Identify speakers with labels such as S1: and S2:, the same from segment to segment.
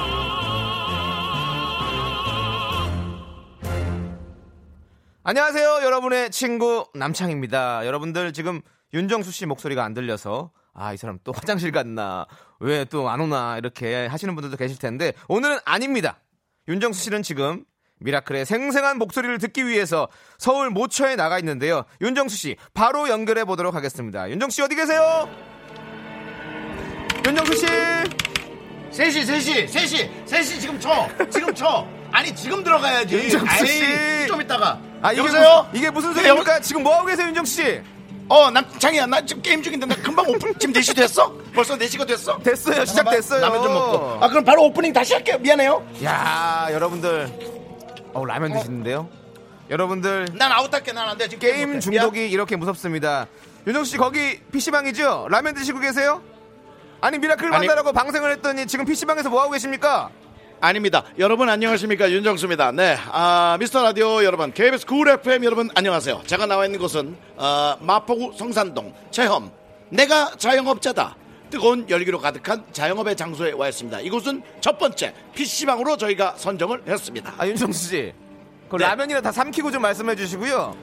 S1: 안녕하세요, 여러분의 친구 남창입니다. 여러분들 지금 윤정수 씨 목소리가 안 들려서 아, 이 사람 또 화장실 갔나? 왜 또 안 오나? 이렇게 하시는 분들도 계실 텐데 오늘은 아닙니다. 윤정수 씨는 지금 미라클의 생생한 목소리를 듣기 위해서 서울 모처에 나가 있는데요. 윤정수 씨 바로 연결해 보도록 하겠습니다. 윤정수 씨 어디 계세요? 윤정수 씨.
S2: 3시, 3시, 3시, 3시 지금 쳐. 지금 쳐. 아니, 지금 들어가야지.
S1: 윤정수 씨.
S2: 아이, 좀 이따가.
S1: 아, 이게
S2: 여보세요?
S1: 무슨, 이게 무슨
S2: 네,
S1: 소리입니까? 지금 뭐 하고 계세요, 윤정수 씨?
S2: 여보- 어, 남창이야. 나 지금 게임 중인데 나 금방 오픈. 지금 4시 됐어? 벌써 4시가 됐어?
S1: 됐어요. 시작됐어요.
S2: 라면 좀 먹고. 아, 그럼 바로 오프닝 다시 할게요. 미안해요.
S1: 야 여러분들 어 라면 드시는데요 여러분들
S2: 난 아웃 할게. 난 안 돼. 지금
S1: 게임
S2: 못해.
S1: 중독이 이렇게 무섭습니다 윤정씨 거기 PC방이죠? 라면 드시고 계세요? 아니 미라클
S2: 아니-
S1: 만나라고 방생을 했더니 지금 PC방에서 뭐하고 계십니까?
S2: 아닙니다. 여러분 안녕하십니까? 윤정수입니다. 네, 아, 미스터 라디오 여러분, KBS 9 FM 여러분 안녕하세요. 제가 나와 있는 곳은 아, 마포구 성산동 체험. 내가 자영업자다. 뜨거운 열기로 가득한 자영업의 장소에 와 있습니다. 이곳은 첫 번째 PC방으로 저희가 선정을 했습니다.
S1: 아 윤정씨 그
S2: 네.
S1: 라면이나 다 삼키고 좀 말씀해 주시고요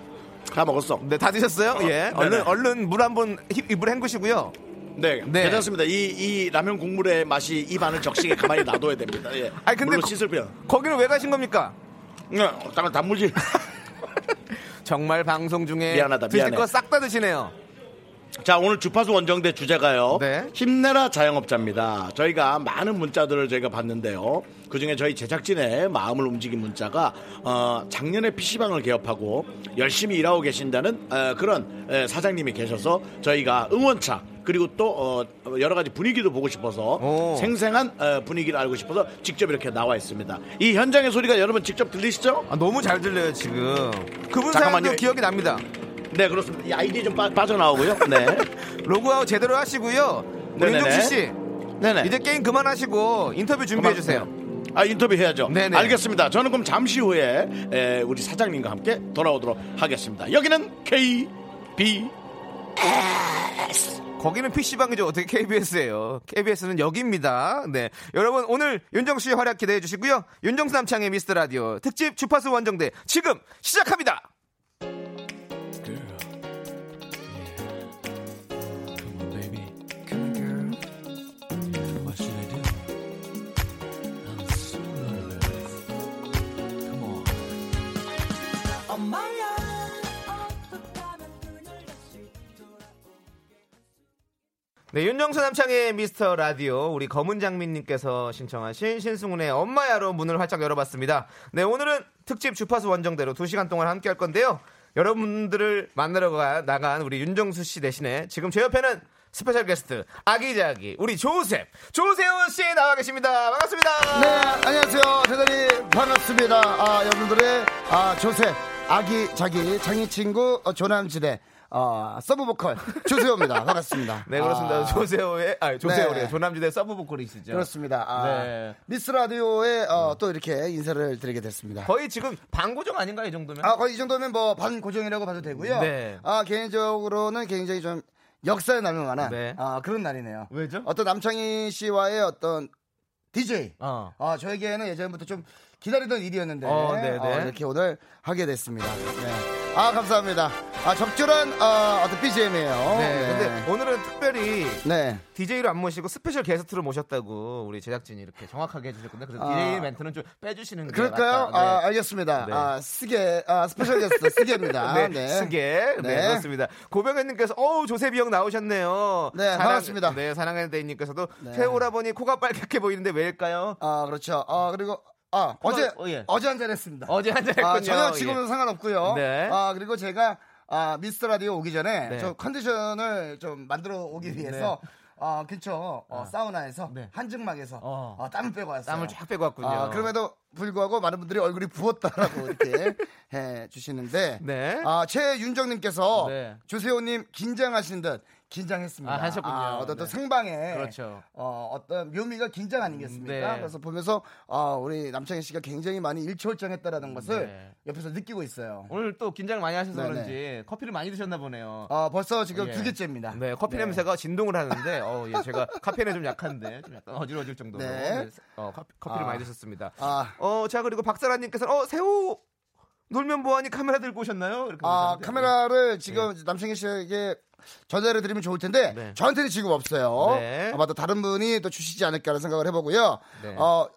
S2: 다 먹었어.
S1: 네 다 드셨어요? 예
S2: 네네.
S1: 얼른 얼른 물 한번 힙- 입을 헹구시고요
S2: 네,
S1: 네.
S2: 괜찮습니다. 이, 이 라면 국물의 맛이 입 안을 적시게 가만히 놔둬야 됩니다. 예.
S1: 아니, 근데
S2: 물로
S1: 거-
S2: 씻을 필요.
S1: 거기는 왜 가신 겁니까?
S2: 네, 잠깐 단무지.
S1: 정말 방송 중에
S2: 미안하다,
S1: 드실
S2: 미안해.
S1: 거싹 다 드시네요
S2: 자 오늘 주파수 원정대 주제가요.
S1: 네.
S2: 힘내라 자영업자입니다. 저희가 많은 문자들을 저희가 봤는데요. 그중에 저희 제작진의 마음을 움직인 문자가 어, 작년에 PC방을 개업하고 열심히 일하고 계신다는 어, 그런 에, 사장님이 계셔서 저희가 응원차 그리고 또 어, 여러 가지 분위기도 보고 싶어서
S1: 오.
S2: 생생한 어, 분위기를 알고 싶어서 직접 이렇게 나와 있습니다. 이 현장의 소리가 여러분 직접 들리시죠?
S1: 아, 너무 잘 들려요 지금 그분
S2: 잠깐만요.
S1: 사연도 기억이 납니다
S2: 네 그렇습니다. 이 아이디 좀 빠, 빠져나오고요. 네.
S1: 로그아웃 제대로 하시고요. 우리
S2: 네네네.
S1: 윤종신 씨
S2: 네네.
S1: 이제 게임 그만하시고 인터뷰 준비해 주세요.
S2: 아 인터뷰 해야죠.
S1: 네네.
S2: 알겠습니다. 저는 그럼 잠시 후에 에, 우리 사장님과 함께 돌아오도록 하겠습니다. 여기는 K B
S1: 거기는 PC방이죠. 어떻게 KBS예요. KBS는 여기입니다. 네. 여러분 오늘 윤정 씨의 활약 기대해 주시고요. 윤정수 남창의 미스터 라디오 특집 주파수 원정대 지금 시작합니다. 네, 윤정수 남창의 미스터 라디오 우리 검은 장미님께서 신청하신 신승훈의 엄마야로 문을 활짝 열어봤습니다. 네, 오늘은 특집 주파수 원정대로 2시간 동안 함께 할 건데요. 여러분들을 만나러 가- 나간 우리 윤정수 씨 대신에 지금 제 옆에는 스페셜 게스트 아기자기 우리 조셉 조세훈 씨 나와 계십니다. 반갑습니다.
S3: 네, 안녕하세요. 대단히 반갑습니다. 아, 여러분들의 아, 조셉, 아기, 자기, 장인 친구, 어, 조남진의 어, 서브 보컬 조세호입니다. 반갑습니다.
S1: 네, 그렇습니다.
S3: 아,
S1: 조세호의 아, 조세호래요.
S3: 네.
S1: 조남지대 서브 보컬이시죠.
S3: 그렇습니다. 아,
S1: 네.
S3: 미스 라디오에 어, 또 이렇게 인사를 드리게 됐습니다.
S1: 거의 지금 반고정 아닌가 이 정도면?
S3: 아, 거의 이 정도면 뭐 반고정이라고 봐도 되고요.
S1: 네.
S3: 아, 개인적으로는 굉장히 좀 역사에 남을 만한
S1: 네.
S3: 아, 그런 날이네요.
S1: 왜죠?
S3: 어떤 남창희 씨와의 어떤 DJ.
S1: 어.
S3: 아, 저에게는 예전부터 좀 기다리던 일이었는데
S1: 어, 네네.
S3: 어, 이렇게 오늘 하게 됐습니다. 네. 아, 감사합니다. 아, 적절한 어, 어떤 BGM이에요.
S1: 네. 근데 오늘은 특별히
S3: 네.
S1: DJ로 안 모시고 스페셜 게스트로 모셨다고 우리 제작진이 이렇게 정확하게 해주셨거든요. 그래서
S3: 아.
S1: DJ 멘트는 좀 빼주시는 게
S3: 그럴까요?
S1: 맞다.
S3: 아,
S1: 네.
S3: 알겠습니다.
S1: 네.
S3: 아, 쓰게, 아, 스페셜 게스트 쓰게입니다.
S1: 네, 승계. 네.
S3: 네.
S1: 그렇습니다. 고병현님께서, 어우, 조세비 형 나오셨네요.
S3: 네, 반갑습니다.
S1: 네, 사랑하는 대인님께서도,
S3: 네.
S1: 세오라 보니 코가 빨갛게 보이는데 왜일까요?
S3: 아 그렇죠. 아 그리고 아 어제
S1: 어, 예.
S3: 어제 한잔 했습니다.
S1: 어제 한잔 했군요.
S3: 아, 전혀 지금은
S1: 예.
S3: 상관없고요.
S1: 네.
S3: 아 그리고 제가 아 미스터 라디오 오기 전에
S1: 네.
S3: 저 컨디션을 좀 만들어 오기 위해서 어, 근처 어, 사우나에서
S1: 네.
S3: 한증막에서
S1: 어.
S3: 어, 땀을 빼고 왔어요.
S1: 땀을 쫙 빼고 왔군요.
S3: 아, 그럼에도 불구하고 많은 분들이 얼굴이 부었다라고 이렇게 해 주시는데
S1: 네.
S3: 아, 최윤정님께서
S1: 네.
S3: 조세호님 긴장하신 듯 긴장했습니다.
S1: 아, 하셨군요.
S3: 어떤 또
S1: 네.
S3: 생방에
S1: 그렇죠.
S3: 어, 어떤 묘미가 긴장 아니겠습니까?
S1: 네.
S3: 그래서 보면서 아, 우리 남창희 씨가 굉장히 많이 일초월장했다라는 것을
S1: 네.
S3: 옆에서 느끼고 있어요.
S1: 오늘 또 긴장을 많이 하셔서
S3: 네네.
S1: 그런지 커피를 많이 드셨나 보네요.
S3: 아, 벌써 지금
S1: 예.
S3: 두 개째입니다.
S1: 네, 커피 냄새가 진동을 하는데, 어, 예, 제가 카페인에 좀 약한데, 좀 약간 어지러워질 정도로.
S3: 네.
S1: 어, 커피, 커피를
S3: 아.
S1: 많이 드셨습니다.
S3: 아.
S1: 어, 자, 그리고 박사라님께서는, 어, 새우 놀면 뭐하니 카메라 들고 오셨나요? 이렇게
S3: 아,
S1: 물으셨는데.
S3: 카메라를 지금 남창희 씨에게 전달해 드리면 좋을 텐데
S1: 네.
S3: 저한테는 지금 없어요.
S1: 네.
S3: 아마 또 다른 분이 또 주시지 않을까라는 생각을 해보고요.
S1: 네.
S3: 어,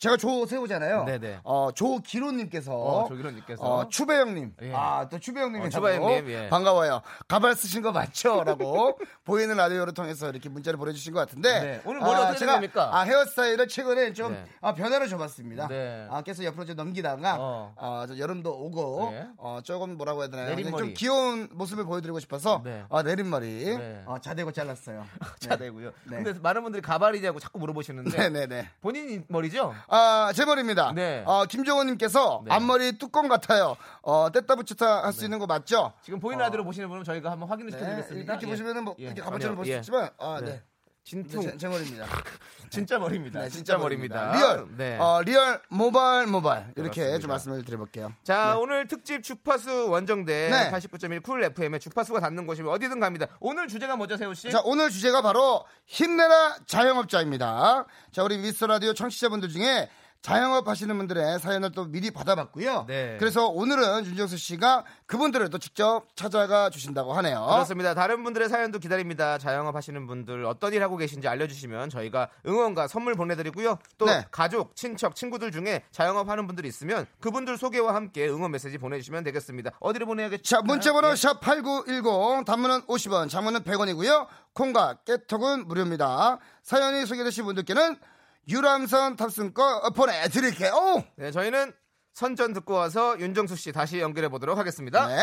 S3: 제가 조세호잖아요.
S1: 네네.
S3: 어, 조기로님께서,
S1: 어, 조기로님께서.
S3: 어, 추배영님,
S1: 예.
S3: 아, 또 추배영님이
S1: 어, 추배영님, 예.
S3: 반가워요. 가발 쓰신 거 맞죠?라고 보이는 라디오를 통해서 이렇게 문자를 보내주신 것 같은데
S1: 네. 오늘 머리 어떻게
S3: 제가
S1: 됩니까?
S3: 아, 헤어스타일을 최근에 좀
S1: 네.
S3: 아, 변화를 줘봤습니다.
S1: 네.
S3: 아, 계속 옆으로 좀 넘기다가
S1: 어.
S3: 아, 좀 여름도 오고
S1: 네.
S3: 어, 조금 뭐라고 해야 되나요?
S1: 내린 머리.
S3: 좀 귀여운 모습을 보여드리고 싶어서
S1: 네.
S3: 아, 내린머리
S1: 네.
S3: 어, 자대고 잘랐어요.
S1: 자, 되고요.
S3: 네.
S1: 근데 많은 분들이 가발이냐고 자꾸 물어보시는데.
S3: 네네네.
S1: 본인 머리죠?
S3: 아, 제 머리입니다.
S1: 네.
S3: 어, 김정호님께서
S1: 네.
S3: 앞머리 뚜껑 같아요. 어, 뗐다 붙였다 할 수 있는 거 맞죠?
S1: 지금 보이는 라디오 보시는 분은 저희가 한번 확인을
S3: 어. 네.
S1: 시켜드리겠습니다.
S3: 이렇게
S1: 예.
S3: 보시면은 뭐
S1: 예.
S3: 이렇게 가방처럼 볼 수
S1: 예.
S3: 있지만 아,
S1: 네.
S3: 네.
S1: 진퉁.
S3: 제, 제 머리입니다.
S1: 진짜 머리입니다.
S3: 네,
S1: 진짜 머리입니다.
S3: 리얼.
S1: 네.
S3: 어, 리얼 모발 모발 이렇게
S1: 그렇습니다.
S3: 좀 말씀을 드려볼게요.
S1: 자 오늘 특집 주파수 원정대
S3: 네.
S1: 89.1쿨 FM의 주파수가 닿는 곳이면 어디든 갑니다. 오늘 주제가 뭐죠 세호 씨?
S3: 자, 오늘 주제가 바로 힘내라 자영업자입니다. 자, 우리 미스터 라디오 청취자분들 중에 자영업 하시는 분들의 사연을 또 미리 받아봤고요.
S1: 네.
S3: 그래서 오늘은 윤정수 씨가 그분들을 또 직접 찾아가 주신다고 하네요.
S1: 그렇습니다. 다른 분들의 사연도 기다립니다. 자영업 하시는 분들 어떤 일 하고 계신지 알려주시면 저희가 응원과 선물 보내드리고요. 또
S3: 네.
S1: 가족, 친척, 친구들 중에 자영업 하는 분들이 있으면 그분들 소개와 함께 응원 메시지 보내주시면 되겠습니다. 어디로 보내야겠죠? 예.
S3: 자, 문자번호 샵8910 단문은 50원, 장문은 100원이고요. 콩과 깨톡은 무료입니다. 사연이 소개되신 분들께는 유람선 탑승권 보내드릴게요. 오!
S1: 네, 저희는 선전 듣고 와서 윤정수 씨 다시 연결해 보도록 하겠습니다.
S3: 네.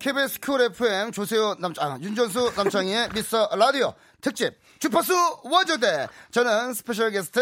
S3: KBS 쿨 FM 조세호 남창 아, 윤전수 남창희의 미스터 라디오 특집 주파수 원조대 저는 스페셜 게스트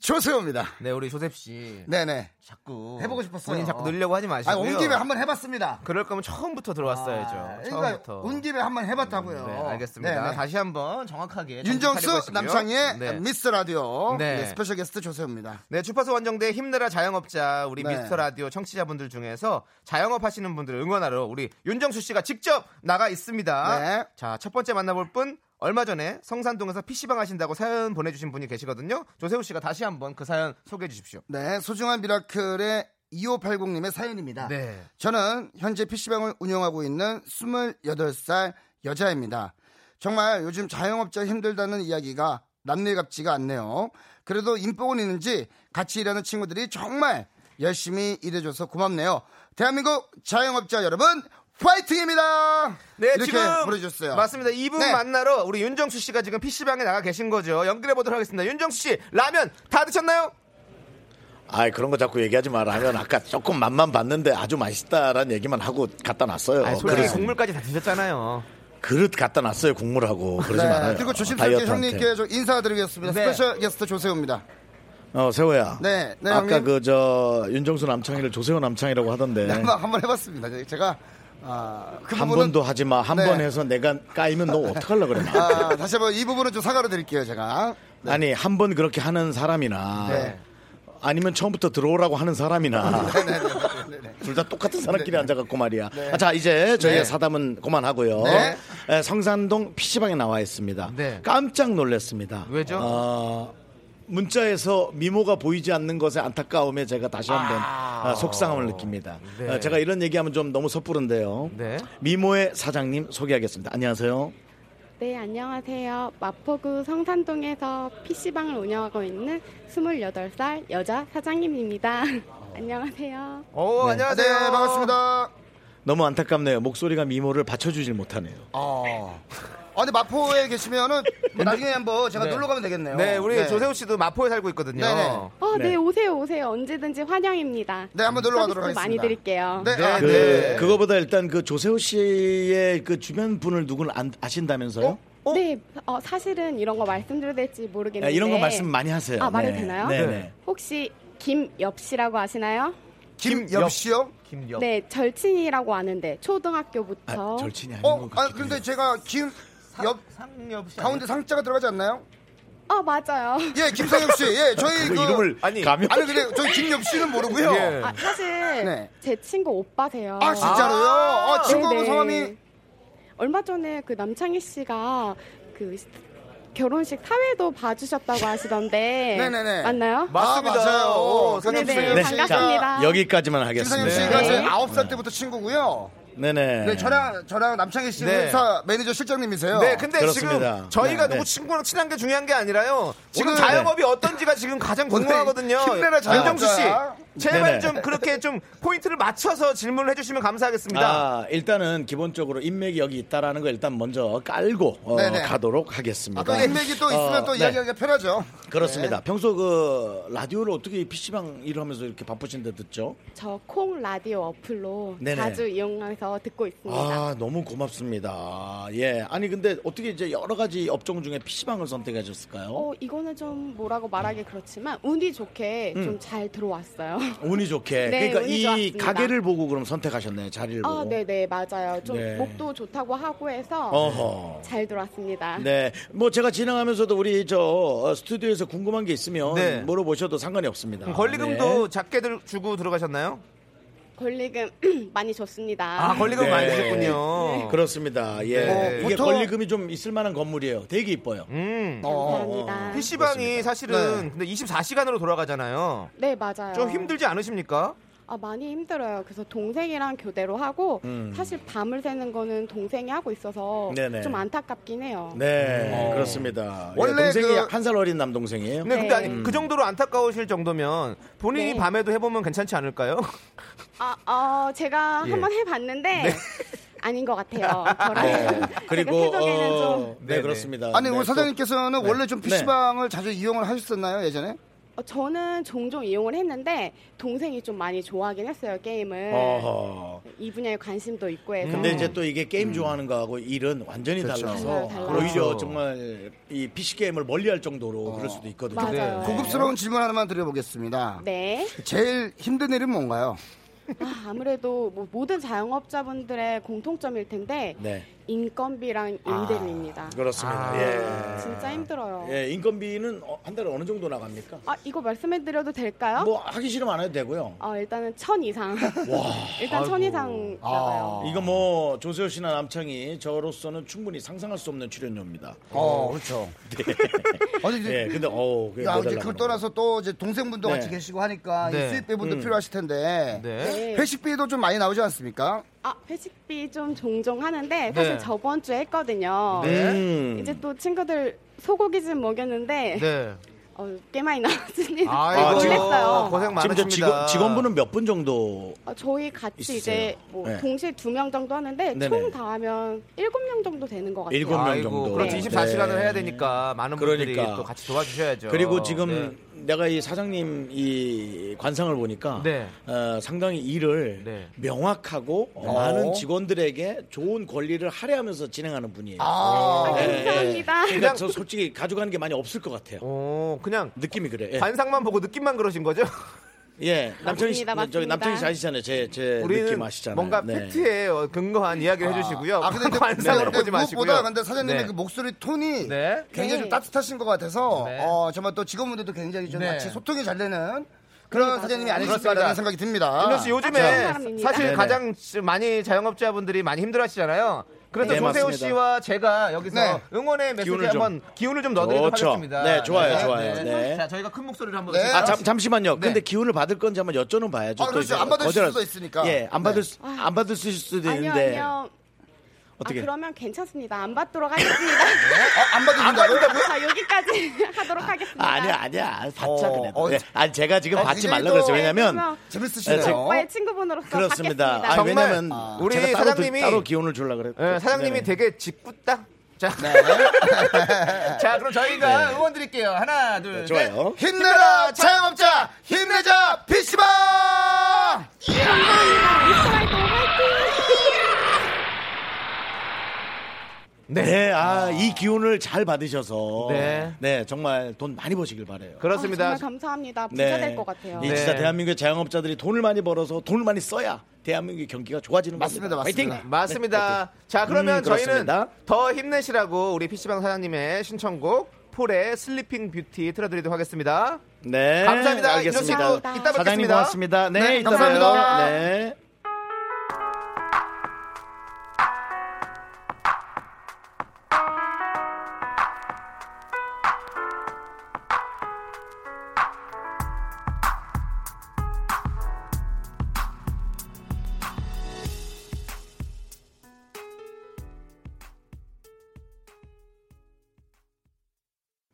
S3: 조세호입니다.
S1: 네, 우리 조셉 씨
S3: 네네.
S1: 자꾸
S3: 해보고 싶었어요.
S1: 본인 자꾸 늘려고 하지 마시고요.
S3: 아, 온 김에 한번 해봤습니다.
S1: 그럴 거면 처음부터 들어왔어야죠.
S3: 아,
S1: 처음부터.
S3: 온 김에 한번 해봤다고요.
S1: 네, 알겠습니다.
S3: 네네.
S1: 다시 한번 예, 정확하게 정신
S3: 윤정수
S1: 차리고 하시고요.
S3: 남창희의
S1: 네.
S3: 미스터 라디오
S1: 네.
S3: 네, 스페셜 게스트 조세호입니다.
S1: 네, 주파수 원정대 힘내라 자영업자 우리
S3: 네.
S1: 미스터 라디오 청취자분들 중에서 자영업 하시는 분들을 응원하러 우리 윤정수 씨가 직접 나가 있습니다.
S3: 네.
S1: 자, 첫 번째 만나볼 분 얼마 전에 성산동에서 PC방 하신다고 사연 보내주신 분이 계시거든요. 조세호 씨가 다시 한번 그 사연 소개해 주십시오.
S3: 네, 소중한 미라클의 2580님의 사연입니다.
S1: 네.
S3: 저는 현재 PC방을 운영하고 있는 28살 여자입니다. 정말 요즘 자영업자 힘들다는 이야기가 남일 같지가 않네요. 그래도 인복은 있는지 같이 일하는 친구들이 정말 열심히 일해줘서 고맙네요. 대한민국 자영업자 여러분, 파이팅입니다!
S1: 네,
S3: 이렇게
S1: 지금
S3: 보내주셨어요.
S1: 맞습니다. 이분
S3: 네.
S1: 만나러 우리 윤정수 씨가 지금 PC방에 나가 계신 거죠. 연결해 보도록 하겠습니다. 윤정수 씨, 라면 다 드셨나요?
S2: 아이 그런 거 자꾸 얘기하지 마라 하면 아까 조금 맛만 봤는데 아주 맛있다라는 얘기만 하고 갖다 놨어요.
S1: 아니, 솔직히
S2: 그릇,
S1: 국물까지 다 드셨잖아요.
S2: 그릇 갖다 놨어요 국물하고 그러지 말아요.
S3: 네. 그리고 조심스럽게
S2: 다이어트한테.
S3: 형님께 좀 인사드리겠습니다.
S1: 네.
S3: 스페셜 게스트 조세호입니다.
S2: 어 세호야.
S3: 네, 네,
S2: 아까
S3: 형님.
S2: 그 저 윤정수 남창희를 조세호 남창희라고 하던데
S3: 네. 한번 한번 해봤습니다. 제가 아, 그
S2: 한
S3: 부분은-
S2: 번도 하지 마. 한
S3: 네.
S2: 번 해서 내가 까이면 너 어떡하려 그래. 나.
S3: 아, 다시 한번 이 부분은 좀 사과를 드릴게요, 제가.
S2: 아니 한 번 그렇게 하는 사람이나
S3: 네.
S2: 아니면 처음부터 들어오라고 하는 사람이나
S1: 네,
S2: 둘 다 똑같은 사람끼리 앉아갖고 말이야. 아, 자 이제 저희의
S1: 네.
S2: 사담은 그만하고요.
S3: 네.
S2: 에, 성산동 PC방에 나와 있습니다.
S1: 네.
S2: 깜짝 놀랐습니다.
S1: 왜죠?
S2: 어, 문자에서 미모가 보이지 않는 것에 안타까움에 제가 다시 한번 아, 속상함을 느낍니다.
S1: 네.
S2: 어, 제가 이런 얘기하면 좀 너무 섣부른데요.
S1: 네.
S2: 미모의 사장님 소개하겠습니다. 안녕하세요.
S4: 네, 안녕하세요. 마포구 성산동에서 PC방을 운영하고 있는 28살 여자 사장님입니다. 안녕하세요.
S1: 오,
S3: 네,
S1: 어, 안녕하세요.
S3: 반갑습니다.
S2: 너무 안타깝네요. 목소리가 미모를 받쳐주질 못하네요.
S3: 어. 아, 근데 마포에 계시면은 뭐 나중에 한번 제가
S1: 네.
S3: 놀러 가면 되겠네요.
S1: 네, 우리 조세호 씨도 마포에 살고 있거든요.
S3: 네네.
S4: 어,
S2: 네.
S4: 네, 오세요, 오세요. 언제든지 환영입니다.
S3: 네, 한번 놀러 가도록
S4: 서비스
S3: 하겠습니다.
S4: 많이 드릴게요.
S3: 네,
S1: 네,
S3: 아,
S2: 그,
S3: 네.
S1: 네.
S2: 그거보다 일단 그 조세호 씨의 그 주변 분을 누구를 안- 아신다면서요?
S3: 어?
S1: 어?
S4: 네, 어, 사실은 이런 거 말씀드려도 될지 모르겠는데.
S2: 네, 이런 거 말씀 많이 하세요.
S4: 아, 말해도
S2: 네.
S4: 되나요?
S2: 네.
S1: 네.
S2: 네.
S4: 혹시 김엽 씨라고 아시나요?
S1: 김엽.
S3: 김엽 씨요?
S1: 김엽.
S4: 네, 절친이라고 아는데
S2: 아,
S4: 초등학교부터 그
S2: 절친이 아닌
S3: 어?
S2: 것
S3: 아
S2: 같기도
S3: 근데
S2: 해요.
S3: 제가 김엽
S1: 상엽 씨
S3: 가운데 상자가 들어가지 않나요?
S4: 어, 맞아요.
S3: 예, 김상엽 씨. 예,
S1: 네.
S3: 저희
S2: 그
S3: 그
S2: 이름을
S1: 아니,
S2: 가면
S3: 아니 근데 저희 김엽 씨는 모르고요.
S1: 예.
S4: 아, 사실
S3: 네.
S4: 제 친구 오빠세요.
S3: 아 진짜로요?
S1: 아.
S3: 아, 친구분
S4: 네네.
S3: 성함이
S4: 얼마 전에 그 남창희 씨가 그 시- 결혼식 사회도 봐주셨다고 하시던데
S3: 네네네.
S4: 맞나요?
S1: 맞습니다.
S3: 아, 맞아요.
S1: 어,
S3: 상엽
S4: 네네,
S3: 씨가-
S4: 네,
S2: 자,
S4: 반갑습니다.
S2: 여기까지만 하겠습니다.
S3: 김상엽 씨가
S4: 네.
S3: 제 9살 때부터 친구고요.
S2: 네네.
S3: 네, 저랑 저랑 남창희 씨
S1: 네.
S3: 회사 매니저 실장님이세요.
S1: 네, 근데
S2: 그렇습니다.
S1: 지금 저희가
S2: 네,
S1: 누구
S2: 네.
S1: 친구랑 친한 게 중요한 게 아니라요. 지금
S3: 오늘-
S1: 자영업이 어떤지가 지금 가장
S3: 오늘
S1: 궁금하거든요.
S3: 힘내라, 자영업자야.
S1: 윤정수 씨, 제발
S2: 네네.
S1: 좀 그렇게 좀 포인트를 맞춰서 질문을 해주시면 감사하겠습니다.
S2: 아, 일단은 기본적으로 인맥이 여기 있다라는 거 일단 먼저 깔고 어,
S3: 네네.
S2: 가도록 하겠습니다.
S3: 아까 인맥이 또 있으면
S2: 어,
S3: 또 네.
S2: 네.
S3: 이야기하기가 편하죠.
S2: 그렇습니다. 평소 그 라디오를 어떻게 PC방 일을 하면서 이렇게 바쁘신데 듣죠?
S4: 저 콩 라디오 어플로
S2: 네네.
S4: 자주 이용해서 듣고 있습니다.
S2: 아, 너무 고맙습니다. 예. 아니, 근데 어떻게 이제 여러 가지 업종 중에 PC방을 선택하셨을까요?
S4: 어, 이거는 좀 뭐라고
S2: 음.
S4: 말하기 그렇지만 운이 좋게 좀 잘 들어왔어요.
S2: 운이 좋게.
S4: 네,
S2: 그러니까
S4: 운이
S2: 이
S4: 좋았습니다.
S2: 가게를 보고 그럼 선택하셨네요. 자리를 보고.
S4: 아, 네네, 맞아요. 좀
S2: 네.
S4: 목도 좋다고 하고 해서
S2: 어허.
S4: 잘 들어왔습니다.
S2: 네, 뭐 제가 진행하면서도 우리 저 어, 스튜디오에서 궁금한 게 있으면
S1: 네.
S2: 물어보셔도 상관이 없습니다. 네.
S1: 그럼 권리금도 작게 들, 주고 들어가셨나요?
S4: 권리금 많이 줬습니다.
S1: 아, 권리금
S2: 네.
S1: 많이 주셨군요.
S2: 네. 그렇습니다. 예,
S1: 네.
S2: 이게
S3: 보통-
S2: 권리금이 좀 있을 만한 건물이에요. 되게 이뻐요.
S1: 음.
S3: 어.
S4: 감사합니다.
S1: PC방이
S3: 네.
S1: 사실은 근데 24시간으로 돌아가잖아요.
S4: 네, 맞아요.
S1: 좀 힘들지 않으십니까?
S4: 아, 많이 힘들어요. 그래서 동생이랑 교대로 하고 사실 밤을 새는 거는 동생이 하고 있어서
S2: 네네.
S4: 좀 안타깝긴 해요.
S1: 음.
S2: 네,
S1: 어.
S2: 그렇습니다.
S3: 원래
S2: 원래 동생이
S3: 그-
S2: 한 살 어린 남동생이에요. 음.
S1: 근데,
S4: 네.
S1: 근데 아니, 그 정도로 안타까우실 정도면 본인이
S4: 네.
S1: 밤에도 해보면 괜찮지 않을까요?
S2: 네.
S4: 아, 어, 제가
S1: 예.
S4: 한번 해봤는데 아닌 것 같아요. 저랑
S2: 네.
S4: 그리고 태적에는
S2: 어,
S4: 그러니까 좀
S2: 네,
S1: 네,
S2: 그렇습니다.
S3: 아니
S2: 네,
S3: 우리
S2: 또-
S3: 사장님께서는
S2: 네.
S3: 원래 좀
S2: 네.
S3: PC방을 자주 이용을 하셨었나요 예전에?
S4: 어, 저는 종종 이용을 했는데 동생이 좀 많이 좋아하긴 했어요 게임을.
S2: 어허.
S4: 이 분야에 관심도 있고 해서.
S2: 근데 이제 또 이게 게임 좋아하는 거하고 일은 완전히 달라서
S4: 달라요, 달라요.
S2: 오히려
S1: 그렇죠.
S2: 정말 이 PC 게임을 멀리할 정도로 그럴 수도 있거든요.
S4: 맞아요.
S1: 네.
S3: 고급스러운 질문 하나만 드려보겠습니다.
S4: 네.
S3: 제일 힘든 일은 뭔가요?
S4: 아, 아무래도 뭐 모든 자영업자분들의 공통점일 텐데
S2: 네.
S4: 인건비랑 임대료입니다.
S2: 아, 그렇습니다.
S1: 아.
S2: 예.
S4: 진짜 힘들어요.
S2: 예, 인건비는 어, 한 달에 어느 정도 나갑니까?
S4: 아 이거 말씀해드려도 될까요?
S2: 뭐 하기 싫으면 안 해도 되고요.
S4: 아 일단은 천 이상. 일단 천 이상 아. 나가요.
S2: 이거 뭐 조세호 씨나 남창이 저로서는 충분히 상상할 수 없는 출연료입니다. 네.
S3: 어, 그렇죠. 아니, 이제,
S2: 예, 근데 어우,
S1: 뭐
S3: 야, 아, 이제 그걸 떠나서 또 이제 동생분도
S2: 네.
S3: 같이 계시고 하니까 이
S1: 네.
S3: 수입비분도 필요하실 텐데
S1: 네.
S3: 회식비도 좀 많이 나오지 않습니까?
S4: 아 회식비 좀 종종 하는데 사실
S1: 네.
S4: 저번 주에 했거든요.
S2: 네. 음.
S4: 이제 또 친구들 소고기 좀 먹였는데
S1: 네.
S4: 어, 꽤 많이 나왔으니
S1: 아이고,
S4: 놀랐어요.
S1: 고생
S2: 지금
S1: 많으십니다.
S2: 저 직원, 직원분은 몇 분 정도
S4: 어, 저희 같이
S2: 있으세요?
S4: 이제 뭐
S2: 네.
S4: 동시에 두 명 정도 하는데
S2: 네네.
S4: 총 다 하면 일곱 명 정도 되는 것 같아요.
S2: 일곱 명 정도.
S1: 그렇지.
S4: 네.
S1: 24시간을
S2: 네.
S1: 해야 되니까 많은
S2: 그러니까.
S1: 분들이 또 같이 도와주셔야죠.
S2: 그리고 지금
S1: 네.
S2: 내가 이 사장님 이 관상을 보니까
S1: 네.
S2: 어, 상당히 일을
S1: 네.
S2: 명확하고 어, 많은 직원들에게 좋은 권리를 할애하면서 진행하는 분이에요.
S4: 아,
S2: 네.
S4: 감사합니다.
S2: 그러니까 저 솔직히 가져가는 게 많이 없을 것 같아요.
S1: 오, 어, 그냥
S2: 느낌이 그래. 예.
S1: 관상만 보고 느낌만 그러신 거죠?
S2: 예, 남창희 씨,
S4: 맞습니다, 맞습니다.
S2: 저기 남창희 씨 아시잖아요. 제, 제
S1: 우리는
S2: 느낌 아시잖아요.
S1: 뭔가
S2: 네.
S1: 팩트에 어, 근거한 이야기를 해주시고요.
S3: 아, 근데 이제
S1: 관상으로
S3: 근데
S1: 보지 마시고요.
S3: 무엇보다 근데 사장님의
S1: 네.
S3: 그 목소리 톤이
S1: 네.
S4: 네.
S3: 굉장히 좀 따뜻하신 것 같아서
S1: 네.
S3: 어, 정말 또 직원분들도 굉장히 좀
S1: 네.
S3: 같이 소통이 잘 되는 그런 사장님이
S1: 그렇습니다.
S3: 아니실까라는 생각이 듭니다.
S1: 윤정 씨
S4: 착한
S1: 요즘에
S4: 네, 사람입니다.
S1: 사실
S2: 네네.
S1: 가장 많이 자영업자분들이 많이 힘들어하시잖아요. 그래서
S2: 네,
S1: 조세호
S2: 맞습니다.
S1: 씨와 제가 여기서
S3: 네.
S1: 응원의 메시지
S2: 기운을 좀.
S1: 한번 기운을 좀 넣어드리도록
S2: 좋죠.
S1: 하겠습니다.
S2: 네, 좋아요, 좋아요. 네.
S1: 자, 저희가 큰 목소리를 한번.
S3: 네.
S2: 아, 잠, 잠시만요.
S1: 네.
S2: 근데 기운을 받을 건지 한번 여쭤는 봐야죠.
S3: 아,
S2: 또
S3: 그렇죠.
S2: 이제
S3: 안 받을
S2: 거절할
S3: 수도
S2: 수-
S3: 있으니까.
S2: 예, 안 받을
S3: 네.
S2: 수, 안 받을 수 있을 수도
S4: 아니요,
S2: 있는데
S4: 아니요.
S2: 어떻게? 네? 어,
S4: 아, 그러면 괜찮습니다. 안 받도록 하겠습니다.
S3: 아, 안 받으신다고요?
S4: 자, 여기까지 하도록 하겠습니다.
S2: 아, 니야 아니야. 받자
S3: 어,
S2: 그냥.
S3: 어,
S2: 예. 아니 제가 지금
S3: 아,
S2: 받지
S3: 굉장히
S2: 말라
S3: 또-
S2: 그랬어요. 왜냐면
S4: 그러면
S2: 네, 지금-
S3: 재밌으시네요.
S4: 오빠의 친구분으로서
S2: 그렇습니다.
S4: 받겠습니다.
S2: 아니,
S1: 정말
S2: 왜냐면
S1: 우리
S2: 제가 따로,
S1: 사장님이-
S2: 따로 기운을 주려 그랬.
S1: 네, 사장님이
S2: 네네.
S1: 되게 짓궂다. 자, 네. 자, 그럼 저희가 응원 드릴게요. 하나, 둘,
S2: 네,
S1: 셋.
S2: 좋아요.
S3: 힘내라 자영업자 힘내자 PC방
S4: 감사합니다. 미스터 라이트 화이팅!
S1: 네.
S2: 네, 아, 이 기운을 잘 받으셔서 네.
S1: 네.
S2: 정말 돈 많이 버시길 바래요.
S1: 그렇습니다.
S4: 아, 정말 감사합니다. 부자 될 것 같아요.
S2: 이
S1: 네.
S2: 진짜 대한민국의 자영업자들이 돈을 많이 벌어서 돈을 많이 써야 대한민국의 경기가 좋아지는
S3: 맞습니다,
S2: 겁니다.
S3: 맞습니다.
S2: 화이팅!
S1: 네, 맞습니다. 자, 그러면
S2: 음,
S1: 저희는
S2: 그렇습니다.
S1: 더 힘내시라고 우리 PC방 사장님의 신청곡 폴의 슬리핑 뷰티 틀어드리도록 하겠습니다.
S2: 네,
S1: 감사합니다.
S2: 알겠습니다.
S1: 윤정 씨도 이따
S2: 사장님
S1: 뵙겠습니다.
S2: 고맙습니다. 네,
S3: 네,
S2: 이따
S3: 감사합니다.
S2: 봬요. 네.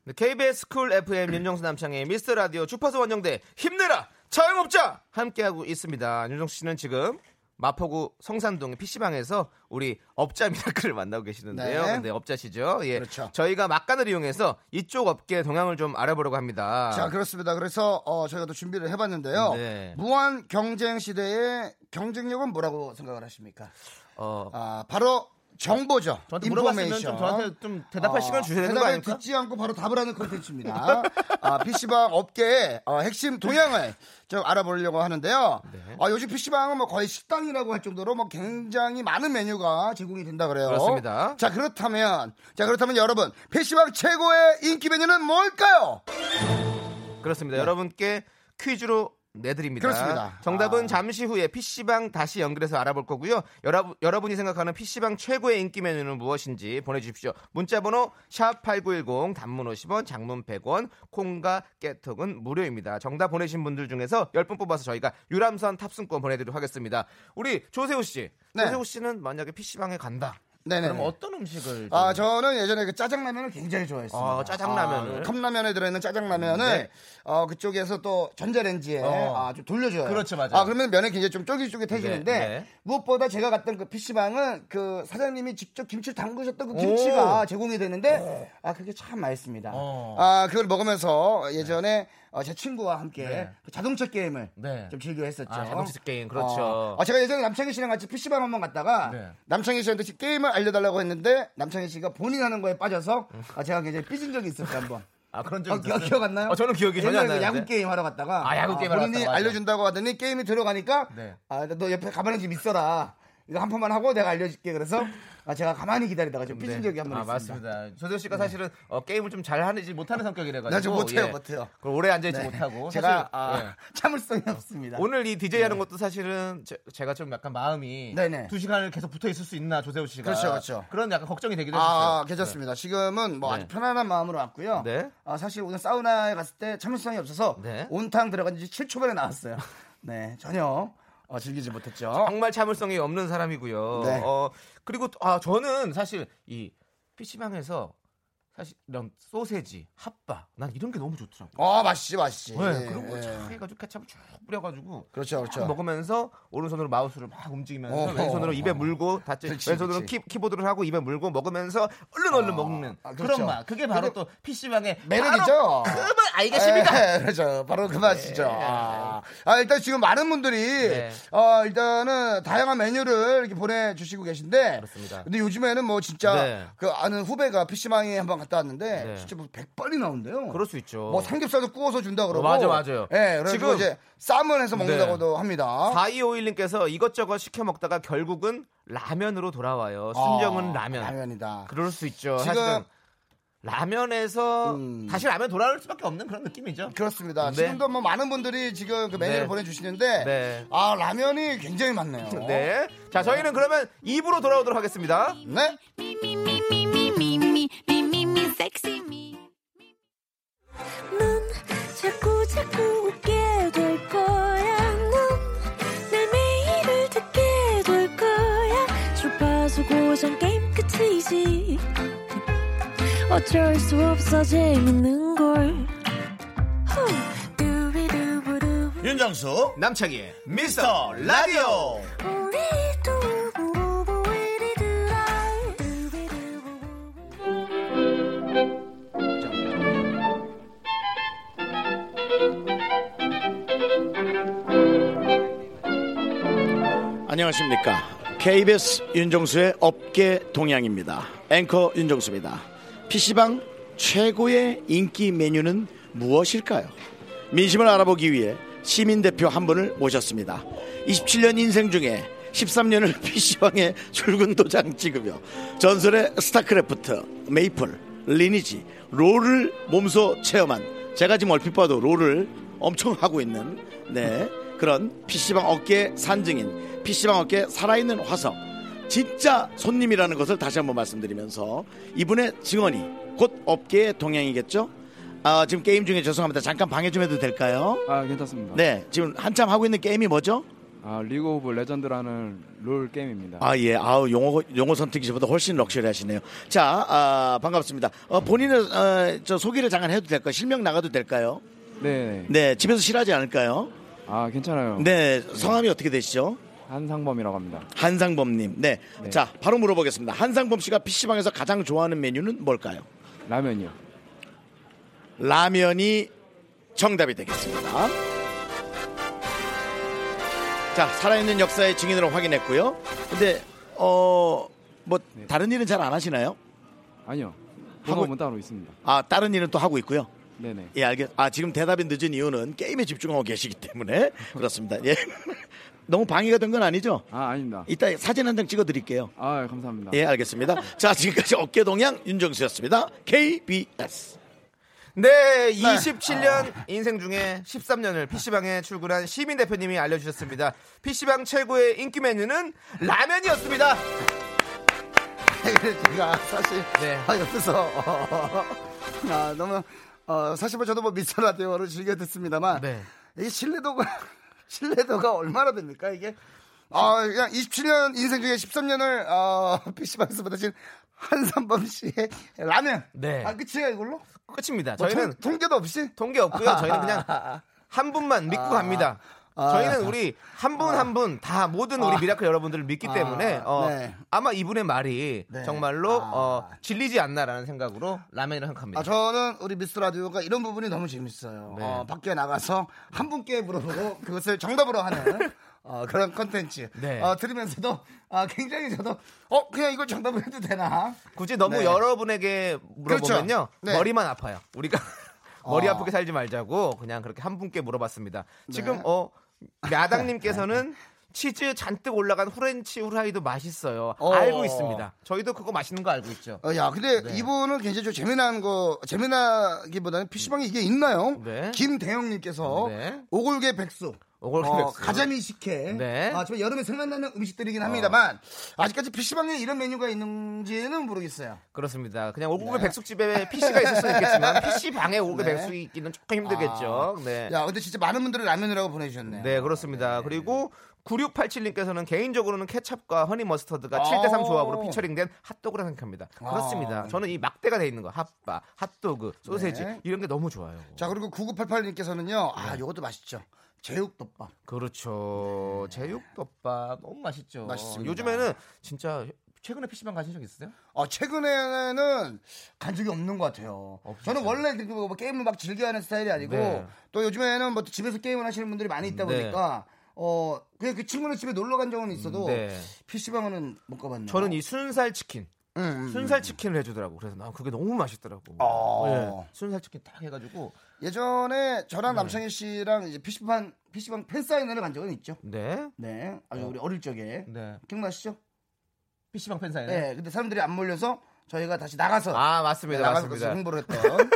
S1: 네, KBS 쿨 FM 윤정수 남창의 미스터 라디오 주파수 원정대 힘내라 자영업자 함께하고 있습니다. 윤정수 씨는 지금 마포구 성산동 PC방에서 우리 업자 미라클을 만나고 계시는데요.
S3: 네.
S1: 네, 업자시죠. 예.
S3: 그렇죠.
S1: 저희가 막간을 이용해서 이쪽 업계 동향을 좀 알아보려고 합니다.
S3: 자 그렇습니다. 그래서 어, 저희가 또 준비를 해봤는데요.
S1: 네.
S3: 무한 경쟁 시대의 경쟁력은 뭐라고 생각을 하십니까?
S1: 어,
S3: 아 바로 정보죠.
S1: 저한테 물어봤으면
S3: 인포메이션.
S1: 좀 저한테 좀 대답할
S3: 어,
S1: 시간을 주셔야 되는 거
S3: 대답을
S1: 아닙니까?
S3: 듣지 않고 바로 답을 하는 콘텐츠입니다. 아, PC방 업계의 어, 핵심 동향을 좀 알아보려고 하는데요.
S1: 네.
S3: 아, 요즘 PC방은 뭐 거의 식당이라고 할 정도로 뭐 굉장히 많은 메뉴가 제공이 된다 그래요.
S1: 그렇습니다.
S3: 자, 그렇다면, 자, 그렇다면 여러분, PC방 최고의 인기 메뉴는 뭘까요?
S1: 그렇습니다. 여러분께 퀴즈로 내드립니다.
S3: 네. 그렇습니다.
S1: 정답은
S3: 아.
S1: 잠시 후에 PC방 다시 연결해서 알아볼 거고요. 여러분, 여러분이 생각하는 PC방 최고의 인기 메뉴는 무엇인지 보내주십시오. 문자번호 샵8910 단문 50원, 장문 100원, 콩과 깨톡은 무료입니다. 정답 보내신 분들 중에서 10분 뽑아서 저희가 유람선 탑승권 보내드리도록 하겠습니다. 우리 조세호 씨.
S3: 네.
S1: 조세호 씨는 만약에 PC방에 간다.
S3: 네네.
S1: 그럼 어떤 음식을?
S3: 아,
S1: 좀-
S3: 저는 예전에 그 짜장라면을 굉장히 좋아했어요.
S1: 아, 짜장라면을?
S3: 컵라면에 들어있는 짜장라면을
S1: 네.
S3: 어, 그쪽에서 또 전자레인지에
S1: 어.
S3: 아, 좀 돌려줘요.
S1: 그렇죠, 맞아요.
S3: 아, 그러면 면이 굉장히 좀 쫄깃쫄깃해지는데
S1: 네, 네.
S3: 무엇보다 제가 갔던 그 PC방은 그 사장님이 직접 김치를 담그셨던 그 김치가 제공이 되는데 아, 그게 참 맛있습니다.
S1: 어.
S3: 아, 그걸 먹으면서 예전에 어, 제 친구와 함께 그 자동차 게임을
S1: 네.
S3: 좀 즐겨 했었죠.
S1: 아, 자동차 게임, 그렇죠.
S3: 어. 아, 제가 예전에 남창희 씨랑 같이 PC방 한번 갔다가
S1: 네.
S3: 남창희 씨한테 게임을 알려달라고 했는데 남창희 씨가 본인 하는 거에 빠져서 아, 제가 굉장히 삐진 적이 있었어요 한번.
S1: 아, 그런 적
S3: 어, 기억,
S1: 있었어요?
S3: 기억 안 나요?
S1: 어, 저는 기억이 전혀 안
S3: 옛날에 그
S1: 나는데.
S3: 야구 게임 하러 갔다가
S1: 아, 야구 게임 하러
S3: 본인이
S1: 갔다가, 맞아.
S3: 알려준다고 하더니 게임이 들어가니까
S1: 네.
S3: 아, 너 옆에 가만히 좀 있어라. 이거 한 판만 하고 내가 알려줄게. 그래서 아, 제가 가만히 기다리다가 좀 삐진
S1: 네.
S3: 적이 한 번
S1: 아,
S3: 있습니다. 네.
S1: 맞습니다. 조세호 씨가 사실은 어, 게임을 좀 잘하는지 못하는 성격이라 가지고 예.
S3: 나좀 못해요, 못해요.
S1: 그걸 오래 앉아 있지
S3: 네.
S1: 못하고
S3: 제가
S1: 사실,
S3: 아, 네.
S1: 예.
S3: 참을성이 없습니다.
S1: 오늘 이 DJ 하는 것도 사실은 제, 가좀 약간 마음이
S3: 네네.
S1: 두 시간을 계속 붙어 있을 수 있나 조세호 씨가
S3: 그렇죠, 그렇죠.
S1: 런 약간 걱정이 되기도
S3: 아,
S1: 했어요.
S3: 아, 괜찮습니다. 지금은 뭐
S1: 네.
S3: 아주 편안한 마음으로 왔고요.
S1: 네.
S3: 아, 사실 오늘 사우나에 갔을 때 참을성이 없어서
S1: 네.
S3: 온탕 들어간 지 7초 만에 나왔어요. 네, 전혀 어, 즐기지 못했죠.
S1: 정말 참을성이 없는 사람이고요.
S3: 네.
S1: 어, 그리고 또- 아 저는 사실 이 PC방에서 사실 이런 소세지, 핫바 난 이런 게 너무 좋더라고요.
S3: 아, 맛있지, 맛있지.
S1: 네,
S3: 예,
S1: 그런
S3: 예.
S1: 거쫙 해가지고 케찹을 쭉 뿌려가지고
S3: 그렇죠, 그렇죠.
S1: 쫙 먹으면서 오른손으로 마우스를 막 움직이면서
S3: 어,
S1: 왼손으로
S3: 어,
S1: 입에
S3: 어.
S1: 물고 다
S3: 그렇지,
S1: 왼손으로
S3: 그렇지.
S1: 키, 보드를 하고 입에 물고 먹으면서 얼른 얼른 먹는
S3: 아,
S1: 그
S3: 그렇죠.
S1: 런 맛. 그게 바로 또 PC방의
S3: 매력이죠.
S1: 그만 알겠습니까?
S3: 예, 그렇죠. 바로 그 맛이죠. 아, 아, 일단 지금 많은 분들이
S1: 네.
S3: 어, 일단은 다양한 메뉴를 이렇게 보내주시고 계신데
S1: 그렇습니다.
S3: 근데 요즘에는 뭐 진짜
S1: 네.
S3: 그 아는 후배가 PC방에 한번 갔다 왔는데
S1: 네.
S3: 진짜 뭐 100번이 나온대요.
S1: 그럴 수 있죠. 어,
S3: 뭐 삼겹살도 구워서 준다 그러고.
S1: 그렇죠. 맞아, 맞아요.
S3: 예, 지금
S1: 지금- 네.
S3: 이제 쌈을 해서 먹는다고도 합니다.
S1: 4251님께서 이것저것 시켜 먹다가 결국은 라면으로 돌아와요. 순정은
S3: 아,
S1: 라면.
S3: 라면이다.
S1: 그럴 수 있죠.
S3: 지금-
S1: 사실은 라면에서
S3: 음.
S1: 다시 라면 돌아올 수밖에 없는 그런 느낌이죠.
S3: 그렇습니다.
S1: 네.
S3: 지금도 뭐 많은 분들이 지금 그 메뉴를
S1: 네.
S3: 보내주시는데
S1: 네.
S3: 아 라면이 굉장히 많네요.
S1: 네. 자, 저희는 그러면 2부로 돌아오도록 하겠습니다.
S3: 네.
S5: Me, me, me, me, me, me, me, me, me, me, sexy me. 넌 자꾸, 자꾸 웃게 될 거야. 넌내 매일을 듣게 될 거야. 주파수 고정 게임 끝이지. 어쩔 수 없어, 재밌는 걸. 후. 두비두부두.
S2: 윤정수,
S1: 남창희의
S2: 미스터 라디오.
S5: 우리 두부부부 우리 두라. 두비두부부.
S2: 안녕하십니까. KBS 윤정수의 업계 동향입니다. 앵커 윤정수입니다. PC방 최고의 인기 메뉴는 무엇일까요? 민심을 알아보기 위해 시민대표 한 분을 모셨습니다. 27년 인생 중에 13년을 PC방에 출근 도장 찍으며 전설의 스타크래프트, 메이플, 리니지, 롤을 몸소 체험한 제가 지금 얼핏 봐도 롤을 엄청 하고 있는 네 그런 PC방 업계의 산증인 PC방 업계 의 살아있는 화석 진짜 손님이라는 것을 다시 한번 말씀드리면서 이분의 증언이 곧 업계의 동향이겠죠 아 지금 게임 중에 죄송합니다 잠깐 방해 좀 해도 될까요
S6: 아 괜찮습니다.
S2: 네 지금 한참 하고 있는 게임이 뭐죠
S6: 아 리그 오브 레전드라는 롤 게임입니다.
S2: 아 예 아우 용어 용어 선택이 저보다 훨씬 럭셔리하시네요 자 아, 반갑습니다 어, 본인의 어, 저 소개를 잠깐 해도 될까요 실명 나가도 될까요
S6: 네.
S2: 네 집에서 싫어하지 않을까요
S6: 아 괜찮아요.
S2: 네, 성함이 어떻게 되시죠?
S6: 한상범이라고 합니다.
S2: 한상범님. 네. 자, 바로 물어보겠습니다. 한상범 씨가 PC방에서 가장 좋아하는 메뉴는 뭘까요?
S6: 라면이요.
S2: 라면이 정답이 되겠습니다. 자, 살아있는 역사의 증인으로 확인했고요. 근데, 어, 뭐, 다른 일은 잘 안 하시나요?
S6: 아니요.
S2: 하고-
S6: 본업은 따로 있습니다.
S2: 아, 다른 일은 또 하고 있고요.
S6: 네네.
S2: 예, 알겠. 아, 지금 대답이 늦은 이유는 게임에 집중하고 계시기 때문에 그렇습니다. 예. 너무 방해가 된 건 아니죠?
S6: 아 아닙니다.
S2: 이따 사진 한 장 찍어 드릴게요.
S6: 아 감사합니다.
S2: 예, 알겠습니다. 자, 지금까지 어깨 동향 윤정수였습니다. KBS.
S1: 네, 27년
S3: 아.
S1: 인생 중에 13년을 PC방에 출근한 시민 대표님이 알려주셨습니다. PC방 최고의 인기 메뉴는 라면이었습니다.
S3: 네, 제가 사실
S1: 네.
S3: 아, 옆에서 아, 너무 어, 사실 뭐 저도 뭐 미스터 라디오를 즐겨 듣습니다만
S1: 네.
S3: 이게 신뢰도가 신뢰도가 얼마나 됩니까 이게 아 그냥 27년 인생 중에 13년을 어, PC방에서 받으신 한삼범 씨의 라면
S1: 네.
S3: 아 끝이에요 이걸로
S1: 끝입니다.
S3: 뭐
S1: 저희는
S3: 통, 통계도 없이
S1: 통계 없고요. 저희는 그냥 한 분만 믿고 갑니다.
S3: 아.
S1: 저희는 우리 한 분
S2: 아.
S1: 한 분 다 모든 우리 미라클 여러분들을 믿기
S3: 아.
S1: 때문에 어,
S3: 네.
S1: 아마 이분의 말이
S3: 네.
S1: 정말로
S3: 아.
S1: 어, 질리지 않나라는 생각으로 라면이라 생각합니다.
S3: 아, 저는 우리 미스 라디오가 이런 부분이 너무 재밌어요.
S1: 네.
S3: 어, 밖에 나가서 한 분께 물어보고 그것을 정답으로 하는 어, 그런 컨텐츠.
S1: 네.
S3: 어, 들으면서도 아, 굉장히 저도 어 그냥 이걸 정답으로 해도 되나?
S1: 굳이 너무
S3: 네.
S1: 여러분에게 물어보면요
S3: 그렇죠. 네.
S1: 머리만 아파요. 우리가 머리
S3: 어.
S1: 아프게 살지 말자고 그냥 그렇게 한 분께 물어봤습니다. 지금
S3: 네.
S1: 어 야당님께서는 치즈 잔뜩 올라간 후렌치 후라이도 맛있어요.
S3: 어.
S1: 알고 있습니다. 저희도 그거 맛있는 거 알고 있죠.
S3: 어, 야, 근데
S1: 네.
S3: 이분은 굉장히 좀 재미난 거, 재미나기보다는 PC방에 이게 있나요?
S1: 네.
S3: 김대영님께서
S1: 네.
S3: 오골계 백숙.
S1: 오골계 백숙.
S3: 가자미 식혜.
S1: 네. 어.
S3: 아, 정말 여름에 생각나는 음식들이긴 합니다만, 아직까지 PC방에 이런 메뉴가 있는지는 모르겠어요.
S1: 그렇습니다. 그냥 오골계 백숙집에 PC가 있을 수는 있겠지만 PC 방에 오골계
S3: 네. 아.
S1: 백숙이 있기는 조금 힘들겠죠. 네.
S3: 야, 근데 진짜 많은 분들이 라면이라고 보내주셨네요.
S1: 네, 그렇습니다. 그리고 9687님께서는 개인적으로는 케찹과 허니 머스터드가
S3: 아.
S1: 7대3 조합으로 피처링된 핫도그라 생각합니다. 그렇습니다. 저는 이 막대가 돼 있는 거, 핫바, 핫도그, 소세지
S3: 네.
S1: 이런 게 너무 좋아요. 네.
S3: 자 그리고 9988님께서는요 아 요것도 맛있죠 제육덮밥 네.
S1: 그렇죠. 제육덮밥 너무 맛있죠.
S3: 맛있습니다.
S1: 요즘에는 진짜 최근에 PC방 가신 적 있으세요?
S3: 어, 최근에는 간 적이 없는 것 같아요 저는 원래 그 뭐 게임을 막 즐겨하는 스타일이 아니고
S1: 어, 네.
S3: 또 요즘에는 뭐 집에서 게임을 하시는 분들이 많이 있다
S1: 네.
S3: 보니까 어 그냥 그 친구네 집에 놀러 간 적은 있어도
S1: 네.
S3: PC방은 못 가봤네요
S1: 음. 저는 이 순살 치킨.
S3: 음, 음.
S1: 순살 치킨을 해주더라고. 그래서 난 그게 너무 맛있더라고.
S3: 어.
S1: 예, 순살 치킨 딱 해가지고. 네.
S3: 예전에 저랑 남창희 씨랑 이제 PC방 PC방 팬사인회를 간 적은 있죠
S1: 네.
S3: 네 아주 우리 어릴 적에
S1: 네.
S3: 기억나시죠?
S1: PC방 팬사이
S3: 네. 근데 사람들이 안 몰려서 저희가 다시 나가서
S1: 아,
S3: 네,
S1: 맞습니다.
S3: 나가서
S1: 맞습니다.
S3: 홍보를 했던.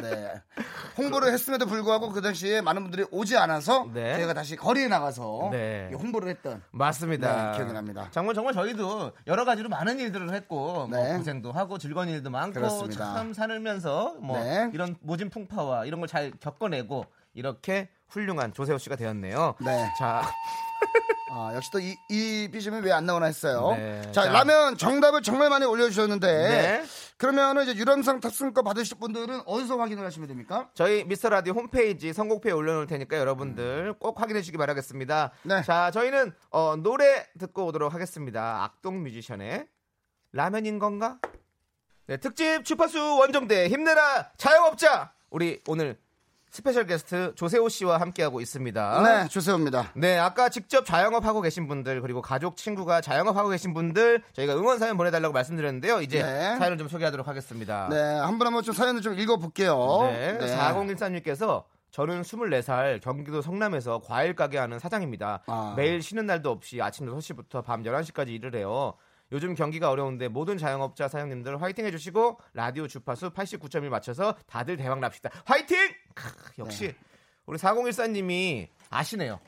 S3: 네. 홍보를 했음에도 불구하고 그 당시에 많은 분들이 오지 않아서
S1: 네.
S3: 저희가 다시 거리에 나가서
S1: 네.
S3: 이 홍보를 했던.
S1: 맞습니다.
S3: 네, 기억이 납니다.
S1: 정말 정말 저희도 여러 가지로 많은 일들을 했고 뭐
S3: 네.
S1: 고생도 하고 즐거운 일도 많고
S3: 그렇습니다.
S1: 참 살면서 뭐
S3: 네.
S1: 이런 모진 풍파와 이런 걸 잘 겪어내고 이렇게 훌륭한 조세호 씨가 되었네요.
S3: 네.
S1: 자,
S3: 아, 역시 또 이, 이 비심이 왜 안 나오나 했어요.
S1: 네.
S3: 자,
S1: 자.
S3: 라면 정답을 정말 많이 올려주셨는데.
S1: 네.
S3: 그러면은 이제 유람상 탑승권 받으실 분들은 어디서 확인을 하시면 됩니까?
S1: 저희 미스터 라디오 홈페이지 선곡표에 올려놓을 테니까 여러분들 꼭 확인해 주시기 바라겠습니다.
S3: 음. 네.
S1: 자, 저희는 어, 노래 듣고 오도록 하겠습니다. 악동 뮤지션의 라면인 건가? 네, 특집 주파수 원정대 힘내라 자영업자 우리 오늘 스페셜 게스트 조세호 씨와 함께하고 있습니다.
S3: 네, 조세호입니다.
S1: 네, 아까 직접 자영업하고 계신 분들 그리고 가족 친구가 자영업하고 계신 분들 저희가 응원 사연 보내달라고 말씀드렸는데요. 이제
S3: 네.
S1: 사연을 좀 소개하도록 하겠습니다.
S3: 네, 한 분 한 분 좀 사연을 좀 읽어볼게요.
S1: 네. 4013님께서 저는 24살 경기도 성남에서 과일 가게 하는 사장입니다.
S3: 아.
S1: 매일 쉬는 날도 없이 아침 6시부터 밤 11시까지 일을 해요. 요즘 경기가 어려운데 모든 자영업자 사장님들 화이팅 해주시고 라디오 주파수 89.1 맞춰서 다들 대박 납시다. 화이팅! 크,
S3: 네.
S1: 역시 우리 4014님이 아시네요.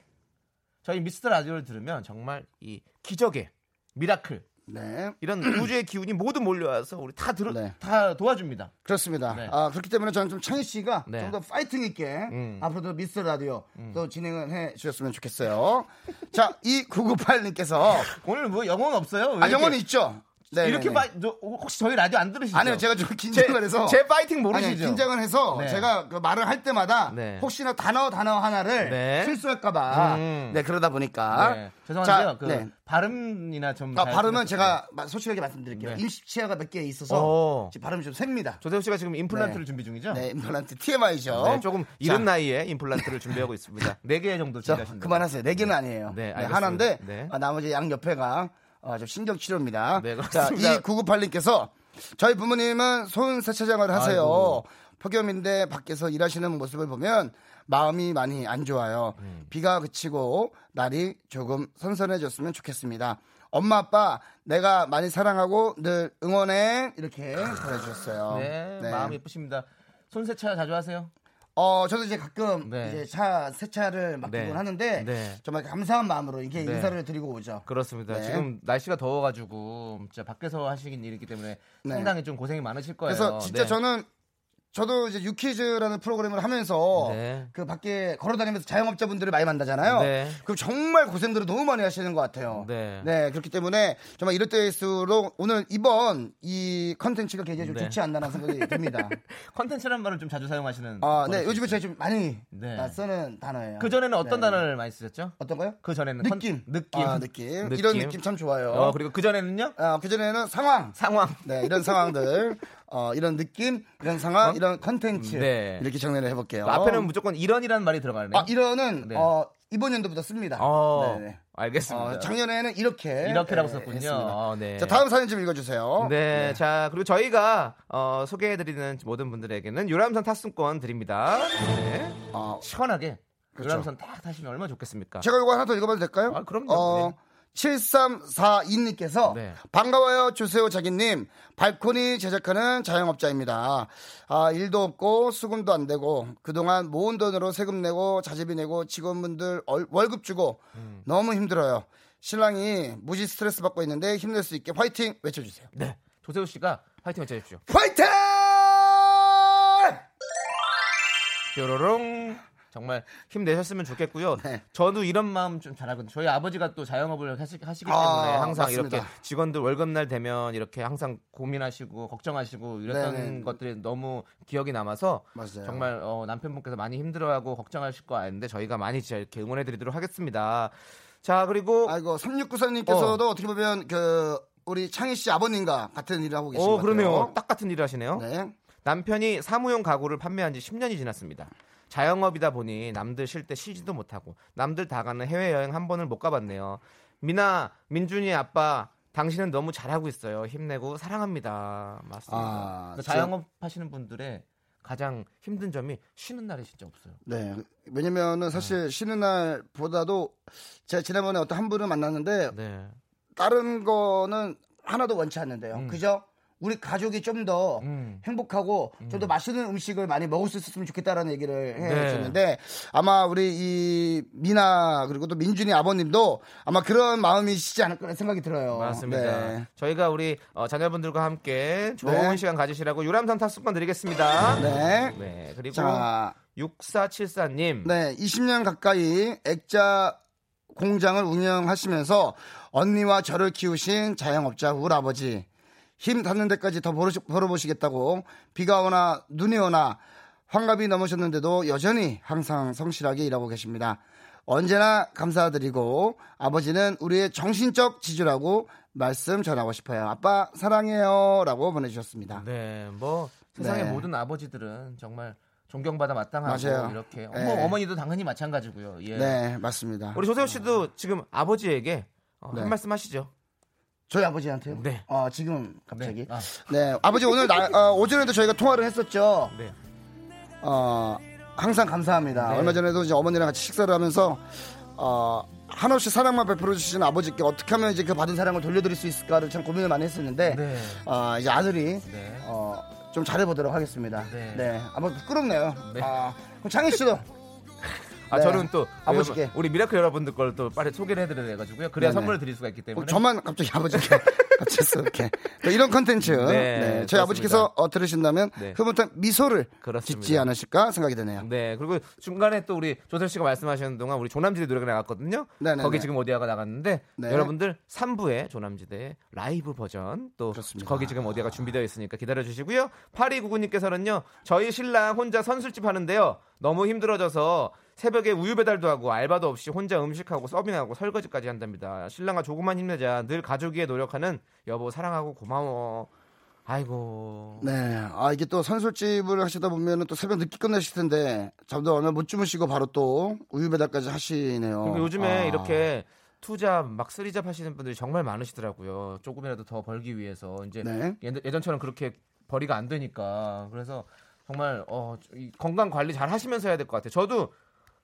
S1: 저희 미스터 라디오를 들으면 정말 이 기적의 미라클
S3: 네,
S1: 이런 우주의 기운이 모두 몰려와서 우리 다 들어
S3: 네.
S1: 다 도와줍니다.
S3: 그렇습니다.
S1: 네.
S3: 아, 그렇기 때문에 저는 좀 창희 씨가
S1: 네. 음.
S3: 좀 더 파이팅 있게 앞으로도 미스터 라디오 또 진행을 해 주셨으면 좋겠어요. 자, 이 998님께서
S1: 오늘 뭐 영혼 없어요? 왜
S3: 아, 영혼이
S1: 이렇게-
S3: 있죠? 네, 네,
S1: 이렇게
S3: 네.
S1: 빠, 저, 혹시 저희 라디오 안 들으시죠?
S3: 아니요, 제가 좀 긴장을 해서
S1: 제 파이팅 모르시죠?
S3: 아니, 긴장을 해서
S1: 네.
S3: 제가 그 말을 할 때마다
S1: 네.
S3: 혹시나 단어 단어 하나를
S1: 네.
S3: 실수할까봐
S1: 음.
S3: 네 그러다 보니까
S1: 네. 죄송한데요.
S3: 자,
S1: 그
S3: 네.
S1: 발음이나 좀.
S3: 아,
S1: 잘
S3: 발음은
S1: 부탁드려요.
S3: 제가 마- 솔직하게 말씀드릴게요.
S1: 네.
S3: 임시치아가 몇 개 있어서
S1: 오.
S3: 지금 발음이 좀 셉니다.
S1: 조세호 씨가 지금 임플란트를
S3: 네.
S1: 준비 중이죠?
S3: 네, 임플란트 TMI죠.
S1: 네, 조금 이른
S3: 자,
S1: 나이에 임플란트를 준비하고 있습니다. 4개 정도
S3: 자,
S1: 준비하십니다.
S3: 그만하세요. 네 개는 아니에요.
S1: 네,
S3: 네,
S1: 알겠습니다.
S3: 하나인데
S1: 네.
S3: 아, 나머지 양 옆에가 어, 좀 신경 치료입니다.
S1: 네,
S3: 자,
S1: 그렇습니다.
S3: 이 998님께서 저희 부모님은 손 세차장을 하세요.
S1: 아이고.
S3: 폭염인데 밖에서 일하시는 모습을 보면 마음이 많이 안 좋아요.
S1: 음.
S3: 비가 그치고 날이 조금 선선해졌으면 좋겠습니다. 엄마 아빠 내가 많이 사랑하고 늘 응원해 이렇게 보내주셨어요.
S1: 네,
S3: 네.
S1: 마음 예쁘십니다. 손세차 자주 하세요?
S3: 어, 저도 이제 가끔
S1: 네.
S3: 이제 차 세차를 예, 맡기곤
S1: 네.
S3: 하는데
S1: 네.
S3: 정말 감사한 마음으로 이게
S1: 네.
S3: 인사를 드리고 오죠.
S1: 그렇습니다.
S3: 네.
S1: 지금 날씨가 더워가지고 진짜 밖에서 하시긴 일이기 때문에
S3: 네.
S1: 상당히 좀 고생이 많으실 거예요.
S3: 그래서 진짜
S1: 네.
S3: 저는 저도 이제 유퀴즈라는 프로그램을 하면서
S1: 네.
S3: 그 밖에 걸어다니면서 자영업자분들을 많이 만나잖아요.
S1: 네.
S3: 그럼 정말 고생들을 너무 많이 하시는 것 같아요.
S1: 네.
S3: 그렇기 때문에 정말 이럴 때일수록 오늘 이번 이 컨텐츠가 굉장히 좀
S1: 네.
S3: 좋지 않나라는 생각이 듭니다.
S1: 컨텐츠라는 말을 좀 자주 사용하시는.
S3: 아, 네.
S1: 버릇이
S3: 요즘에 제가
S1: 있어요.
S3: 좀 많이
S1: 네.
S3: 아, 쓰는 단어예요.
S1: 그 전에는 어떤
S3: 네.
S1: 단어를 많이 쓰셨죠?
S3: 어떤 거요?
S1: 그 전에는
S3: 느낌.
S1: 느낌.
S3: 아, 느낌. 이런 느낌 참 좋아요.
S1: 어, 그리고 그 전에는요?
S3: 아, 그전에는 상황.
S1: 상황.
S3: 네, 이런 상황들, 어, 이런 느낌, 이런 상황, 이런 컨텐츠.
S1: 어? 네.
S3: 이렇게 정리를 해볼게요.
S1: 앞에는 무조건 이런이라는 말이 들어가네요.
S3: 아, 이런은,
S1: 네.
S3: 어, 이번 연도부터 씁니다.
S1: 어,
S3: 네네.
S1: 알겠습니다.
S3: 어, 작년에는 이렇게.
S1: 이렇게라고
S3: 예,
S1: 썼군요.
S3: 했습니다.
S1: 어, 네.
S3: 자, 다음 사연 좀 읽어주세요.
S1: 네, 자 그리고 저희가 어, 소개해드리는 모든 분들에게는 유람선 탑승권 드립니다. 네.
S3: 어,
S1: 시원하게
S3: 그렇죠.
S1: 유람선 딱 타시면 얼마나 좋겠습니까?
S3: 제가 이거 하나 더 읽어봐도 될까요?
S1: 아, 그럼요.
S3: 어,
S1: 네.
S3: 7342님께서
S1: 네.
S3: 반가워요 조세호 자기님 발코니 제작하는 자영업자입니다. 아 일도 없고 수금도 안 되고 그동안 모은 돈으로 세금 내고 자재비 내고 직원분들 얼- 월급 주고
S1: 음.
S3: 너무 힘들어요. 신랑이 무지 스트레스 받고 있는데 힘낼 수 있게 화이팅 외쳐주세요.
S1: 네, 조세호 씨가 화이팅 외쳐주십시오.
S3: 화이팅!
S1: 뾰로롱 정말 힘내셨으면 좋겠고요.
S3: 네.
S1: 저도 이런 마음 좀 잘하거든요. 저희 아버지가 또 자영업을 하시, 기 때문에
S3: 아,
S1: 항상
S3: 맞습니다.
S1: 이렇게 직원들 월급날 되면 이렇게 항상 고민하시고 걱정하시고 이랬던
S3: 네네.
S1: 것들이 너무 기억이 남아서
S3: 맞아요.
S1: 정말 어, 남편분께서 많이 힘들어하고 걱정하실 거 아는데 저희가 많이 진짜 이렇게 응원해드리도록 하겠습니다. 자 그리고
S3: 아이고 3694님께서도 어. 떻게 보면 그 우리 창희 씨 아버님과 같은 일을 하고 계신
S1: 어
S3: 것
S1: 그러네요.
S3: 같아요.
S1: 딱 같은 일을 하시네요.
S3: 네.
S1: 남편이 사무용 가구를 판매한 지 10년이 지났습니다. 자영업이다 보니 남들 쉴 때 쉬지도 못하고 남들 다 가는 해외여행 한 번을 못 가봤네요. 미나, 민준이 아빠, 당신은 너무 잘하고 있어요. 힘내고 사랑합니다. 맞습니다.
S3: 아,
S1: 그러니까 자영업 하시는 분들의 가장 힘든 점이 쉬는 날이 진짜 없어요.
S3: 네. 왜냐면은 사실
S1: 네.
S3: 쉬는 날보다도 제가 지난번에 어떤 한 분을 만났는데
S1: 네.
S3: 다른 거는 하나도 원치 않는데요. 그죠? 우리 가족이 좀 더
S1: 음.
S3: 행복하고 좀 더 맛있는 음식을 많이 먹을 수 있었으면 좋겠다라는 얘기를
S1: 네.
S3: 해주는데 아마 우리 이 미나 그리고 또 민준이 아버님도 아마 그런 마음이시지 않을까 생각이 들어요.
S1: 맞습니다.
S3: 네.
S1: 저희가 우리 어, 자녀분들과 함께 좋은
S3: 네.
S1: 시간 가지시라고 유람선 탑승권 드리겠습니다.
S3: 네.
S1: 네, 그리고
S3: 자,
S1: 6474님.
S3: 네, 20년 가까이 액자 공장을 운영하시면서 언니와 저를 키우신 자영업자 울 아버지 힘 닿는 데까지 더 벌어- 벌어보시겠다고 비가 오나 눈이 오나 환갑이 넘으셨는데도 여전히 항상 성실하게 일하고 계십니다. 언제나 감사드리고 아버지는 우리의 정신적 지주라고 말씀 전하고 싶어요. 아빠 사랑해요라고 보내주셨습니다.
S1: 네, 뭐 세상의
S3: 네.
S1: 모든 아버지들은 정말 존경받아 마땅하고
S3: 맞아요.
S1: 이렇게
S3: 네.
S1: 뭐 어머니도 당연히 마찬가지고요. 예.
S3: 네, 맞습니다.
S1: 우리 조세호 씨도 지금 아버지에게 어,
S3: 네.
S1: 한 말씀 하시죠.
S3: 저희 아버지한테요?
S1: 네.
S3: 아, 지금 갑자기.
S1: 네. 아,
S3: 네, 아버지 오늘 나, 어, 오전에도 저희가 통화를 했었죠.
S1: 네.
S3: 어, 항상 감사합니다.
S1: 네.
S3: 얼마 전에도 이제 어머니랑 같이 식사를 하면서 어, 한없이 사랑만 베풀어 주시는 아버지께 어떻게 하면 이제 그 받은 사랑을 돌려드릴 수 있을까를 참 고민을 많이 했었는데
S1: 네.
S3: 어, 이제 아들이
S1: 네.
S3: 어, 좀 잘해보도록 하겠습니다.
S1: 네.
S3: 네, 아마 부끄럽네요.
S1: 네.
S3: 아, 그럼 창희 씨도
S1: 아,
S3: 네.
S1: 저는 또
S3: 아버지께.
S1: 여러분, 우리 미라클 여러분들 걸 또 빨리 소개를 해드려야 돼가지고요. 그래야
S3: 네네.
S1: 선물을 드릴 수가 있기
S3: 뭐
S1: 때문에.
S3: 저만 갑자기 아버지께 갑작스럽게 네, 이런 컨텐츠 네, 저희
S1: 그렇습니다.
S3: 아버지께서 어, 들으신다면
S1: 네.
S3: 흐뭇한 미소를
S1: 그렇습니다.
S3: 짓지 않으실까 생각이 되네요.
S1: 네 그리고 중간에 또 우리 조세 씨가 말씀하시는 동안 우리 조남지대 노래가 나갔거든요.
S3: 네네네.
S1: 거기 지금 어디야가 나갔는데
S3: 네.
S1: 여러분들 3부에 조남지대 라이브 버전 또
S3: 그렇습니다.
S1: 거기 지금 어디야가 준비되어 있으니까 기다려 주시고요. 8299님께서는요 저희 신랑 혼자 선술집 하는데요 너무 힘들어져서 새벽에 우유 배달도 하고 알바도 없이 혼자 음식하고 서빙하고 설거지까지 한답니다. 신랑아 조금만 힘내자 늘 가족 위해 노력하는 여보 사랑하고 고마워. 아이고
S3: 네, 아 이게 또 선술집을 하시다 보면 또 새벽 늦게 끝나실 텐데 잠도 얼마 못 주무시고 바로 또 우유 배달까지 하시네요.
S1: 그리고 요즘에
S3: 아.
S1: 이렇게 투잡 막 쓰리잡 하시는 분들이 정말 많으시더라고요. 조금이라도 더 벌기 위해서 이제
S3: 네.
S1: 예- 예전처럼 그렇게 벌이가 안 되니까 그래서 정말 어, 저이 건강 관리 잘 하시면서 해야 될 것 같아요. 저도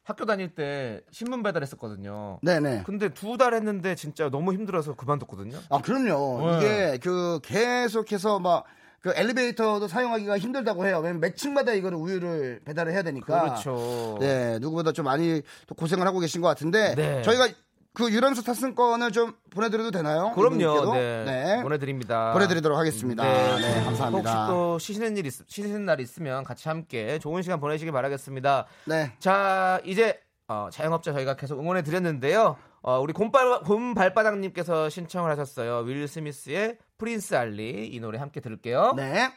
S1: 학교 다닐 때 신문 배달했었거든요.
S3: 네네.
S1: 근데 두 달 했는데 진짜 너무 힘들어서 그만뒀거든요.
S3: 아 그럼요.
S1: 네.
S3: 이게 그 계속해서 막 그 엘리베이터도 사용하기가 힘들다고 해요. 왜냐면 몇 층마다 이거를 우유를 배달을 해야 되니까.
S1: 그렇죠.
S3: 그러니까 네, 누구보다 좀 많이 또 고생을 하고 계신 것 같은데
S1: 네.
S3: 저희가 그 유람선 탑승권을 좀 보내드려도 되나요?
S1: 그럼요.
S3: 이분께도?
S1: 네. 보내드립니다.
S3: 보내드리도록 하겠습니다. 네, 감사합니다.
S1: 혹시 또 쉬시는 일 있, 쉬시는 날 있으면 같이 함께 좋은 시간 보내시길 바라겠습니다.
S3: 네.
S1: 자 이제 어, 자영업자 저희가 계속 응원해 드렸는데요. 어, 우리 곰발, 곰발바닥님께서 신청을 하셨어요. 윌 스미스의 프린스 알리 이 노래 함께 들을게요.
S3: 네.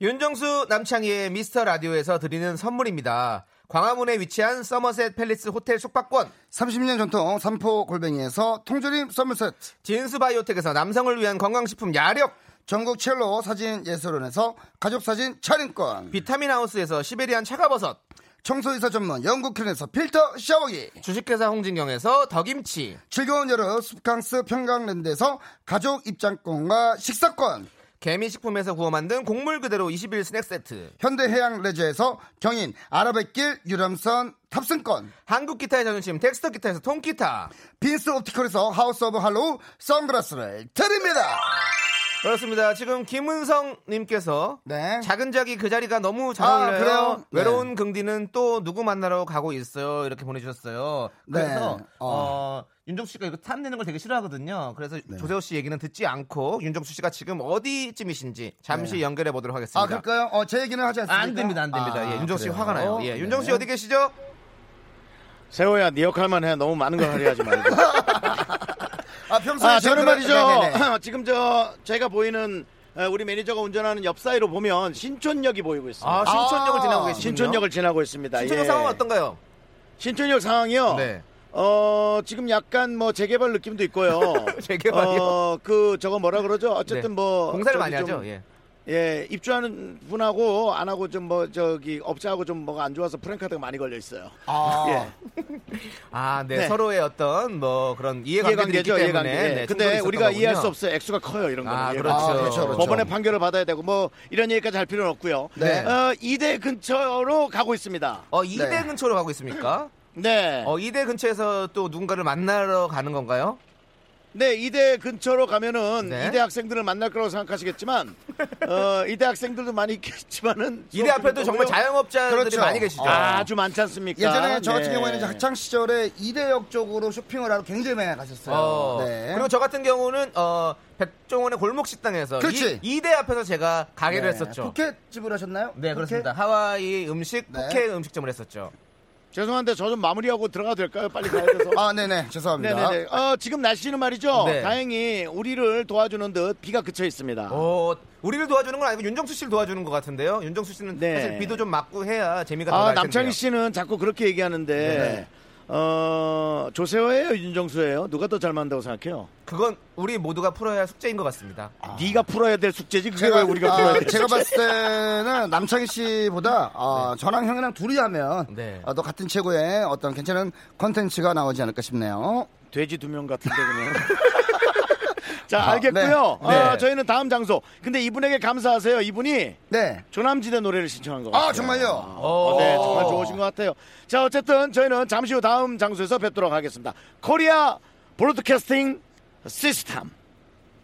S1: 윤정수 남창희의 미스터 라디오에서 드리는 선물입니다. 광화문에 위치한 서머셋 팰리스 호텔 숙박권
S3: 30년 전통 삼포 골뱅이에서 통조림 선물 세트,
S1: 진수 바이오텍에서 남성을 위한 건강식품 야력
S3: 전국 첼로 사진 예술원에서 가족 사진 촬영권,
S1: 비타민 하우스에서 시베리안 차가버섯
S3: 청소이사 전문 영국 클린에서 필터 샤워기,
S1: 주식회사 홍진경에서 더김치
S3: 즐거운 여름 숲캉스 평강랜드에서 가족 입장권과 식사권,
S1: 개미식품에서 구워 만든 곡물 그대로 21 스낵 세트
S3: 현대해양 레저에서 경인 아라뱃길 유람선 탑승권,
S1: 한국 기타의 자존심 덱스터 기타에서 통기타
S3: 빈스 옵티컬에서 하우스 오브 할로우 선글라스를 드립니다.
S1: 그렇습니다 지금 김은성 님께서
S3: 네.
S1: 작은 자기 그 자리가 너무 잘
S3: 아,
S1: 어울려요
S3: 그래요? 네.
S1: 외로운 긍디는 또 누구 만나러 가고 있어요 이렇게 보내주셨어요 그래서
S3: 네.
S1: 어. 윤정수 씨가 이거 탐내는 걸 되게 싫어하거든요 그래서
S3: 네.
S1: 조세호 씨 얘기는 듣지 않고 윤정수 씨가 지금 어디쯤이신지 잠시 연결해 보도록 하겠습니다
S3: 네. 아, 그럴까요? 어, 제 얘기는 하지 않습니까?
S1: 안 됩니다 안 됩니다
S3: 아,
S1: 예, 윤정수 씨
S3: 그래요?
S1: 화가 나요 예,
S3: 네.
S1: 윤정수 씨 어디 계시죠?
S2: 세호야, 네 역할만 해. 너무 많은 걸 하려하지 말고.
S3: 아, 평소에
S2: 아,
S3: 저는
S2: 저는 말이죠.
S3: 네네네.
S2: 지금 저 제가 보이는 어, 우리 매니저가 운전하는 옆 사이로 보면 신촌역이 보이고 있습니다.
S1: 아 신촌역을
S3: 아,
S1: 지나고 계시군요 아,
S2: 신촌역을 지나고 있습니다.
S1: 신촌역
S2: 예.
S1: 상황 어떤가요?
S2: 신촌역 상황이요.
S1: 네.
S2: 어 지금 약간 뭐 재개발 느낌도 있고요.
S1: 재개발이요?
S2: 어그 저거 뭐라 그러죠? 어쨌든
S1: 네.
S2: 뭐
S1: 공사를
S2: 저기
S1: 많이
S2: 좀,
S1: 하죠. 예.
S2: 예, 입주하는 분하고 안 하고 좀 뭐 저기 업자하고 좀 뭐가 안 좋아서 프랭카드가 많이 걸려 있어요.
S3: 아,
S2: 예.
S1: 아, 네.
S2: 네.
S1: 서로의 어떤 뭐 그런 이해관계들이 있기
S2: 이해관계죠,
S1: 때문에
S2: 이해관계.
S1: 네, 충돌이
S2: 근데
S1: 있었던
S2: 우리가 이해할 수
S1: 거군요.
S2: 없어요. 액수가 커요, 이런 거는.
S1: 아,
S2: 예.
S1: 그렇죠.
S3: 아, 그렇죠, 그렇죠.
S2: 법원의 판결을 받아야 되고 뭐 이런 얘기까지 할 필요는 없고요.
S3: 네.
S2: 어, 이대 근처로 가고 있습니다.
S1: 어, 이대
S3: 네.
S1: 근처로 가고 있습니까?
S2: 네.
S1: 어, 이대 근처에서 또 누군가를 만나러 가는 건가요?
S2: 네, 이대 근처로 가면은
S1: 네.
S2: 이대 학생들을 만날 거라고 생각하시겠지만 어, 이대 학생들도 많이 있겠지만은
S1: 이대 앞에도 정말 자영업자들이
S3: 그렇죠.
S1: 많이 계시죠.
S2: 아, 주 많지 않습니까?
S3: 예전에 저 같은
S2: 네.
S3: 경우에는 이제 학창 시절에 이대역 쪽으로 쇼핑을 하러 굉장히 많이 가셨어요.
S1: 어,
S3: 네.
S1: 그리고 저 같은 경우는 어, 백종원의 골목 식당에서
S3: 그렇지.
S1: 이, 이대 앞에서 제가 가게를
S3: 네.
S1: 했었죠.
S3: 포켓집을 하셨나요?
S1: 네,
S3: 포켓?
S1: 그렇습니다. 하와이 음식
S3: 네.
S1: 포켓 음식점을 했었죠.
S2: 죄송한데 저 좀 마무리하고 들어가도 될까요? 빨리 가야 돼서.
S3: 아, 네네. 죄송합니다.
S2: 네네네. 어, 지금 날씨는 말이죠.
S1: 네.
S2: 다행히 우리를 도와주는 듯 비가 그쳐 있습니다.
S1: 어, 우리를 도와주는 건 아니고 윤정수 씨를 도와주는 것 같은데요. 윤정수 씨는
S2: 네.
S1: 사실 비도 좀 맞고 해야 재미가 더
S2: 아
S1: 날
S2: 남창희
S1: 텐데요. 네.
S2: 씨는 자꾸 그렇게 얘기하는데 어 조세호예요 윤정수예요 누가 더 잘 만다고 생각해요?
S1: 그건 우리 모두가 풀어야 할 숙제인 것 같습니다.
S2: 네가 풀어야 될 숙제지 그게 왜 우리가
S3: 아,
S2: 풀어야 돼?
S3: 제가 봤을 때는 남창희 씨보다 아, 저랑 형이랑 둘이 하면
S1: 네.
S3: 아, 또 같은 최고의 어떤 괜찮은 컨텐츠가 나오지 않을까 싶네요.
S2: 돼지 두 명 같은데 그냥. 자 알겠고요.
S3: 네.
S2: 어,
S1: 네.
S2: 저희는 다음 장소. 근데 이분에게 감사하세요. 이분이
S3: 네.
S2: 조남지대 노래를 신청한 것 같아요.
S3: 아 정말요.
S2: 어, 네, 정말 좋으신 것 같아요. 자, 어쨌든 저희는 잠시 후 다음 장소에서 뵙도록 하겠습니다. 코리아 브로드캐스팅 시스템.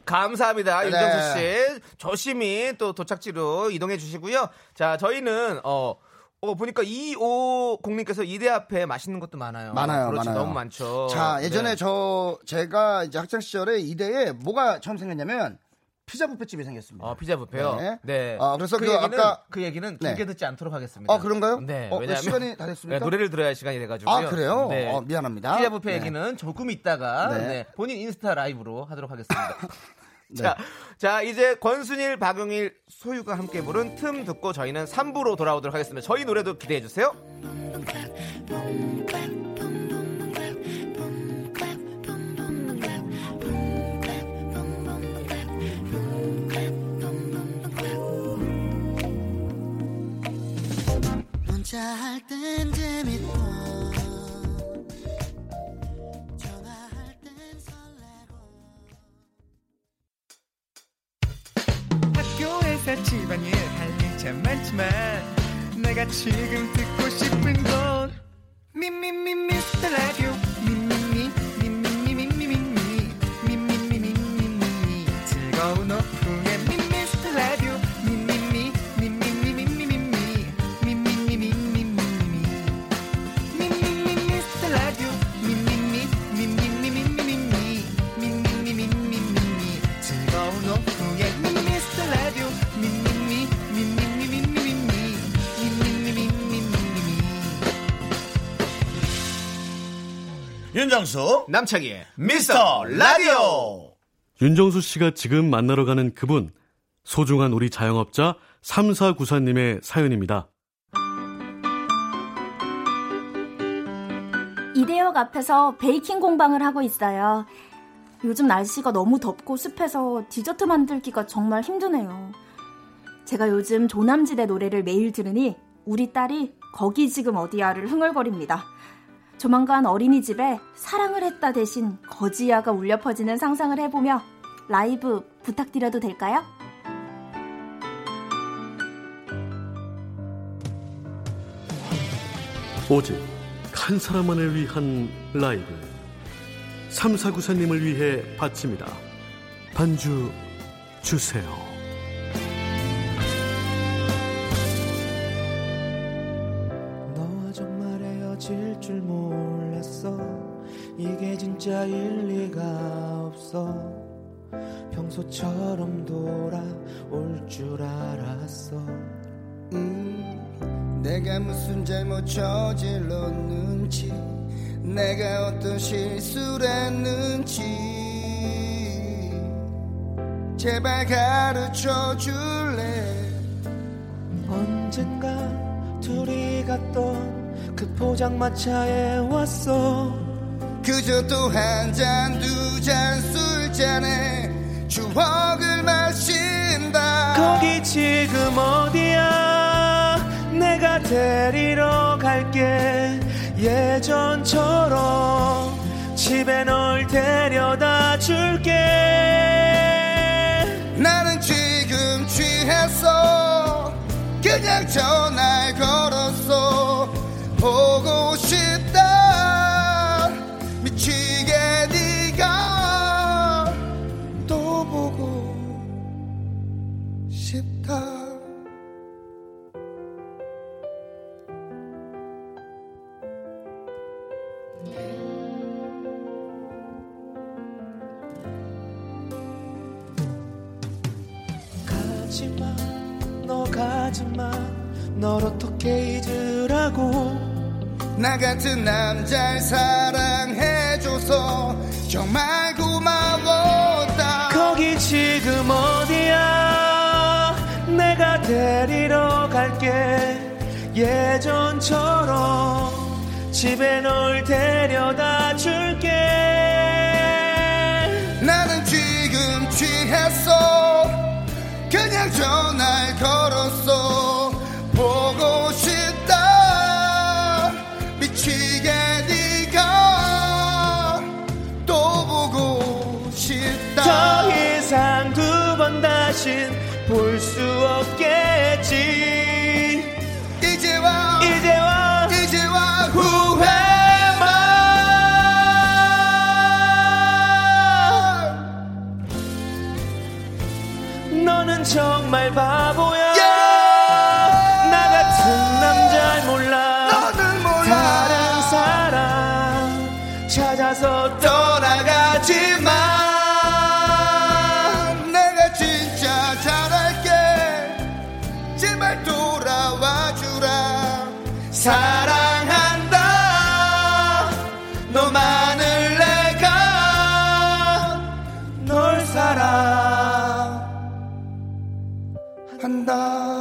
S1: 감사합니다. 윤정수
S3: 네.
S1: 씨. 조심히 또 도착지로 이동해 주시고요. 자, 저희는 어, 어, 보니까 250님께서 이대 앞에 맛있는 것도 많아요.
S3: 많아요,
S1: 그렇지,
S3: 많아요.
S1: 너무 많죠.
S3: 자 예전에
S1: 네.
S3: 저 제가 이제 학창 시절에 이대에 뭐가 처음 생겼냐면 피자 뷔페집이 생겼습니다.
S1: 어, 피자 뷔페요.
S3: 네.
S1: 네.
S3: 아, 그래서 그
S1: 얘기는,
S3: 아까-
S1: 그 얘기는
S3: 네.
S1: 길게 듣지 않도록 하겠습니다.
S3: 아, 그런가요?
S1: 네.
S3: 어, 왜
S1: 왜냐하면
S3: 시간이 다 됐습니까?
S1: 네, 노래를 들어야 시간이 돼 가지고요. 네.
S3: 아, 그래요? 어, 미안합니다.
S1: 피자 뷔페
S3: 네.
S1: 얘기는 조금 있다가
S3: 네.
S1: 네, 본인 인스타 라이브로 하도록 하겠습니다. 자, 자, 이제 권순일, 박용일, 소유가 함께 부른 틈 듣고 저희는 3부로 돌아오도록 하겠습니다. 저희 노래도 기대해 주세요.
S7: 혼자 할 땐 재밌고 전화할 땐 설레고
S8: 학교에서 집안일 할 일 참 많지만 내가 지금 듣고 싶은 건 미미미 미스터 라디오 미미미 미미미 미미미 미미미 미미미 즐거운 오후에 미스터 라디오 미미미 미미미 미미미 미미미 미미미 미미미 미스터 라디오 미미미 미미미 미미미 미미미 미미미 즐거운 오후에 미스터 라디오 미미미 미미미 미미미 미미미 미미미
S2: 윤정수,
S1: 남창희의
S2: 미스터 라디오.
S9: 윤정수 씨가 지금 만나러 가는 그분, 소중한 우리 자영업자 3494님의 사연입니다.
S10: 이대역 앞에서 베이킹 공방을 하고 있어요. 요즘 날씨가 너무 덥고 습해서 디저트 만들기가 정말 힘드네요. 제가 요즘 조남지대 노래를 매일 들으니 우리 딸이 거기 지금 어디야를 흥얼거립니다. 조만간 어린이집에 사랑을 했다 대신 거지야가 울려 퍼지는 상상을 해보며 라이브 부탁드려도 될까요?
S9: 오직 한 사람만을 위한 라이브. 3494님을 위해 바칩니다. 반주 주세요.
S8: 너와 정말 헤어질 줄 몰랐어 이게 진짜 일리가 없어 평소처럼 돌아올 줄 알았어
S3: 음, 내가 무슨 잘못 저질렀는지 내가 어떤 실수를 했는지 제발 가르쳐 줄래
S8: 언젠가 둘이 갔던 그 포장마차에 왔어
S3: 그저 또 한 잔 두 잔 술잔에 추억을 마신다
S8: 거기 지금 어디야 내가 데리러 갈게 예전처럼 집에 널 데려다 줄게
S3: 나는 지금 취했어 그냥 전화를 걸었어 보고 싶다 미치게 네가 또 보고 싶다
S8: 가지마 너 가지마 널 어떻게 잊으라고
S3: 나 같은 남자를 사랑해줘서 정말 고마웠다
S8: 거기 지금 어디야 데리러 갈게 예전처럼 집에 널 데려다 줄게
S7: 나는 지금 취했어 그냥 전화를 걸었어 보고 싶다 미치게 네가 또 보고 싶다
S8: 더 이상 두 번 다신 볼 수 없겠지
S7: 이제와
S8: 이제와
S7: 이제와
S8: 후회만 너는 정말 바보야
S7: 예.
S8: 나 같은 남잘 몰라
S7: 너는 몰라.
S8: 다른 사람 찾아서 떠나가지 마
S7: 내가 진짜 잘할게 제발 돌아와 주라 사랑한다 너만을 내가 널 사랑한다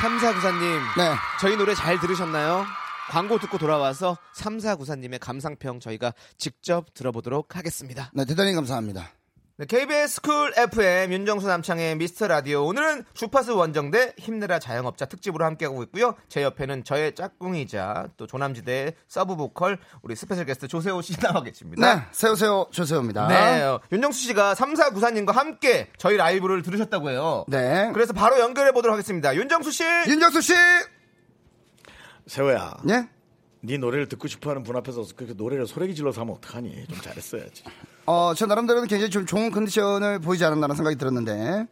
S1: 삼사구사님,
S3: 네.
S1: 저희 노래 잘 들으셨나요? 광고 듣고 돌아와서 삼사구사님의 감상평 저희가 직접 들어보도록 하겠습니다.
S3: 네, 대단히 감사합니다.
S1: 네, KBS 쿨 FM 윤정수 남창의 미스터 라디오 오늘은 주파수 원정대 힘내라 자영업자 특집으로 함께하고 있고요. 제 옆에는 저의 짝꿍이자 또 조남지대의 서브 보컬 우리 스페셜 게스트 조세호 씨 나와 계십니다.
S3: 네, 세우세요, 조세호입니다.
S1: 네, 어, 윤정수 씨가 3494님과 함께 저희 라이브를 들으셨다고 해요.
S3: 네.
S1: 그래서 바로 연결해 보도록 하겠습니다. 윤정수 씨!
S3: 윤정수 씨!
S2: 세호야.
S3: 예?
S2: 네 노래를 듣고 싶어하는 분 앞에서 그렇게 노래를 소리기 질러서 하면 어떡하니? 좀 잘했어야지.
S3: 어, 저 나름대로는 굉장히 좀 좋은 컨디션을 보이지 않았나라는 생각이 들었는데.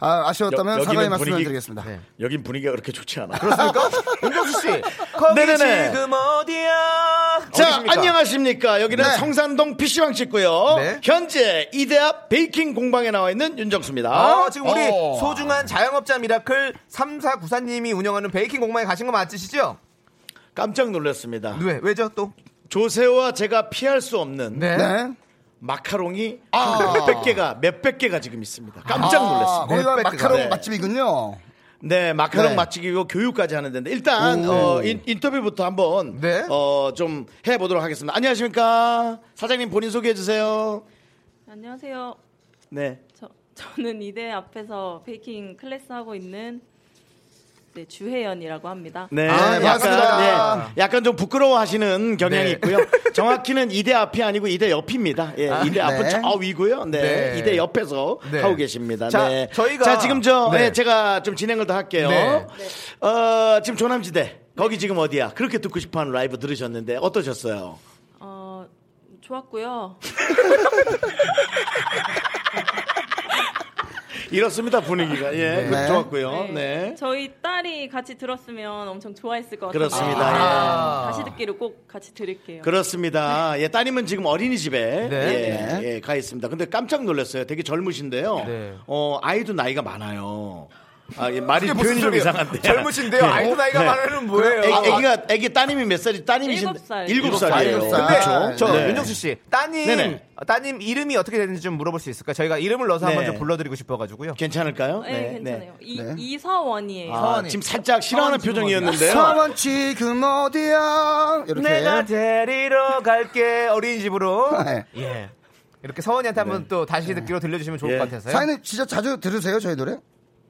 S3: 아, 아쉬웠다면
S2: 여- 여기는
S3: 사과의 말씀을
S2: 분위기-
S3: 드리겠습니다.
S1: 네.
S2: 여긴 분위기가 그렇게 좋지 않아.
S1: 그렇습니까? 윤정수 씨! 거기
S2: 네네네.
S1: 지금 어디야?
S2: 자,
S1: 어디십니까?
S2: 안녕하십니까. 여기는
S1: 네.
S2: 성산동 PC방 찍고요.
S1: 네.
S2: 현재 이대앞 베이킹 공방에 나와 있는 윤정수입니다.
S1: 아, 지금 우리
S2: 어.
S1: 소중한 자영업자 미라클 3494님이 운영하는 베이킹 공방에 가신 거 맞으시죠?
S2: 깜짝 놀랐습니다.
S1: 왜, 왜죠 또?
S2: 조세호와 제가 피할 수 없는 아.
S3: 네.
S2: 마카롱이 몇백 개가 몇백 개가 지금 있습니다. 깜짝
S3: 아,
S2: 놀랐습니다.
S3: 거기가
S1: 백
S3: 마카롱
S2: 네.
S3: 맛집이군요.
S2: 네, 마카롱
S3: 네.
S2: 맛집이고 교육까지 하는 데인데 일단
S3: 오.
S2: 어, 인, 인터뷰부터 한번
S1: 네.
S2: 어, 좀 해보도록 하겠습니다. 안녕하십니까? 사장님 본인 소개해 주세요.
S11: 안녕하세요.
S2: 네,
S11: 저, 저는 이대 앞에서 베이킹 클래스 하고 있는 네, 주혜연이라고 합니다.
S2: 네,
S1: 아, 네,
S2: 약간,
S1: 반갑습니다.
S2: 네, 약간 좀 부끄러워하시는 경향이
S1: 네.
S2: 있고요. 정확히는 이대 앞이 아니고 이대 옆입니다. 예,
S1: 아,
S2: 이대 앞은
S3: 네.
S2: 저 위고요. 네,
S1: 네.
S2: 이대 옆에서
S1: 네.
S2: 하고 계십니다.
S1: 자,
S2: 네.
S1: 저희가-
S2: 자, 지금 저
S1: 네.
S2: 예, 제가 좀 진행을 더 할게요.
S1: 네.
S2: 어, 지금 조남지대 거기 지금 어디야? 그렇게 듣고 싶어하는 라이브 들으셨는데 어떠셨어요?
S11: 어, 좋았고요.
S2: 이렇습니다 분위기가 예
S3: 네.
S2: 좋았고요 네.
S11: 저희 딸이 같이 들었으면 엄청 좋아했을 것 같아요. 네,
S2: 그렇습니다.
S1: 아.
S11: 다시 듣기로 꼭 같이 들을게요.
S2: 그렇습니다. 예, 따님은 지금 어린이집에
S1: 네.
S2: 예, 예, 가 있습니다. 근데 깜짝 놀랐어요. 되게 젊으신데요.
S1: 네.
S2: 어, 아이도 나이가 많아요. 아, 예, 말이
S1: 이게 무슨
S2: 표현이 좀
S1: 소리예요?
S2: 이상한데. 그,
S1: 젊으신데요. 아이도 나이가 많으면 뭐예요?
S2: 애, 애기가 애기 따님이 몇 살이 따님이신데
S11: 일곱 살.
S2: 일곱
S11: 일곱 살,
S2: 살이에요.
S3: 일곱 살.
S1: 근데
S3: 그렇죠.
S1: 저
S2: 네.
S1: 윤정수 씨 따님
S2: 네네.
S1: 어, 따님 이름이 어떻게 되는지 좀 물어볼 수 있을까? 요 저희가 이름을 넣어서
S2: 네.
S1: 한번 좀 불러드리고 싶어가지고요.
S2: 괜찮을까요?
S11: 네, 괜찮아요. 이,
S3: 네.
S11: 이서원이에요.
S2: 아, 지금 살짝 싫어하는 표정이었는데요.
S3: 서원 지금 어디야? 이렇게.
S1: 내가 데리러 갈게 어린이집으로.
S3: 네.
S1: 예. 이렇게 서원이한테 한번 또 다시 듣기로 들려주시면 좋을
S2: 네. 예.
S1: 것 같아서요.
S3: 사인은 진짜 자주 들으세요, 저희 노래?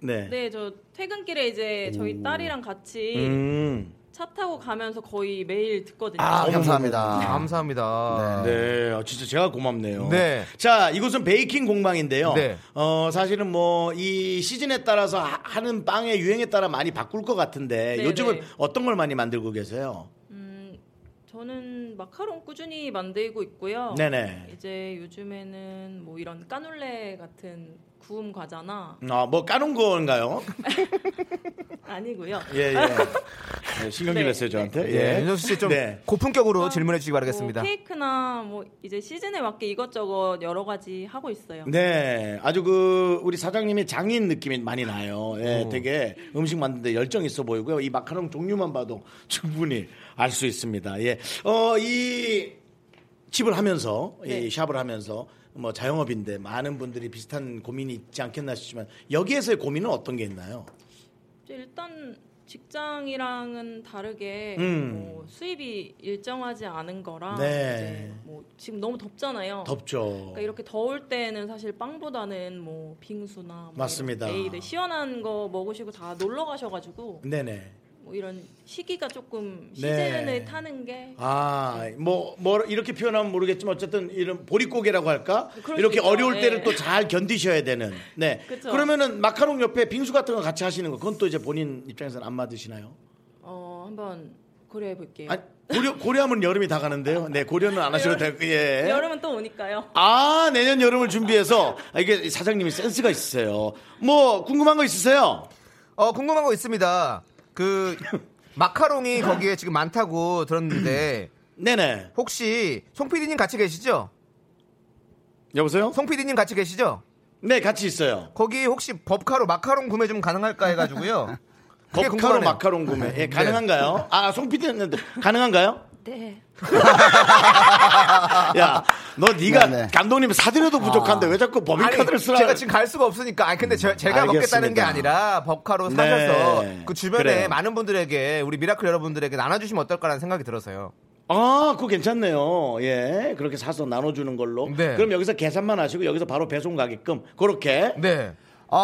S2: 네.
S11: 네, 저 퇴근길에 이제 저희 딸이랑 같이
S2: 음.
S11: 차 타고 가면서 거의 매일 듣거든요.
S3: 아, 감사합니다.
S1: 감사합니다.
S2: 네, 아, 진짜 제가 고맙네요.
S1: 네.
S2: 자, 이곳은 베이킹 공방인데요.
S1: 네.
S2: 어, 사실은 뭐 이 시즌에 따라서 하- 하는 빵의 유행에 따라 많이 바꿀 것 같은데
S11: 네,
S2: 요즘은
S11: 네.
S2: 어떤 걸 많이 만들고 계세요?
S11: 음, 저는 마카롱 꾸준히 만들고 있고요.
S2: 네네.
S11: 이제 요즘에는 뭐 이런 까눌레 같은 구움 과자나
S2: 아, 뭐 까놓은 건가요?
S11: 아니고요. 뭐
S2: 예, 예. 네, 신경질
S11: 네, 어,
S2: 냈어요, 저한테.
S1: 네, 윤정수 씨 좀 고품격으로 질문해 주시기 바라겠습니다.
S11: 뭐 케이크나 뭐 이제 시즌에 맞게 이것저것 여러 가지 하고 있어요.
S1: 음.
S2: 네, 아주 그 우리 사장님이 장인 느낌이 많이 나요. 예,
S11: 어.
S2: 되게 음식 만드는데 열정 있어 보이고요. 이 마카롱 종류만 봐도 충분히 알 수 있습니다. 예, 어, 이 집을 하면서
S11: 네.
S2: 이 샵을 하면서 뭐 자영업인데 많은 분들이 비슷한 고민이 있지 않겠나 싶지만 여기에서의 고민은 어떤 게 있나요?
S11: 일단 직장이랑은 다르게
S2: 음.
S11: 뭐 수입이 일정하지 않은 거라
S2: 네.
S11: 이제 뭐 지금 너무 덥잖아요.
S2: 덥죠.
S11: 아, 그러니까 이렇게 더울 때는 사실 빵보다는 뭐 빙수나 뭐 이런
S2: 맞습니다.
S11: 에이드 시원한 거 먹으시고 다 놀러 가셔가지고
S2: 네네.
S11: 뭐 이런 시기가 조금
S2: 네.
S11: 시즌을 타는 게
S2: 아, 뭐, 뭐, 이렇게 표현하면 모르겠지만 어쨌든 이런 보릿고개라고 할까?
S11: 그럴 수
S2: 이렇게
S11: 있죠.
S2: 어려울
S11: 예.
S2: 때를 또 잘 견디셔야 되는. 네.
S11: 그쵸.
S2: 그러면은 마카롱 옆에 빙수 같은 거 같이 하시는 거, 그건 또 이제 본인 입장에서는 안 맞으시나요?
S11: 어 한번 고려해 볼게요.
S2: 아, 고려, 고려하면 여름이 다 가는데요. 네, 고려는 안 하셔도 될, 예.
S11: 여름은 또 오니까요.
S2: 아, 내년 여름을 준비해서 아, 이게 사장님이 센스가 있으세요. 뭐, 궁금한 거 있으세요?
S1: 어, 궁금한 거 있습니다. 그 마카롱이 거기에 지금 많다고 들었는데
S2: 네네.
S1: 혹시 송 PD님 같이 계시죠?
S2: 여보세요?
S1: 송 PD님 같이 계시죠?
S2: 네, 같이 있어요.
S1: 거기 혹시 법카로 마카롱 구매 좀 가능할까 해가지고요. 그게
S2: 법카로
S1: 궁금하네요.
S2: 마카롱 구매. 예,
S1: 네.
S2: 가능한가요? 아, 송피디였는데 가능한가요?
S11: 네.
S2: 야, 너 네가
S1: 네, 네.
S2: 감독님 사드려도 부족한데 왜 자꾸 법인카드를
S1: 아니,
S2: 쓰라? 음,
S1: 제가 지금 갈 수가 없으니까. 아니, 근데 제, 가 먹겠다는 게
S2: 알겠습니다.
S1: 아니라 법카로 사셔서
S2: 네.
S1: 그 주변에
S2: 그래요.
S1: 많은 분들에게 우리 미라클 여러분들에게 나눠주시면 어떨까라는 생각이 들어서요.
S2: 아, 그거 괜찮네요. 예, 그렇게 사서 나눠주는 걸로.
S1: 네.
S2: 그럼 여기서 계산만 하시고 여기서 바로 배송 가게끔 그렇게.
S1: 네.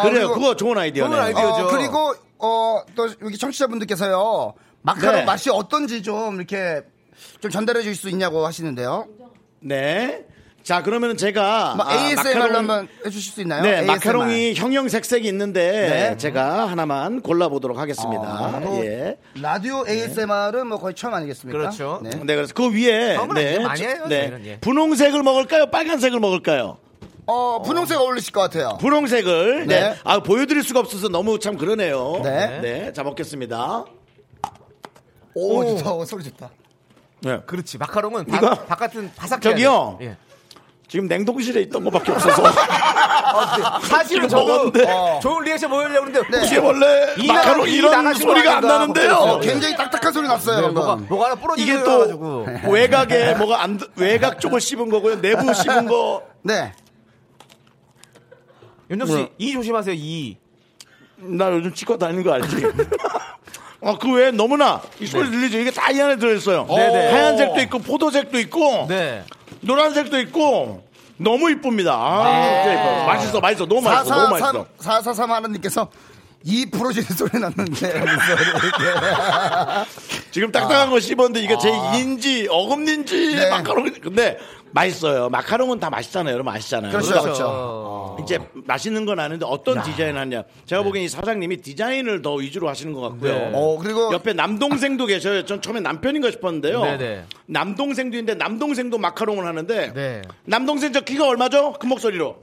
S2: 그래요. 그거 좋은 아이디어네요.
S3: 아, 어, 그리고 어, 또 여기 청취자분들께서요. 마카롱
S2: 네.
S3: 맛이 어떤지 좀 이렇게 좀 전달해 주실 수 있냐고 하시는데요.
S2: 네. 자, 그러면 제가
S3: 뭐 ASMR 로 한번 해주실 수 있나요?
S2: 아, 네,
S3: ASMR.
S2: 마카롱이 형형 색색이 있는데
S3: 네.
S2: 제가 하나만 골라보도록 하겠습니다.
S3: 아, 뭐
S2: 예.
S1: 네.
S3: 라디오 ASMR은 뭐 거의 처음 아니겠습니까?
S2: 네.
S1: 그렇죠.
S3: 네.
S2: 그래서 그 위에
S3: 처음은
S2: 네,
S3: 아니에요. 많이 해요,
S2: 네.
S3: 저희는, 예.
S2: 분홍색을 먹을까요? 빨간색을 먹을까요?
S3: 어, 분홍색 어울리실 것 같아요.
S2: 분홍색을 네.
S3: 네.
S2: 아 보여드릴 수가 없어서 너무 참 그러네요.
S3: 네.
S2: 자 먹겠습니다.
S3: 오,
S2: 오.
S3: 좋다. 어, 소리 좋다.
S2: 네.
S1: 그렇지. 마카롱은 바,
S2: 이거
S1: 바깥은 바삭해야
S2: 저기요.
S1: 돼. 예.
S2: 지금 냉동실에 있던 것밖에 없어서
S1: 아, 네. 사실은
S2: 이거
S1: 저도
S2: 먹었는데.
S1: 어, 좋은 리액션 보이려고 했는데
S2: 이게 원래
S1: 이
S2: 마카롱
S1: 나가지, 이
S2: 어, 이런
S1: 나가지도
S2: 소리가 안
S1: 아니다.
S2: 나는데요.
S1: 어, 굉장히
S3: 딱딱한 소리 났어요.
S1: 뭐가 뭐가 하나 부러지게
S2: 음. 이게 또 외곽에 뭐가 안 들- 외곽 쪽을 씹은 거고요. 내부 씹은 거
S3: 네.
S1: 윤정 씨, 이 조심하세요. 이.
S2: 나 요즘 치과 다니는 거 알지? 아, 그 외에 너무나 이 소리 들리죠? 이게 다 이 안에 들어있어요.
S1: 네네.
S2: 하얀색도 있고, 포도색도 있고,
S1: 네.
S2: 노란색도 있고, 너무 이쁩니다. 아,
S3: 네.
S2: 진짜 이뻐요. 맛있어, 맛있어. 너무 맛있어, 너무 맛있어.
S3: 443 하나님께서 이 부러지는 소리 났는데.
S2: 지금 딱딱한 거 씹었는데 이게 제 인지, 어금니인지,
S3: 아. 네.
S2: 마카롱. 근데 맛있어요. 마카롱은 다 맛있잖아요. 여러분
S8: 네,
S2: 아시잖아요.
S3: 그렇죠,
S2: 그러니까
S3: 그렇죠.
S2: 이제 맛있는 건 아는데 어떤 디자인 하냐. 제가 보기엔 이 사장님이 디자인을 더 위주로 하시는 것 같고요.
S1: 네.
S3: 네. 어, 그리고
S2: 옆에 남동생도 계셔요. 전 처음에 남편인가 싶었는데요.
S1: 네네.
S2: 남동생도 있는데 남동생도 마카롱을 하는데
S1: 네.
S2: 남동생 저 키가 얼마죠? 큰 목소리로.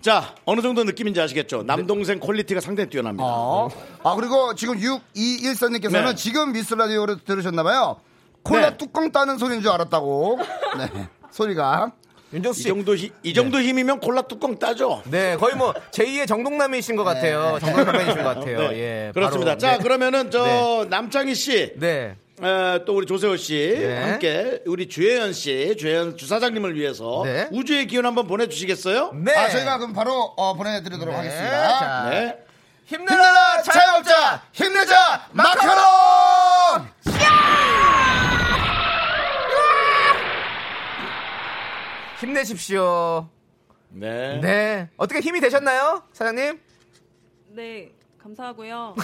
S2: 자, 어느 정도 느낌인지 아시겠죠? 남동생 퀄리티가 상당히 뛰어납니다.
S3: 어. 아, 그리고 지금 6214님께서는
S2: 네.
S3: 지금 미스 라디오를 들으셨나봐요. 콜라
S2: 네.
S3: 뚜껑 따는 소리인 줄 알았다고. 네. 소리가.
S1: 윤정수
S2: 이
S1: 씨.
S2: 정도 히- 이 정도 힘이면 콜라 뚜껑 따죠.
S1: 네, 거의 뭐 제2의 정동남이신 것
S3: 네,
S1: 같아요. 정동남이신 것 같아요.
S2: 네.
S1: 예.
S2: 그렇습니다.
S1: 바로,
S2: 자,
S1: 네.
S2: 그러면은 저 남창희 씨,
S1: 네.
S2: 에, 또 우리 조세호 씨
S1: 네.
S2: 함께 우리 주혜연 씨, 주혜연 주사장님을 위해서
S1: 네.
S2: 우주의 기운 한번 보내주시겠어요?
S1: 네.
S3: 아, 저희가 그럼 바로 어, 보내드리도록 하겠습니다.
S1: 자.
S2: 네.
S1: 힘내라
S3: 자영업자! 힘내자! 마카롱!
S1: 힘내십시오.
S2: 네. 네.
S1: 네. 어떻게 힘이 되셨나요? 사장님?
S11: 네 감사하고요.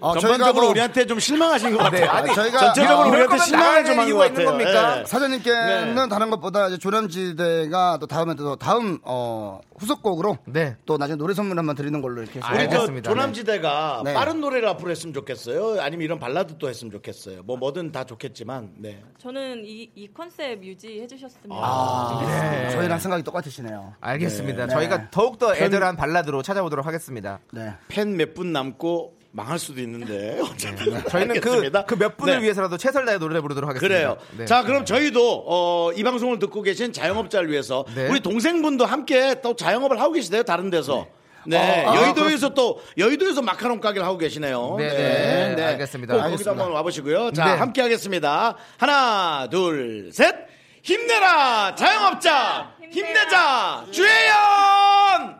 S2: 어, 전반적으로
S3: 뭐-
S2: 우리한테 좀 실망하신 것 같아요.
S3: 네, 아니, 저희가-
S2: 전체적으로
S1: 뭐
S3: 아,
S2: 우리한테
S3: 이럴 거면
S2: 실망을
S3: 나가야
S2: 좀 한
S3: 되는
S2: 것 같아요. 예.
S3: 사장님께는
S2: 네.
S3: 다른 것보다 이제 조남지대가 또 다음에 또 다음 어, 후속곡으로
S2: 네.
S3: 또 나중에 노래 선물 한번 드리는 걸로
S1: 그렇죠.
S3: 이렇게 해서
S2: 우리 그
S1: 네.
S2: 조남지대가
S3: 네.
S2: 빠른 노래를 앞으로 했으면 좋겠어요. 아니면 이런 발라드도 했으면 좋겠어요. 뭐 뭐든 다 좋겠지만. 네.
S11: 저는 이, 이 컨셉 유지해 주셨으면
S3: 아,
S11: 좋겠습니다.
S3: 네. 저희랑 생각이 똑같으시네요.
S1: 알겠습니다.
S3: 네.
S1: 저희가
S3: 네.
S1: 더욱더
S3: 편-
S1: 애절한 발라드로 찾아오도록 하겠습니다.
S3: 네.
S2: 팬 몇 분 남고 망할 수도 있는데. 어쨌든
S1: 저희는 그
S2: 알겠습니다.
S1: 그 몇 분을
S2: 네.
S1: 위해서라도 최선을 다해 노래 부르도록 하겠습니다.
S2: 그래요.
S1: 네.
S2: 자, 그럼 저희도 어, 이 방송을 듣고 계신 자영업자를 위해서
S1: 네.
S2: 우리 동생분도 함께 또 자영업을 하고 계시대요. 다른 데서. 네,
S1: 어, 아,
S2: 여의도에서 또 여의도에서 마카롱 가게를 하고 계시네요.
S1: 네, 네, 알겠습니다.
S2: 꼭 거기도
S1: 알겠습니다.
S2: 한번 와보시고요. 자,
S1: 네.
S2: 함께 하겠습니다. 하나, 둘, 셋, 힘내라 자영업자, 힘내자 주혜연.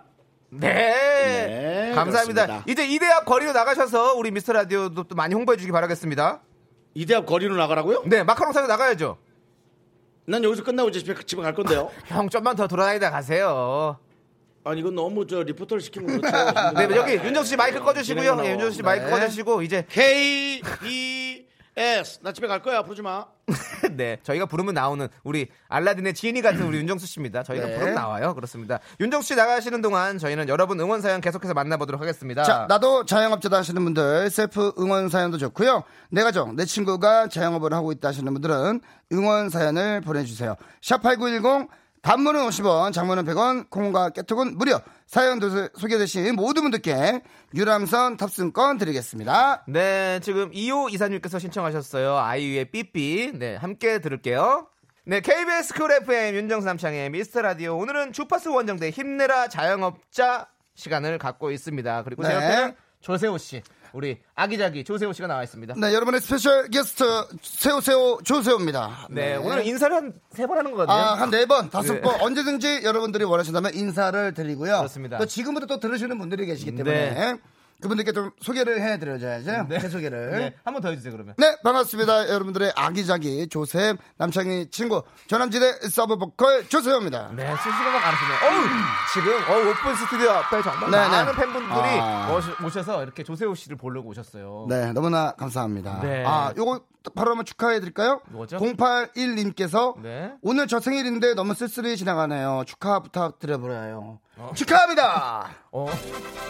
S1: 네. 감사합니다.
S2: 그렇습니다.
S1: 이제 이대앞 거리로 나가셔서 우리 미스터 라디오도 또 많이 홍보해 주기 바라겠습니다.
S2: 이대앞 거리로 나가라고요?
S1: 네, 마카롱 사서 나가야죠.
S2: 난 여기서 끝나고 이제 집에, 집에 갈 건데요.
S1: 형 좀만 더 돌아다니다 가세요.
S2: 아니 이건 너무 저 리포터를 시키면
S1: 네, 여기 윤정수 씨 마이크 꺼주시고요. 예, 윤정수 씨
S2: 네.
S1: 마이크 꺼주시고 이제
S2: K B S 나 집에 갈 거야 부르지 마.
S1: 네, 저희가 부르면 나오는 우리 알라딘의 지인이 같은 우리 윤정수 씨입니다. 저희가
S2: 네.
S1: 부르면 나와요. 그렇습니다. 윤정수 씨 나가시는 동안 저희는 여러분 응원 사연 계속해서 만나보도록 하겠습니다.
S3: 자, 나도 자영업자다 하시는 분들 셀프 응원 사연도 좋고요. 내 가족, 내 친구가 자영업을 하고 있다 하시는 분들은 응원 사연을 보내주세요. 샵8910 단문은 50원, 장문은 100원, 콩과 깨톡은 무료. 사연 도- 소개되신 모든 분들께 유람선 탑승권 드리겠습니다.
S1: 네, 지금 2호 이사님께서 신청하셨어요. 아이유의 삐삐. 네, 함께 들을게요. 네, KBS 쿨 FM 윤정수 남창의 미스터 라디오. 오늘은 주파수 원정대 힘내라 자영업자 시간을 갖고 있습니다. 그리고 제
S3: 네.
S1: 옆에는 조세호 씨. 우리 아기자기 조세호 씨가 나와 있습니다.
S3: 네, 여러분의 스페셜 게스트 세우세우 조세호입니다.
S1: 네, 오늘 인사를 한 세 번 하는 거 같네요.
S3: 아, 한 네 번, 다섯
S1: 네.
S3: 번 언제든지 여러분들이 원하신다면 인사를 드리고요.
S1: 그렇습니다.
S3: 또 지금부터 또 들으시는 분들이 계시기 때문에
S1: 네.
S3: 그분들께 좀 소개를 해드려야죠. 제 소개를.
S1: 네,
S3: 네.
S1: 한 번 더 해주세요, 그러면.
S3: 반갑습니다. 여러분들의 아기자기 조셉 남창희 친구 전남지대 서브 보컬 조세호입니다.
S1: 네, 실시간으로 가르치네요. 어우, 지금 어, 오픈 스튜디오 앞에 정말
S3: 네, 네.
S1: 많은 팬분들이
S3: 아.
S1: 오셔- 오셔서 이렇게 조세호 씨를 보려고 오셨어요.
S3: 네, 너무나 감사합니다.
S1: 네.
S3: 아, 요거 바로 한번 축하해 드릴까요?
S1: 뭐죠?
S3: 081님께서
S1: 네.
S3: 오늘 저 생일인데 너무 쓸쓸히 지나가네요. 축하 부탁드려버려요. 축하합니다.
S1: 어.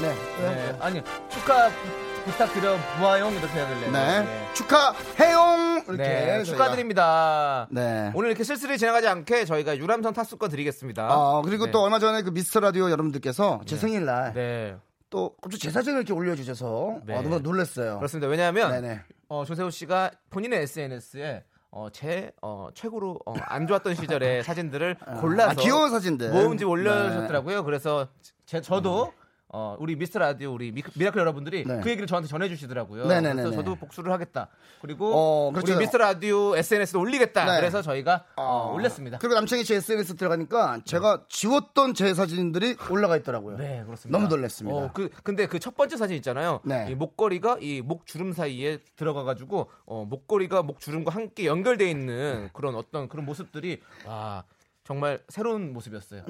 S3: 네.
S1: 네. 아니, 축하 부- 부탁드려 부하용 이렇게 해야길래.
S3: 네. 축하해용 이렇게
S1: 네,
S3: 저희가-
S1: 축하드립니다.
S3: 네.
S1: 오늘 이렇게 쓸쓸히 지나가지 않게 저희가 유람선 탑승권 드리겠습니다.
S3: 아, 그리고
S1: 네.
S3: 또 얼마 전에 그 미스터 라디오 여러분들께서 제 생일날
S1: 네.
S3: 또 갑자기 제 사진을 이렇게 올려주셔서
S1: 네.
S3: 아, 너무 놀랐어요.
S1: 그렇습니다. 왜냐하면
S3: 네네.
S1: 어, 조세호 씨가 본인의 SNS에 어, 제 어, 최고로 어, 안 좋았던 시절의 사진들을 골라서
S3: 아, 귀여운 사진들. 네.
S1: 모음집 올려주셨더라고요. 그래서 제, 저도 어, 우리 미스터 라디오 우리 미, 라클 여러분들이
S3: 네.
S1: 그 얘기를 저한테 전해주시더라고요.
S3: 네네네네.
S1: 그래서 저도 복수를 하겠다. 그리고
S3: 어, 그렇죠.
S1: 우리 미스터 라디오 SNS에 올리겠다.
S3: 네.
S1: 그래서 저희가 어, 올렸습니다.
S3: 그리고 남창희 씨 SNS 들어가니까 제가 지웠던 제 사진들이 올라가 있더라고요.
S1: 네, 그렇습니다.
S3: 너무 놀랐습니다.
S1: 어, 그, 근데 그 첫 번째 사진 있잖아요.
S3: 네.
S1: 이 목걸이가 이 목 주름 사이에 들어가가지고 어, 목걸이가 목 주름과 함께 연결돼
S3: 네.
S1: 있는 그런 어떤 그런 모습들이 와 정말 새로운 모습이었어요.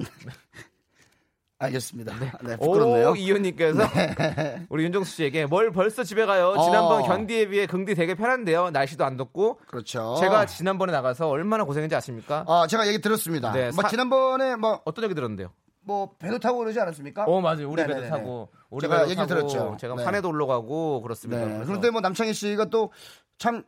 S3: 알겠습니다. 네, 부끄럽네요. 네.
S1: 오 이현님께서 우리 윤정수 씨에게 뭘 벌써 집에 가요? 지난번
S3: 어.
S1: 견디에 비해 긍디 되게 편한데요. 날씨도 안 덥고
S3: 그렇죠.
S1: 제가 지난번에 나가서 얼마나 고생했는지 아십니까?
S3: 아, 제가 얘기 들었습니다.
S1: 네,
S3: 막
S1: 사-
S3: 지난번에 뭐,
S1: 어떤 얘기 들었는데요?
S3: 뭐 배도 타고 그러지 않았습니까?
S1: 어 맞아요. 우리
S3: 네네네네.
S1: 배도 타고 우리
S3: 제가
S1: 배도
S3: 얘기
S1: 타고
S3: 들었죠.
S1: 제가
S3: 네.
S1: 산에도 올라가고 그렇습니다.
S3: 네.
S1: 그래서
S3: 그런데 뭐 남창희 씨가 또 참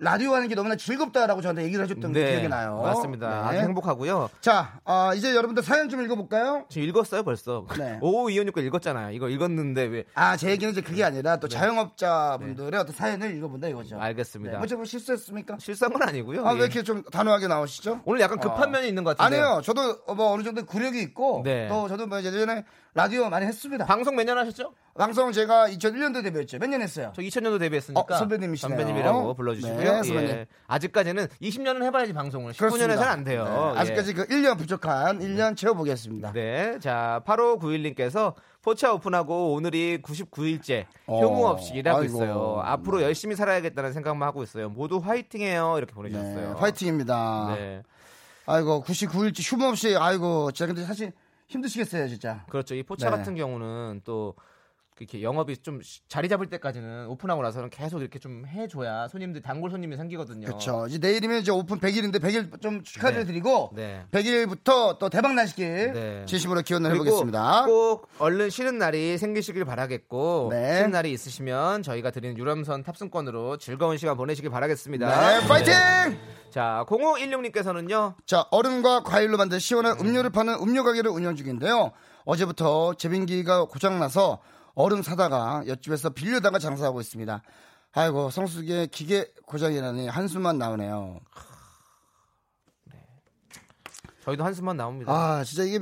S3: 라디오 하는 게 너무나 즐겁다라고 저한테 얘기를 해줬던
S1: 네,
S3: 기억이 나요.
S1: 맞습니다.
S3: 네.
S1: 아주 행복하고요.
S3: 자, 아, 이제 여러분들 사연 좀 읽어볼까요?
S1: 지금 읽었어요 벌써.
S3: 네.
S1: 오 이현육 거 읽었잖아요. 이거 읽었는데 왜?
S3: 아, 제 얘기는 이제 그게 아니라
S1: 네.
S3: 또 자영업자 분들의 어떤 사연을 읽어본다 이거죠.
S1: 알겠습니다.
S3: 어차피 뭐 실수했습니까?
S1: 네. 실수한 건 아니고요.
S3: 아,
S1: 예.
S3: 왜 이렇게 좀 단호하게 나오시죠? 어.
S1: 오늘 약간 급한 면이 있는 것 같은데요.
S3: 아니에요. 저도 어, 뭐 어느 정도 구력이 있고
S1: 네.
S3: 또 저도 뭐 예전에 라디오 많이 했습니다.
S1: 방송 몇 년 하셨죠?
S3: 방송 제가 2001년도 데뷔했죠. 몇 년 했어요?
S1: 저 2000년도 데뷔했으니까
S3: 어, 선배님이시네요.
S1: 라고 불러주시고요.
S3: 네, 선배님.
S1: 예. 아직까지는 20년은 해봐야지 방송을. 19년에서는
S3: 그렇습니다.
S1: 안 돼요.
S3: 네,
S1: 예.
S3: 아직까지 그 1년 부족한 1년 채워보겠습니다.
S1: 네, 자 8591님께서 포차 오픈하고 오늘이 99일째
S3: 어,
S1: 효무 없이 일하고
S3: 아이고.
S1: 있어요. 앞으로 열심히 살아야겠다는 생각만 하고 있어요. 모두 화이팅해요. 이렇게 보내셨어요.
S3: 네, 화이팅입니다.
S1: 네,
S3: 아이고 99일째 휴무 없이 아이고 진짜 근데 사실 힘드시겠어요 진짜.
S1: 그렇죠. 이 포차
S3: 네.
S1: 같은 경우는 또 이렇게 영업이 좀 시- 자리 잡을 때까지는 오픈하고 나서는 계속 이렇게 좀 해줘야 손님들 단골 손님이 생기거든요.
S3: 그렇죠. 이제 내일이면 이제 오픈 100일인데 100일 좀 축하를
S1: 어. 네.
S3: 드리고
S1: 네.
S3: 100일부터 또 대박 나시길
S1: 네.
S3: 진심으로 기원을
S1: 그리고
S3: 해보겠습니다.
S1: 꼭 얼른 쉬는 날이 생기시길 바라겠고
S3: 네.
S1: 쉬는 날이 있으시면 저희가 드리는 유람선 탑승권으로 즐거운 시간 보내시길 바라겠습니다.
S3: 네, 파이팅!
S1: 자, 0516님께서는요.
S3: 자, 얼음과 과일로 만든 시원한 음료를 파는 음료 가게를 운영 중인데요. 어제부터 제빙기가 고장나서 얼음 사다가 옆집에서 빌려다가 장사하고 있습니다. 아이고, 성수기에 기계 고장이라니 한숨만 나오네요.
S1: 저희도 한숨만 나옵니다.
S3: 아, 진짜 이게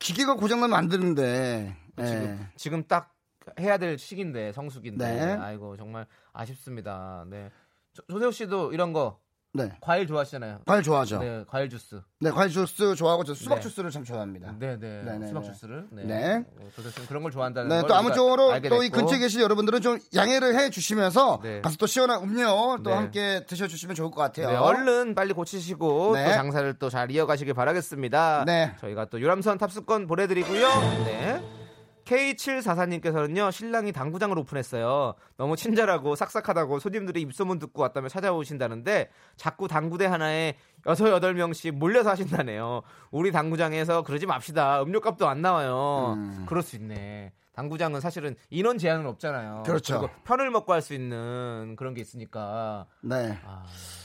S3: 기계가 고장나면 안 되는데.
S1: 아, 지금
S3: 예.
S1: 지금 딱 해야 될 시기인데 성수기인데
S3: 네.
S1: 아이고 정말 아쉽습니다. 네. 조- 조세호 씨도 이런 거
S3: 네.
S1: 과일 좋아하시잖아요.
S3: 과일 좋아하죠.
S1: 네, 과일 주스.
S3: 네, 과일 주스 좋아하고 저 수박
S1: 네.
S3: 주스를 참 좋아합니다.
S1: 네, 네.
S3: 네, 네,
S1: 수박
S3: 네.
S1: 주스를. 네.
S3: 네.
S1: 어, 조세호 씨는 그런 걸 좋아한다는
S3: 네,
S1: 걸
S3: 또
S1: 우리가
S3: 아무쪼록
S1: 알게
S3: 또 이
S1: 됐고.
S3: 근처에 계신 여러분들은 좀 양해를 해 주시면서
S1: 네.
S3: 가서 또 시원한 음료 또
S1: 네.
S3: 함께 드셔 주시면 좋을 것
S1: 네,
S3: 같아요.
S1: 얼른 빨리 고치시고
S3: 네.
S1: 또 장사를 또 잘 이어가시길 바라겠습니다.
S3: 네.
S1: 저희가 또 유람선 탑승권 보내드리고요. 네. K744님께서는요, 신랑이 당구장을 오픈했어요. 너무 친절하고 싹싹하다고 손님들이 입소문 듣고 왔다며 찾아오신다는데, 자꾸 당구대 하나에 6, 8명씩 몰려서 하신다네요. 우리 당구장에서 그러지 맙시다. 음료값도 안 나와요. 그럴 수 있네. 당구장은 사실은 인원 제한은 없잖아요.
S3: 그렇죠.
S1: 그리고 편을 먹고 할 수 있는 그런 게 있으니까.
S3: 네.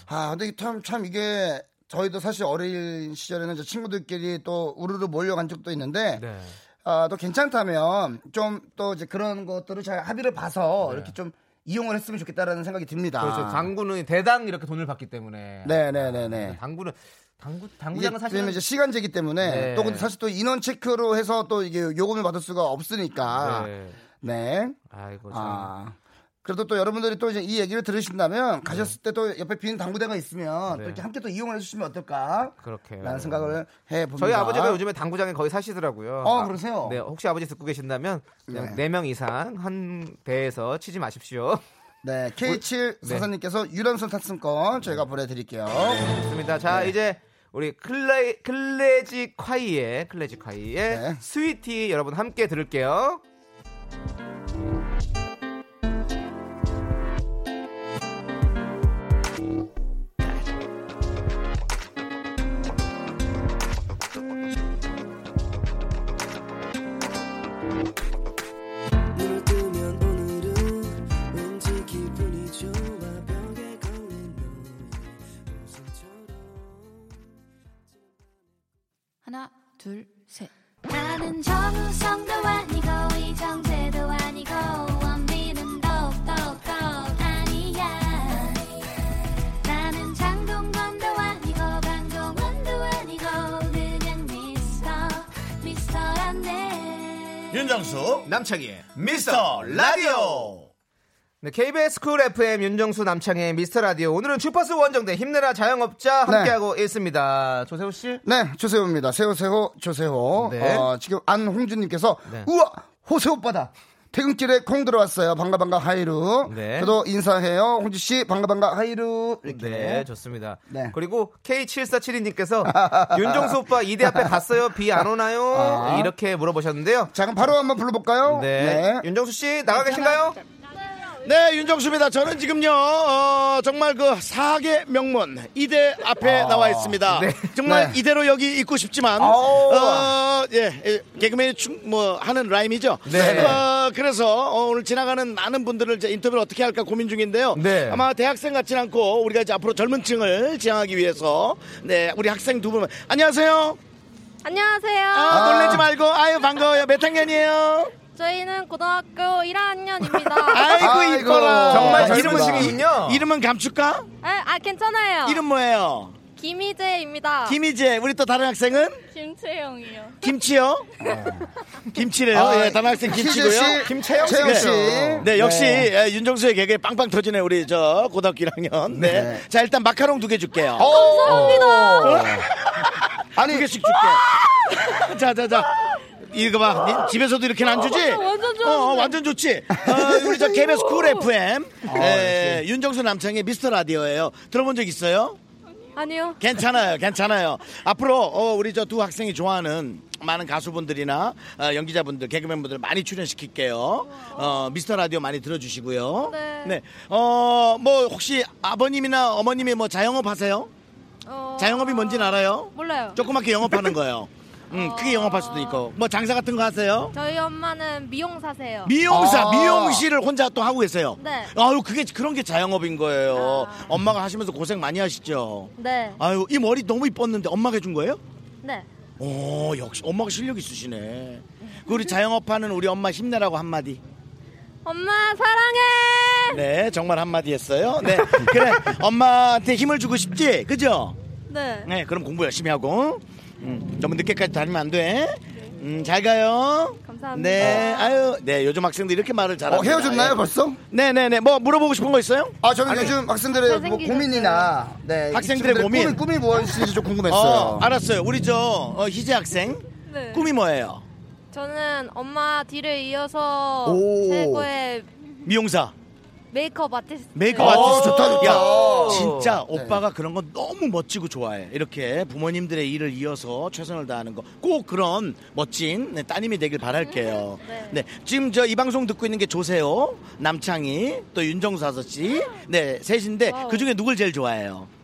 S3: 아, 근데 참, 참 이게 저희도 사실 어린 시절에는 저 친구들끼리 또 우르르 몰려간 적도 있는데
S1: 네.
S3: 아, 또 괜찮다면 좀 또 이제 그런 것들을 잘 합의를 봐서
S1: 네.
S3: 이렇게 좀 이용을 했으면 좋겠다라는 생각이 듭니다.
S1: 그렇죠. 당구는 대당 이렇게 돈을 받기 때문에.
S3: 아. 네, 네, 네, 네.
S1: 아, 당구는 당구
S3: 이게
S1: 당구장은
S3: 사실은
S1: 사실은
S3: 이제 시간제기 때문에
S1: 네.
S3: 또 근데 사실 또 인원 체크로 해서 또 이게 요금을 받을 수가 없으니까
S1: 네.
S3: 네.
S1: 아이고 참.
S3: 아. 그래도 또 여러분들이 또 이제 이 얘기를 들으신다면 가셨을 때 또 옆에 빈 당구대가 있으면 또
S1: 네.
S3: 이렇게 함께 또 이용을 해주시면 어떨까?
S1: 그렇게.
S3: 라는 생각을 해봅니다.
S1: 저희 아버지가 요즘에 당구장에 거의 사시더라고요.
S3: 어, 그러세요?
S1: 네, 혹시 아버지 듣고 계신다면 그냥 네. 4명 이상 한 배에서 치지 마십시오.
S3: 네, K7
S1: 네.
S3: 사사님께서 유람선 탑승권 저희가 보내드릴게요. 네.
S1: 좋습니다. 자, 이제 우리 클레 클레지 콰이의 클레지 콰이의
S3: 네.
S1: 스위티 여러분 함께 들을게요.
S5: 하나, 둘, 셋.
S12: 나는 정우성도 아니고 이정재도 아니고 원빈은 더욱더 아니야 나는 장동건도 아니고 강동원도 아니고 그냥 미스터 미스터란데
S2: 윤정수
S1: 남창희의
S2: 미스터 라디오
S1: 네, KBS 쿨 FM 윤정수 남창의 미스터 라디오 오늘은 주파수 원정대 힘내라 자영업자
S3: 네.
S1: 함께하고 있습니다. 조세호 씨.
S3: 네, 조세호입니다. 세호세호, 조세호.
S1: 네.
S3: 어, 지금 안홍준님께서
S1: 네.
S3: 우와! 호세호 오빠다! 퇴근길에 콩 들어왔어요. 반가 반가 하이루.
S1: 네.
S3: 저도 인사해요. 홍주 씨 반가 반가 하이루. 이렇게.
S1: 네, 좋습니다.
S3: 네.
S1: 그리고 K7472님께서 윤정수 오빠 이대 앞에 갔어요? 비 안 오나요?
S3: 아.
S1: 이렇게 물어보셨는데요.
S3: 자, 그럼 바로 한번 불러볼까요?
S1: 네. 윤정수 씨 나가 계신가요?
S2: 네, 윤정수입니다. 저는 지금요, 어, 정말 그 사계 명문 이대 앞에 나와 있습니다.
S1: 네.
S2: 정말
S3: 네.
S2: 이대로 여기 있고 싶지만,
S1: 아우.
S2: 어, 예, 예, 개그맨이 충, 뭐 하는 라임이죠.
S1: 네.
S2: 어, 그래서 어, 오늘 지나가는 많은 분들을 이제 인터뷰를 어떻게 할까 고민 중인데요.
S1: 네.
S2: 아마 대학생 같진 않고 우리가 이제 앞으로 젊은 층을 지향하기 위해서, 네, 우리 학생 두 분, 안녕하세요.
S13: 안녕하세요.
S2: 아, 놀라지 말고, 아유 반가워요. 몇 학년이에요?
S13: 저희는 고등학교 1학년입니다.
S2: 아이고
S1: 아이고,
S2: 이뻐라.
S1: 정말
S2: 반갑습니다.
S1: 이름은 지금요?
S2: 이름은 감출까?
S13: 아, 아, 괜찮아요. 아.
S2: 이름 뭐예요?
S13: 김희재입니다.
S2: 김희재 우리 또 다른 학생은
S13: 김채영이요.
S2: 김치요 김치래요
S3: 아,
S2: 예, 다른 학생 김치고요
S3: 희재 씨, 김채영 씨. 채영 씨.
S2: 네, 네, 역시
S3: 네.
S2: 예, 윤정수의 개그에 빵빵 터지네 우리 저 고등학교 1학년 네.
S3: 네.
S2: 자 일단 마카롱 두 개 줄게요
S3: 감사합니다.
S2: 아니 두 개씩 줄게 자자자 읽어봐 니 집에서도 이렇게는 안 주지
S13: 어, 완전 좋아하는데.
S2: 어, 어, 완전 좋지 어, 우리 저 KBS 쿨 FM 예, 윤정수 남창의 미스터 라디오예요 들어본 적 있어요
S13: 아니요.
S2: 괜찮아요, 괜찮아요. 앞으로 어, 우리 저 두 학생이 좋아하는 많은 가수분들이나 어, 연기자분들, 개그맨분들 많이 출연시킬게요. 어, 미스터 라디오 많이 들어주시고요.
S13: 네.
S2: 어, 뭐 혹시 아버님이나 어머님이 뭐 자영업 하세요?
S13: 어,
S2: 자영업이 뭔지는 알아요?
S13: 몰라요.
S2: 조그맣게 영업하는 거예요. 음, 크게 영업할 수도 있고. 뭐 장사 같은 거 하세요?
S13: 저희 엄마는 미용사세요.
S2: 미용사,
S13: 아.
S2: 미용실을 혼자 또 하고 계세요.
S13: 네. 아.
S2: 아유, 그게 그런 게 자영업인 거예요. 엄마가 하시면서 고생 많이 하시죠.
S13: 네.
S2: 아유, 이 머리 너무 이뻤는데 엄마가 해준 거예요?
S13: 네.
S2: 오, 역시 엄마가 실력 있으시네. 그 우리 자영업하는 우리 엄마 힘내라고 한마디.
S13: 엄마 사랑해.
S2: 네, 정말 한마디 했어요. 네, 그래 엄마한테 힘을 주고 싶지, 그죠?
S13: 네.
S2: 네, 그럼 공부 열심히 하고 음, 너무 늦게까지 다니면 안 돼. 음, 잘 가요.
S13: 감사합니다.
S2: 네, 아유, 네 요즘 학생들 이렇게 말을 잘하네.
S3: 어, 헤어졌나요, 벌써?
S2: 네, 네, 네. 뭐 물어보고 싶은 거 있어요?
S3: 아 저는 요즘 학생들의 뭐
S2: 잘생기셨어요.
S3: 고민이나 네,
S2: 학생들의
S3: 이친구들의
S2: 고민.
S3: 꿈이, 꿈이 무엇인지 좀 궁금했어요.
S2: 어, 알았어요. 우리 저 어, 희재 학생
S13: 네.
S2: 꿈이 뭐예요?
S13: 저는 엄마 뒤를 이어서
S2: 오.
S13: 최고의
S2: 미용사.
S13: 메이크업 아티스트.
S2: 메이크업 아티스트 어, 야,
S3: 어.
S2: 진짜
S3: 네.
S2: 오빠가 그런 건 너무 멋지고 좋아해. 이렇게 부모님들의 일을 이어서 최선을 다하는 거. 꼭 그런 멋진 네, 따님이 되길 바랄게요.
S13: 음,
S2: 네. 지금 저 이 방송 듣고 있는 게 조세호, 남창희, 또 윤정수 아저씨 네, 셋인데
S13: 와우.
S2: 그 중에 누굴 제일 좋아해요? 네.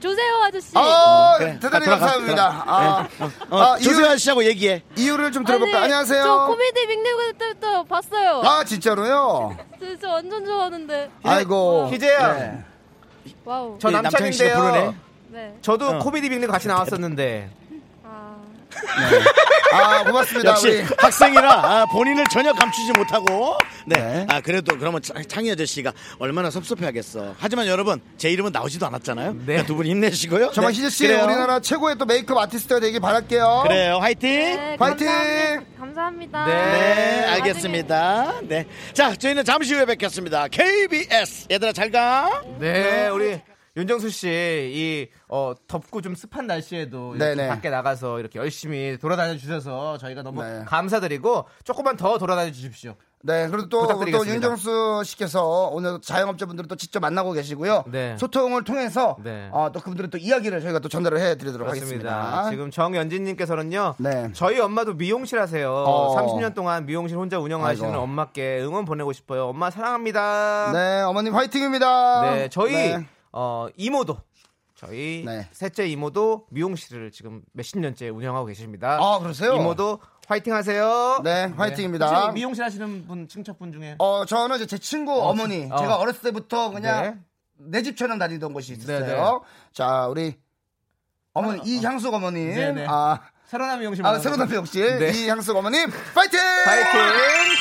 S13: 조세호 아저씨.
S3: 아,
S13: 음,
S2: 그래.
S13: 네.
S3: 대단히
S2: 아, 돌아가,
S3: 감사합니다.
S2: 돌아가.
S3: 아,
S2: 네. 어,
S3: 아,
S2: 조세호
S3: 이유-
S2: 아저씨하고 얘기해.
S3: 이유를 좀 들어볼까? 요
S13: 아니,
S3: 안녕하세요.
S13: 저 코미디 빅리그 때부터 봤어요.
S3: 아 진짜로요?
S13: 진짜 완전 좋아하는데.
S3: 아이고
S1: 희재야.
S3: 네.
S13: 와우.
S1: 저
S2: 네, 남창희 씨가
S1: 남창인데요.
S2: 부르네.
S13: 네.
S1: 저도
S2: 어.
S1: 코미디 빅리그 같이 나왔었는데.
S3: 아 고맙습니다.
S2: 역시
S3: 우리
S2: 학생이라 아, 본인을 전혀 감추지 못하고 네. 아 그래도 그러면 창- 창희 아저씨가 얼마나 섭섭해하겠어. 하지만 여러분 제 이름은 나오지도 않았잖아요. 그러니까 두분 힘내시고요.
S3: 네. 정말
S2: 네.
S3: 희재 씨
S2: 그래요.
S3: 우리나라 최고의 또 메이크업 아티스트가 되길 바랄게요.
S2: 그래요. 화이팅.
S13: 네,
S3: 화이팅!
S13: 감사합니다. 감사합니다.
S2: 네,
S13: 나중에
S2: 알겠습니다. 네. 자, 저희는 잠시 후에 뵙겠습니다. KBS. 얘들아, 잘 가. 어,
S1: 네, 우리 윤정수 씨 이 어, 덥고 좀 습한 날씨에도 이렇게
S3: 네네.
S1: 밖에 나가서 이렇게 열심히 돌아다녀 주셔서 저희가 너무
S3: 네.
S1: 감사드리고 조금만 더 돌아다녀 주십시오.
S3: 네, 그리고 또, 또
S1: 부탁드리겠습니다.
S3: 윤정수 씨께서 오늘 자영업자분들을 또 직접 만나고 계시고요.
S1: 네.
S3: 소통을 통해서
S1: 네.
S3: 어, 또 그분들의 또 이야기를 저희가 또 전달을 해드리도록 하겠습니다.
S1: 지금 정연진님께서는요.
S3: 네.
S1: 저희 엄마도 미용실 하세요.
S3: 어.
S1: 30년 동안 미용실 혼자 운영하시는
S3: 아이고.
S1: 엄마께 응원 보내고 싶어요. 엄마 사랑합니다.
S3: 네, 어머님 화이팅입니다.
S1: 네, 저희
S3: 네.
S1: 어, 이모도 저희
S3: 네.
S1: 셋째 이모도 미용실을 지금 몇십 년째 운영하고 계십니다.
S3: 아, 그러세요?
S1: 이모도 어? 화이팅 하세요.
S3: 네, 화이팅입니다.
S1: 미용실 하시는 분 친척분 중에
S3: 어, 저는 이제 제 친구 어, 머니
S1: 어.
S3: 제가 어렸을 때부터 그냥
S1: 네.
S3: 내 집처럼 다니던 곳이 있었어요.
S1: 네, 네.
S3: 자, 우리 어머니 이향숙 어머님,
S1: 아, 네, 네.
S3: 아,
S1: 세로나 미용실
S3: 아
S1: 만나서-
S3: 새로운 역시
S1: 네.
S3: 이향숙 어머님 파이팅!
S1: 파이팅!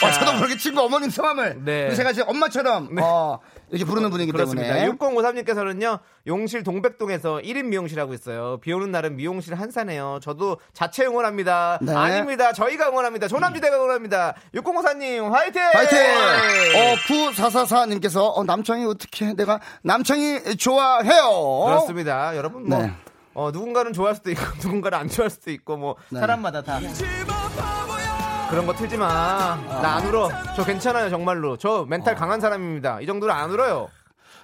S3: 어,
S1: 자.
S3: 저도 모르게 친구 어머님 성함을
S1: 네.
S3: 그리고 제가 이제 엄마처럼 어, 이렇게 부르는 분이기
S1: 그렇습니다.
S3: 때문에
S1: 6053님께서는요, 용실 동백동에서 1인 미용실 하고 있어요. 비 오는 날은 미용실 한사네요. 저도 자체 응원합니다.
S3: 네.
S1: 아닙니다. 저희가 응원합니다. 조남지대가 응원합니다. 6054님, 화이팅!
S3: 파이팅! 어, 9444님께서 어, 남창이 어떻게 내가 남창이 좋아해요.
S1: 그렇습니다. 여러분, 뭐,
S3: 네.
S1: 어, 누군가는 좋아할 수도 있고, 누군가는 안 좋아할 수도 있고, 뭐,
S3: 네.
S1: 사람마다 다. 그런 거 틀지 마. 나 안 울어. 저 괜찮아요, 정말로. 저
S3: 어.
S1: 멘탈 강한 사람입니다. 이 정도로 안 울어요.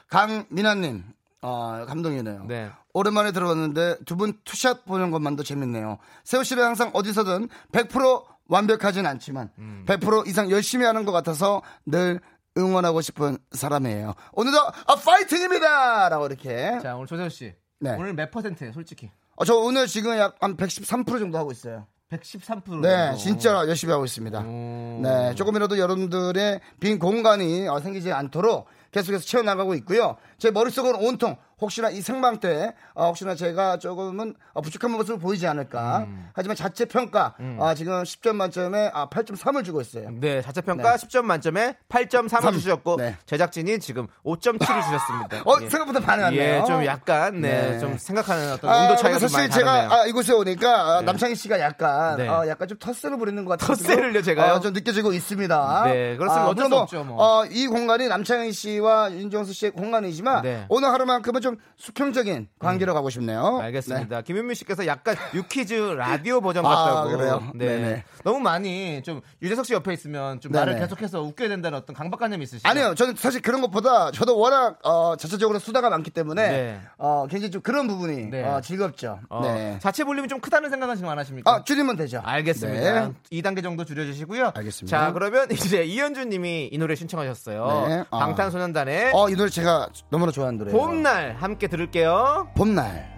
S3: 강민아님, 어, 감동이네요.
S1: 네.
S3: 오랜만에 들어봤는데 두 분 투샷 보는 것만도 재밌네요. 세호 씨는 항상 어디서든 100% 완벽하진 않지만 100% 이상 열심히 하는 것 같아서 늘 응원하고 싶은 사람이에요. 오늘도 아, 파이팅입니다! 라고 이렇게.
S1: 자, 오늘 조세호 씨.
S3: 네.
S1: 오늘 몇 퍼센트예요, 솔직히?
S3: 어, 저 오늘 지금 약 한 113% 정도 하고 있어요.
S1: 113%.
S3: 네, 진짜 열심히 하고 있습니다.
S1: 음.
S3: 네, 조금이라도 여러분들의 빈 공간이 어, 생기지 않도록 계속해서 채워나가고 있고요. 제 머릿속은 온통 혹시나 이 생방 때 어, 혹시나 제가 조금은 어, 부족한 모습을 보이지 않을까.
S1: 음.
S3: 하지만 자체 평가 아, 지금 10점 만점에 아, 8.3을 주고 있어요.
S1: 네, 자체평가 10점 만점에 8.3을
S3: 삼.
S1: 주셨고,
S3: 네.
S1: 제작진이 지금 5.7을 주셨습니다.
S3: 어, 생각보다 반응 안
S1: 예,
S3: 나요.
S1: 좀 약간, 네,
S3: 네.
S1: 좀 생각하는 어떤
S3: 아,
S1: 온도 차이가
S3: 그래서
S1: 좀 많이
S3: 사실 제가
S1: 다르네요.
S3: 아, 이곳에 오니까 아, 남창희 씨가 약간
S1: 네.
S3: 아, 약간 좀 텃세를 부리는 것 같아서
S1: 텃세를요, 제가요?
S3: 좀 느껴지고 어, 있습니다.
S1: 네, 그렇습니다.
S3: 아,
S1: 어쩔 수
S3: 물론
S1: 없죠, 뭐.
S3: 어, 이 공간이 남창희 씨와 윤정수 씨의 공간이지만
S1: 네. 음.
S3: 오늘 하루만큼은 좀 수평적인 관계로 가고 싶네요.
S1: 알겠습니다. 김윤미 씨께서 약간 유퀴즈 라디오 버전
S3: 아,
S1: 같다고.
S3: 그래요?
S1: 네.
S3: 네네.
S1: 너무 많이 좀 유재석 씨 옆에 있으면 좀
S3: 네네.
S1: 나를 계속해서 웃게 된다는 어떤 강박관념이 있으시죠?
S3: 아니요, 저는 사실 그런 것보다 저도 워낙 어, 자체적으로 수다가 많기 때문에
S1: 네.
S3: 어, 굉장히 좀 그런 부분이 어, 즐겁죠.
S1: 어,
S3: 네.
S1: 자체 볼륨이 좀 크다는 생각은 지금 안 하십니까?
S3: 아, 줄이면 되죠.
S1: 알겠습니다.
S3: 네.
S1: 2단계 정도 줄여주시고요.
S3: 알겠습니다.
S1: 자, 그러면 이제 이현주 님이 이 노래 신청하셨어요.
S3: 네, 어.
S1: 방탄소년단의
S3: 어, 이 노래 제가 너무나 좋아하는 노래예요.
S1: 봄날 함께 들을게요.
S3: 봄날.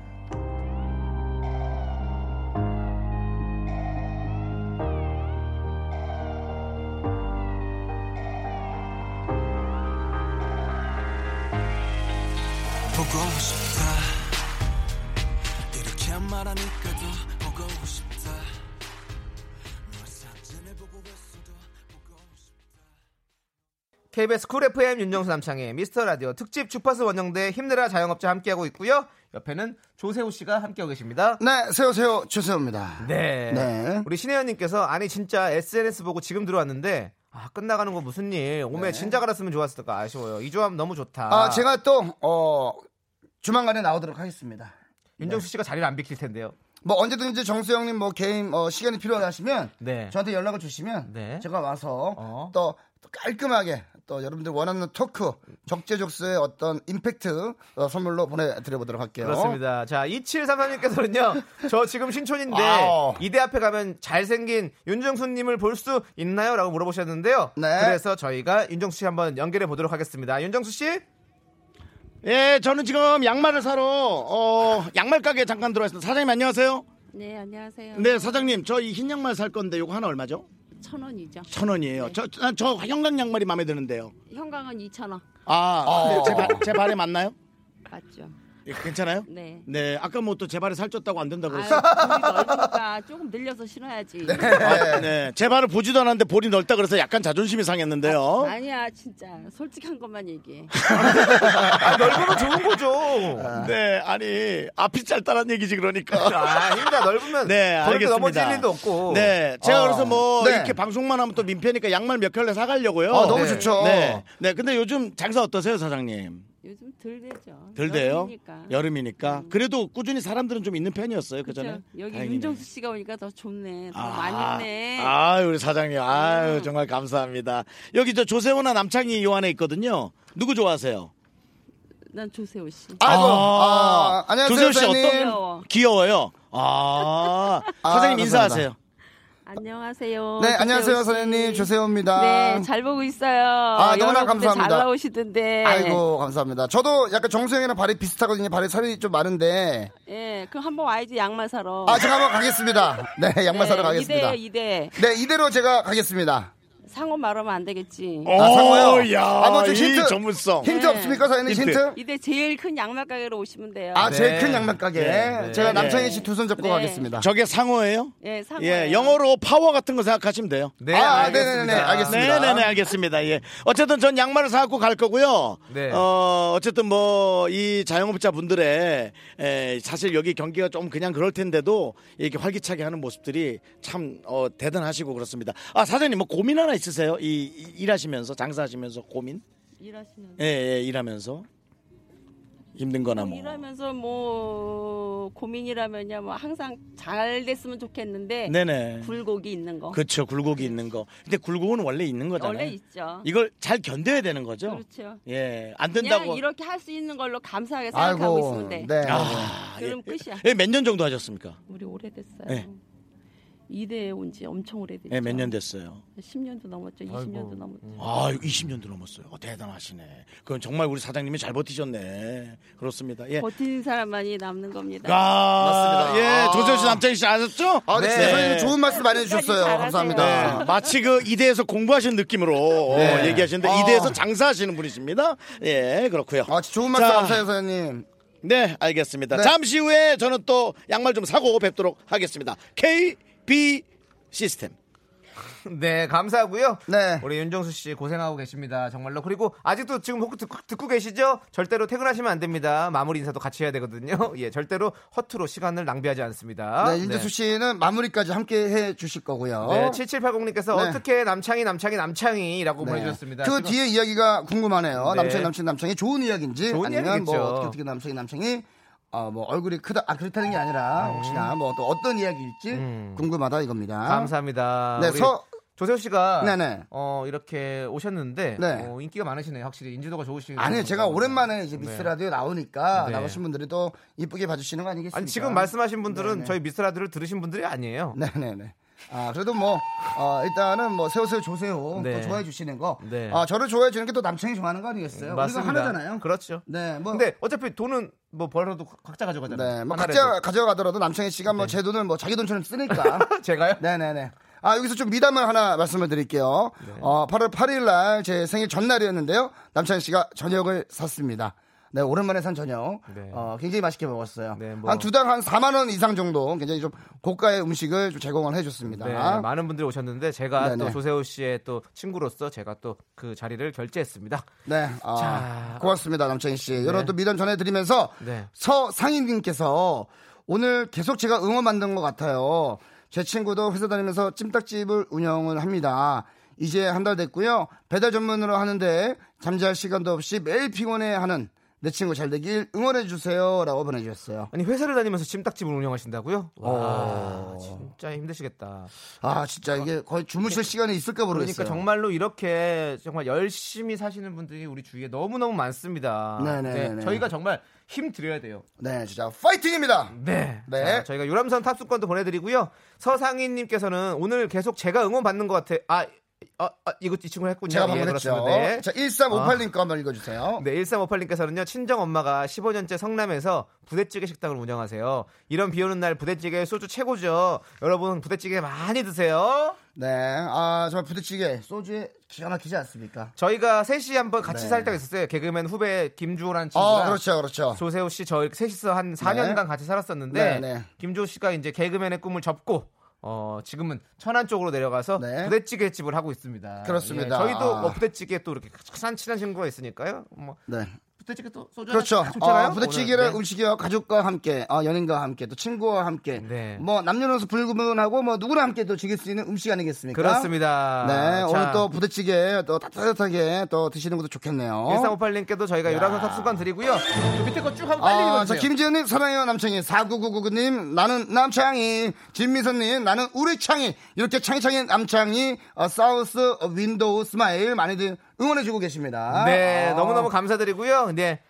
S14: 보고 싶다 이렇게 말하니까도 보고 싶다 널 사진을 보고 있어도
S1: KBS 쿨 FM 윤정수 남창의 미스터 라디오 특집 주파수 원정대 힘내라 자영업자 함께하고 있고요. 옆에는 조세호 씨가 함께하고 계십니다.
S3: 네, 세요 세요 최세호입니다.
S1: 네.
S3: 네.
S1: 우리 신혜연님께서 아니 진짜 SNS 보고 지금 들어왔는데 아 끝나가는 거 무슨 일? 오메 진짜 갈았으면 좋았을 까 아쉬워요. 이 조합 너무 좋다.
S3: 네. 아, 제가 또 어, 주만간에 나오도록 하겠습니다. 네.
S1: 윤정수 씨가 자리를 안 비킬 텐데요.
S3: 뭐 언제든지 정수 형님 뭐 개인 어, 시간이 필요하시면
S1: 네.
S3: 저한테 연락을 주시면
S1: 네. 어.
S3: 제가 와서 또, 또 깔끔하게 또 여러분들 원하는 토크 적재적소의 어떤 임팩트 어, 선물로 보내드려보도록 할게요.
S1: 그렇습니다. 자, 2733님께서는요, 저 지금 신촌인데,
S3: 와우.
S1: 이대 앞에 가면 잘생긴 윤정수님을 볼 수 있나요? 라고 물어보셨는데요.
S3: 네.
S1: 그래서 저희가 윤정수 씨 한번 연결해 보도록 하겠습니다. 윤정수 씨?
S2: 예, 저는 지금 양말을 사러 어, 양말 가게에 잠깐 들어왔습니다. 사장님 안녕하세요.
S15: 네, 안녕하세요.
S2: 네, 사장님 저 이 흰 양말 살 건데 이거 하나 얼마죠?
S15: 천 원이죠.
S2: 천 원이에요. 저, 저, 저 형광 양말이 마음에 드는데요.
S15: 형광은 2천 원.
S2: 아,
S15: 어.
S2: 제, 발, 제 발에 맞나요?
S15: 맞죠.
S2: 예, 괜찮아요?
S15: 네.
S2: 네, 아까 뭐 또 제 발에 살쪘다고 안 된다고
S15: 아유,
S2: 했어요.
S15: 볼이 넓으니까 조금 늘려서 신어야지.
S2: 아, 네, 제 발을 보지도 않았는데 볼이 넓다 그래서 약간 자존심이 상했는데요.
S15: 아니야, 진짜. 솔직한 것만 얘기해.
S1: 아, 넓으면 좋은 거죠.
S2: 네, 아니 앞이 짧다는 얘기지 그러니까.
S1: 아, 힘들다. 넓으면
S2: 네,
S1: 걸을 때
S2: 알겠습니다.
S1: 넘어질 일도 없고.
S2: 네, 제가
S1: 어.
S2: 그래서 뭐
S1: 네.
S2: 이렇게 방송만 하면 또 민폐니까 양말 몇 켤레 사가려고요.
S1: 어, 너무 네. 좋죠.
S2: 네, 네, 근데 요즘 장사 어떠세요, 사장님?
S15: 요즘 덜 되죠.
S2: 덜 돼요?
S15: 여름이니까. 음.
S2: 여름이니까. 그래도 꾸준히 사람들은 좀 있는 편이었어요 그 전에.
S15: 그쵸? 그렇죠? 여기
S2: 다행이네.
S15: 윤정수 씨가 오니까 더 좋네. 더
S2: 아,
S15: 많이 있네. 음.
S2: 아유, 우리 사장님. 아유, 정말 감사합니다. 여기 저 조세호나 남창희 요 안에 있거든요. 누구 좋아하세요?
S15: 난 조세호 씨.
S2: 아이고.
S3: 아, 안녕하세요,
S2: 조세호 씨
S3: 사장님.
S2: 어떤? 귀여워요. 아,
S3: 아,
S2: 사장님
S3: 감사합니다.
S2: 인사하세요.
S15: 안녕하세요.
S3: 네,
S15: 조세호
S3: 안녕하세요,
S15: 씨.
S3: 사장님. 조세호입니다.
S15: 네, 잘 보고 있어요.
S3: 아, 너무나
S15: 여러 군데
S3: 감사합니다.
S15: 잘 나오시던데.
S3: 아이고, 감사합니다. 저도 약간 정수 형이랑 발이 비슷하거든요. 발에 살이 좀 많은데.
S15: 예, 그럼 한번 와야지 양말 사러.
S3: 아, 제가 한번 가겠습니다. 네, 양말 사러
S15: 어. 네,
S3: 가겠습니다.
S15: 이대요, 이대.
S3: 네, 이대로 제가 가겠습니다.
S15: 상호 말하면 안 되겠지.
S3: 아, 상호요?
S2: 야,
S3: 한번 좀
S2: 이
S3: 힌트.
S2: 전문성.
S3: 힌트 없습니까, 그러니까 사장님? 힌트?
S15: 이대 제일 큰 양말 가게로 오시면 돼요.
S3: 아, 제일 큰 양말 가게.
S2: 네, 네.
S3: 제가
S2: 네.
S3: 남창희 씨 두 손 잡고
S15: 네.
S3: 가겠습니다.
S2: 저게 상호예요?
S15: 예, 상호.
S2: 예, 영어로 파워 같은 거 생각하시면 돼요.
S1: 네,
S3: 아, 네네네, 알겠습니다.
S2: 네네네, 알겠습니다. 예. 어쨌든 전 양말을 사갖고 갈 거고요.
S1: 네.
S2: 어, 어쨌든 뭐 이 자영업자 분들의 에, 사실 여기 경기가 좀 그냥 그럴 텐데도 이렇게 활기차게 하는 모습들이 참 어, 대단하시고 그렇습니다. 아 사장님 뭐 고민 하나 있으세요? 이, 이- 일하시면서 장사하시면서 고민?
S15: 일하시면서.
S2: 예, 예 일하면서 힘든 거나 뭐.
S15: 일하면서 뭐 고민이라면야 뭐 항상 잘 됐으면 좋겠는데
S2: 네네.
S15: 굴곡이 있는 거.
S2: 그렇죠 굴곡이 있는 거. 근데 굴곡은 원래 있는 거잖아요.
S15: 원래 있죠.
S2: 이걸 잘 견뎌야 되는 거죠.
S15: 그렇죠.
S2: 예, 안
S15: 그냥
S2: 된다고.
S15: 이렇게 할 수 있는 걸로 감사하게 생각하고
S2: 아이고.
S15: 있으면 돼.
S3: 네.
S2: 아,
S15: 그럼 끝이야.
S2: 예, 몇 년 정도 하셨습니까?
S15: 우리 오래됐어요.
S2: 예.
S15: 이대에 온 지 엄청 오래됐죠.
S2: 예, 몇 년 됐어요.
S15: 10년도 넘었죠. 그렇죠. 20년도 넘었죠.
S2: 아, 20년도 넘었어요. 어, 대단하시네. 그건 정말 우리 사장님이 잘 버티셨네. 그렇습니다. 예.
S15: 버티는 사람만이 남는 겁니다.
S2: 네. 아, 맞습니다. 예, 조세호 씨, 남창희 씨 아셨죠?
S3: 아, 네, 진짜 선생님 좋은 말씀 많이 해주셨어요. 감사합니다.
S2: 네, 마치 그 이대에서 공부하신 느낌으로 어,
S3: 네.
S2: 얘기하시는데
S3: 아.
S2: 이대에서 장사하시는 분이십니다. 예, 그렇고요. 아,
S3: 좋은 말씀 감사해요, 사장님.
S2: 네, 알겠습니다.
S3: 네.
S2: 잠시 후에 저는 또 양말 좀 사고 뵙도록 하겠습니다. KB 시스템.
S1: 네, 감사하고요.
S3: 네.
S1: 우리 윤정수 씨 고생하고 계십니다. 정말로. 그리고 아직도 지금 혹 듣고, 듣고 계시죠? 절대로 퇴근하시면 안 됩니다. 마무리 인사도 같이 해야 되거든요. 예, 절대로 허투루 시간을 낭비하지 않습니다.
S3: 네, 윤정수 씨는 마무리까지 함께 해 주실 거고요.
S1: 네, 7780님께서
S3: 네.
S1: 어떻게 남창이 남창이 남창이라고
S3: 네.
S1: 보내주셨습니다.
S3: 그
S1: 지금
S3: 뒤에 이야기가 궁금하네요.
S1: 네.
S3: 남친 남친 남친이 좋은 이야기인지
S1: 좋은
S3: 아니면 뭐
S1: 이야기겠죠.
S3: 어떻게 어떻게 남친이 남친이 어, 뭐 얼굴이 크다 아 그렇다는 게 아니라
S1: 음.
S3: 혹시나 뭐 또 어떤 이야기일지 궁금하다 이겁니다.
S1: 감사합니다.
S3: 네,
S1: 아, 우리
S3: 서
S1: 조세호 씨가
S3: 네네.
S1: 어, 이렇게 오셨는데
S3: 네.
S1: 어, 인기가 많으시네요. 확실히 인지도가 좋으시네요.
S3: 아니요 제가 오랜만에 이제 미스
S1: 네.
S3: 라디오 나오니까
S1: 네.
S3: 나오신 분들이 또 이쁘게 봐주시는 거 아니겠습니까?
S1: 아니 지금 말씀하신 분들은
S3: 네네.
S1: 저희 미스라드를 들으신 분들이 아니에요.
S3: 네네네. 아 그래도 뭐 어, 일단은 뭐 세우세요 조세요
S1: 네.
S3: 또 좋아해 주시는 거.
S1: 네.
S3: 아 저를 좋아해 주는 게 또 남친이 좋아하는 거 아니겠어요?
S1: 맞습니다.
S3: 우리가 하나잖아요.
S1: 그렇죠.
S3: 네. 뭐
S1: 근데 어차피 돈은 뭐 벌어도 각자 가져가잖아요.
S3: 네, 뭐
S1: 하나라도. 네.
S3: 각자 가져가더라도 남창희 씨가 뭐 제 돈을 뭐 자기 돈처럼 쓰니까.
S1: 제가요?
S3: 네네네. 아, 여기서 좀 미담을 하나 말씀을 드릴게요.
S1: 네.
S3: 어, 8월 8일 날 제 생일 전날이었는데요. 남창희 씨가 저녁을 샀습니다. 네, 오랜만에 산 저녁.
S1: 네.
S3: 어, 굉장히 맛있게 먹었어요.
S1: 뭐.
S3: 한 두 당 한 4만원 이상 정도 굉장히 좀 고가의 음식을 좀 제공을 해줬습니다.
S1: 네, 많은 분들이 오셨는데 제가
S3: 네네.
S1: 또 조세호 씨의 또 친구로서 제가 또 그 자리를 결제했습니다.
S3: 네, 아,
S1: 자.
S3: 고맙습니다, 남창희 씨. 여러분 또 미담 전해드리면서
S1: 네.
S3: 서상인님께서 오늘 계속 제가 응원 만든 것 같아요. 제 친구도 회사 다니면서 찜닭집을 운영을 합니다. 이제 한 달 됐고요. 배달 전문으로 하는데 잠잘 시간도 없이 매일 피곤해하는 내 친구 잘 되길 응원해 주세요라고 보내주셨어요.
S1: 아니 회사를 다니면서 찜닭집을 운영하신다고요? 와
S3: 어.
S1: 진짜 힘드시겠다.
S3: 아 진짜 이게 거의 주무실 시간이 있을까 모르겠어요.
S1: 그러니까 정말로 이렇게 정말 열심히 사시는 분들이 우리 주위에 너무 너무 많습니다.
S3: 네네네네.
S1: 저희가 정말 힘 드려야 돼요.
S3: 네, 진짜 파이팅입니다.
S1: 네.
S3: 네.
S1: 자, 저희가 유람선 탑승권도 보내드리고요. 서상희님께서는 오늘 계속 제가 응원 받는 것 같아. 아, 아, 아, 이거 이 친구 했군요.
S3: 제가 방금
S1: 예,
S3: 했죠.
S1: 그렇습니다. 네.
S3: 자, 1358님
S1: 아.
S3: 거 한번 읽어주세요.
S1: 네, 1358님께서는요, 친정 엄마가 15년째 성남에서 부대찌개 식당을 운영하세요. 이런 비 오는 날 부대찌개 소주 최고죠. 여러분, 부대찌개 많이 드세요.
S3: 네, 아 정말 부대찌개 소주에 기가 막히지 않습니까?
S1: 저희가 셋이 한번 같이
S3: 네.
S1: 살 때가 있었어요. 개그맨 후배 김주호라는 친구랑
S3: 어, 그렇죠, 그렇죠.
S1: 조세호 씨, 저 셋이서 한 4년간 같이
S3: 네,
S1: 살았었는데
S3: 네.
S1: 김주호 씨가 이제 개그맨의 꿈을 접고 어, 지금은 천안 쪽으로 내려가서 부대찌개 집을 하고 있습니다.
S3: 네. 그렇습니다.
S1: 예, 저희도
S3: 아.
S1: 뭐 부대찌개 또 이렇게 산 친한 친구가 있으니까요. 뭐
S3: 네.
S1: 부대찌개 또 소주
S3: 그렇죠.
S1: 하나 좋잖아요.
S3: 어, 부대찌개를
S1: 오늘, 네.
S3: 음식이와 가족과 함께, 어, 연인과 함께, 또 친구와 함께,
S1: 네.
S3: 뭐 남녀노소 불구분하고 뭐 누구나 함께 또 즐길 수 있는 음식 아니겠습니까?
S1: 그렇습니다.
S3: 네,
S1: 자.
S3: 오늘 또 부대찌개 또 따뜻하게 또 드시는 것도 좋겠네요.
S1: 1358님께도 저희가 유람선 탑승권 드리고요. 저 밑에 거 쭉 하고 빨리
S3: 아,
S1: 읽어주세요.
S3: 자, 김지현님 사랑해요 남창희 4999님 나는 남창희 진미선님 나는 우리 창희 이렇게 창희창희 남창희 어, 사우스 윈도우 스마일 많이들 응원해주고 계십니다
S1: 네,
S3: 아.
S1: 너무너무 감사드리고요. 네.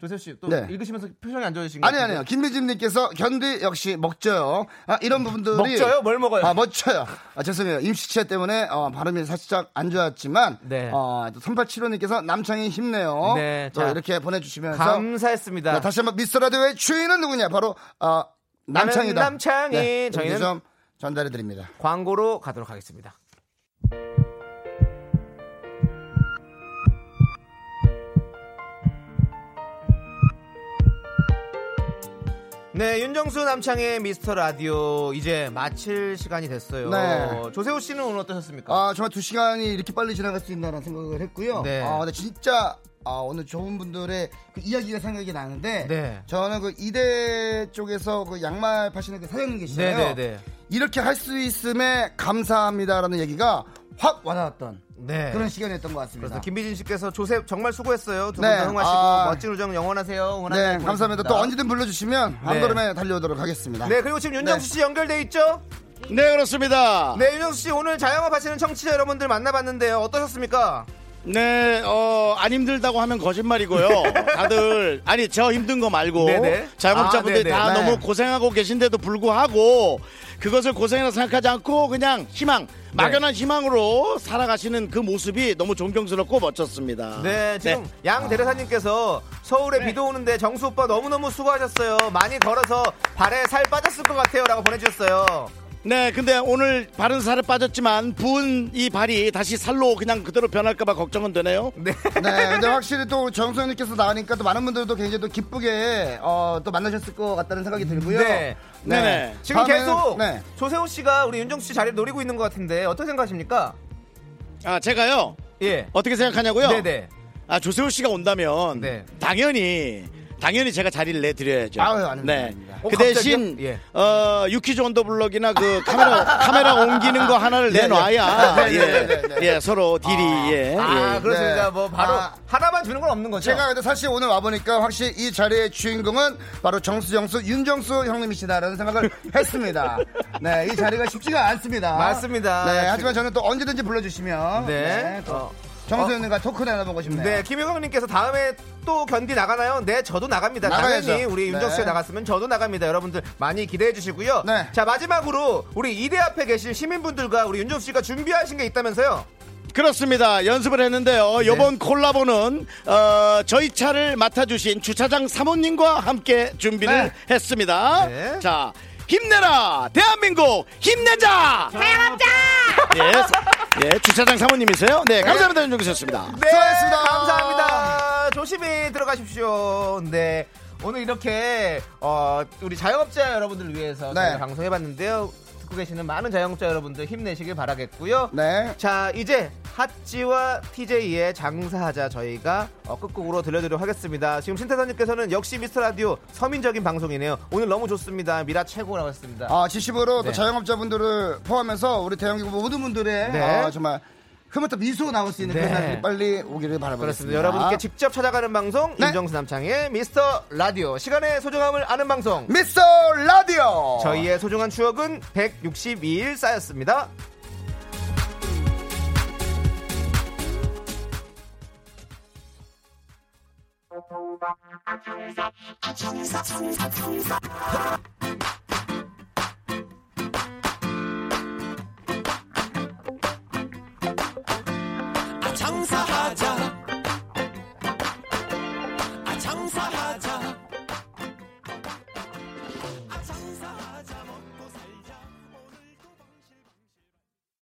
S1: 조세호 씨, 또
S3: 네.
S1: 읽으시면서 표정이 안 좋으신 거
S3: 아니 아니요 김미진님께서 견디 역시 먹져요 아, 이런 부분들이
S1: 음. 먹져요? 뭘 먹어요?
S3: 아 먹져요 아, 죄송해요 임시치아 때문에 어, 발음이 살짝 안 좋았지만
S1: 네.
S3: 어, 3875님께서 남창희 힘내요
S1: 네,
S3: 또
S1: 자.
S3: 이렇게 보내주시면서
S1: 감사했습니다.
S3: 네, 다시 한번 미스터 라디오의 주인은 누구냐? 바로 어, 남창이다.
S1: 나는 남창희.
S3: 네, 저희는
S1: 저희는
S3: 좀 전달해 드립니다.
S1: 광고로 가도록 하겠습니다. 네, 윤정수 남창의 미스터 라디오 이제 마칠 시간이 됐어요.
S3: 네.
S1: 조세호 씨는 오늘 어떠셨습니까?
S3: 아 정말 두 시간이 이렇게 빨리 지나갈 수 있나라는 생각을 했고요.
S1: 네.
S3: 아 근데 진짜 아, 오늘 좋은 분들의 그 이야기가 생각이 나는데
S1: 네.
S3: 저는 그 이대 쪽에서 그 양말 파시는 그 사장님 계시잖아요.
S1: 네, 네, 네.
S3: 이렇게 할 수 있음에 감사합니다라는 얘기가 확 와닿았던
S1: 네.
S3: 그런 시간이었던 것 같습니다.
S1: 그래서 김비진 씨께서 조세 정말 수고했어요. 두분
S3: 네,
S1: 다 흥하시고
S3: 아.
S1: 멋진 우정 영원하세요. 응원하세요.
S3: 네, 감사합니다. 또 언제든 불러주시면
S1: 네.
S3: 한걸음에 달려오도록 하겠습니다.
S1: 네, 그리고 지금 윤정수
S3: 네.
S1: 씨 연결돼 있죠?
S2: 네 그렇습니다.
S1: 네, 윤정수 씨 오늘 자영업 하시는 청취자 여러분들 만나봤는데요. 어떠셨습니까?
S2: 네, 어, 안 힘들다고 하면 거짓말이고요. 다들, 아니, 저 힘든 거 말고,
S1: 네네.
S2: 자영업자분들이
S1: 아, 네네.
S2: 다
S1: 네.
S2: 너무 고생하고 계신데도 불구하고, 그것을 고생이라 생각하지 않고, 그냥 희망,
S1: 네.
S2: 막연한 희망으로 살아가시는 그 모습이 너무 존경스럽고 멋졌습니다. 아.
S1: 네,
S2: 네.
S1: 지금 양 대리사님께서 서울에 비도 오는데 정수 오빠 너무너무 수고하셨어요. 많이 걸어서 발에 살 빠졌을 것 같아요. 라고 보내주셨어요.
S2: 네, 근데 오늘 발은 살에 빠졌지만 부은 이 발이 다시 살로 그냥 그대로 변할까봐 걱정은 되네요.
S1: 네.
S3: 네, 근데 확실히 또 정선님께서 나가니까 또 많은 분들도 굉장히 또 기쁘게 어, 또 만나셨을 것 같다는 생각이 들고요.
S1: 네. 네. 지금
S3: 다음에는-
S1: 계속
S3: 네.
S1: 조세호 씨가 우리 윤정수 씨 자리를 노리고 있는 것 같은데 어떻게 생각하십니까?
S2: 아, 제가요?
S1: 예.
S2: 어떻게 생각하냐고요?
S1: 네네. 네.
S2: 아, 조세호 씨가 온다면 당연히 당연히 제가 자리를 내드려야죠.
S1: 아유, 아닙니다,
S2: 네.
S1: 아닙니다.
S2: 그
S1: 어,
S2: 대신
S1: 갑자기요? 예.
S2: 어, 유키즈 언더블럭이나 그 카메라 카메라 옮기는 거 하나를
S1: 네, 네.
S2: 내놔야
S1: 네,
S2: 예,
S1: 네, 네,
S2: 예, 서로 딜이 예.
S1: 아,
S2: 예.
S1: 그렇습니다. 뭐 바로
S3: 네. 아.
S1: 하나만 주는 건 없는 거죠.
S3: 제가 근데 사실 오늘 와보니까 확실히 이 자리의 주인공은 바로 정수정수 윤정수 형님이시다라는 생각을 했습니다. 네, 이 자리가 쉽지가 않습니다.
S1: 맞습니다. 아,
S3: 네, 하지만 저는 또 언제든지 불러주시면
S1: 네.
S3: 또
S1: 어.
S3: 정수
S1: 어.
S3: 형님과 토크 나눠보고 싶네요.
S1: 네, 김효경님께서 다음에 또 견디 나가나요? 네, 저도 나갑니다.
S3: 나가야죠.
S1: 당연히 우리
S3: 네. 네.
S1: 윤정수 씨 나갔으면 저도 나갑니다. 여러분들 많이 기대해 주시고요. 자, 마지막으로 우리 이대 앞에 계실 시민분들과 우리 윤정수 씨가 준비하신 게 있다면서요?
S2: 그렇습니다. 연습을
S1: 네.
S2: 했는데요. 이번 콜라보는 어, 저희 차를 맡아주신 주차장 사모님과 함께
S1: 네.
S2: 준비를 했습니다. 자, 힘내라 대한민국 힘내자.
S7: 자영업자!
S2: 예, 예, 주차장 사모님이세요? 네, 감사합니다 윤종수였습니다.
S1: 네, 수고하셨습니다. 감사합니다. 조심히 들어가십시오. 네. 오늘 이렇게 어, 우리 자영업자 여러분들을 위해서 저희가 방송해봤는데요. 듣고 계시는 많은 자영업자 여러분들 힘내시길 바라겠고요.
S3: 네.
S1: 자, 이제 핫지와 TJ의 장사하자 저희가 어, 끝곡으로 들려드리도록 하겠습니다. 지금 신태선님께서는 역시 미스터 라디오 서민적인 방송이네요. 오늘 너무 좋습니다. 미라 최고라고 했습니다.
S3: 아, 지식으로
S1: 네.
S3: 또 자영업자분들을 포함해서 우리 대한민국 모든 분들의
S1: 네.
S3: 아, 정말 흐뭇한 미소 나올 수 있는
S1: 네.
S3: 그런 날이 빨리 오기를 바라보겠습니다. 네.
S1: 그렇습니다. 여러분께 직접 찾아가는 방송 윤정수 남창의 미스터 라디오 시간의 소중함을 아는 방송
S3: 미스터 라디오
S1: 저희의 소중한 추억은 162일 쌓였습니다.
S14: 아, 아,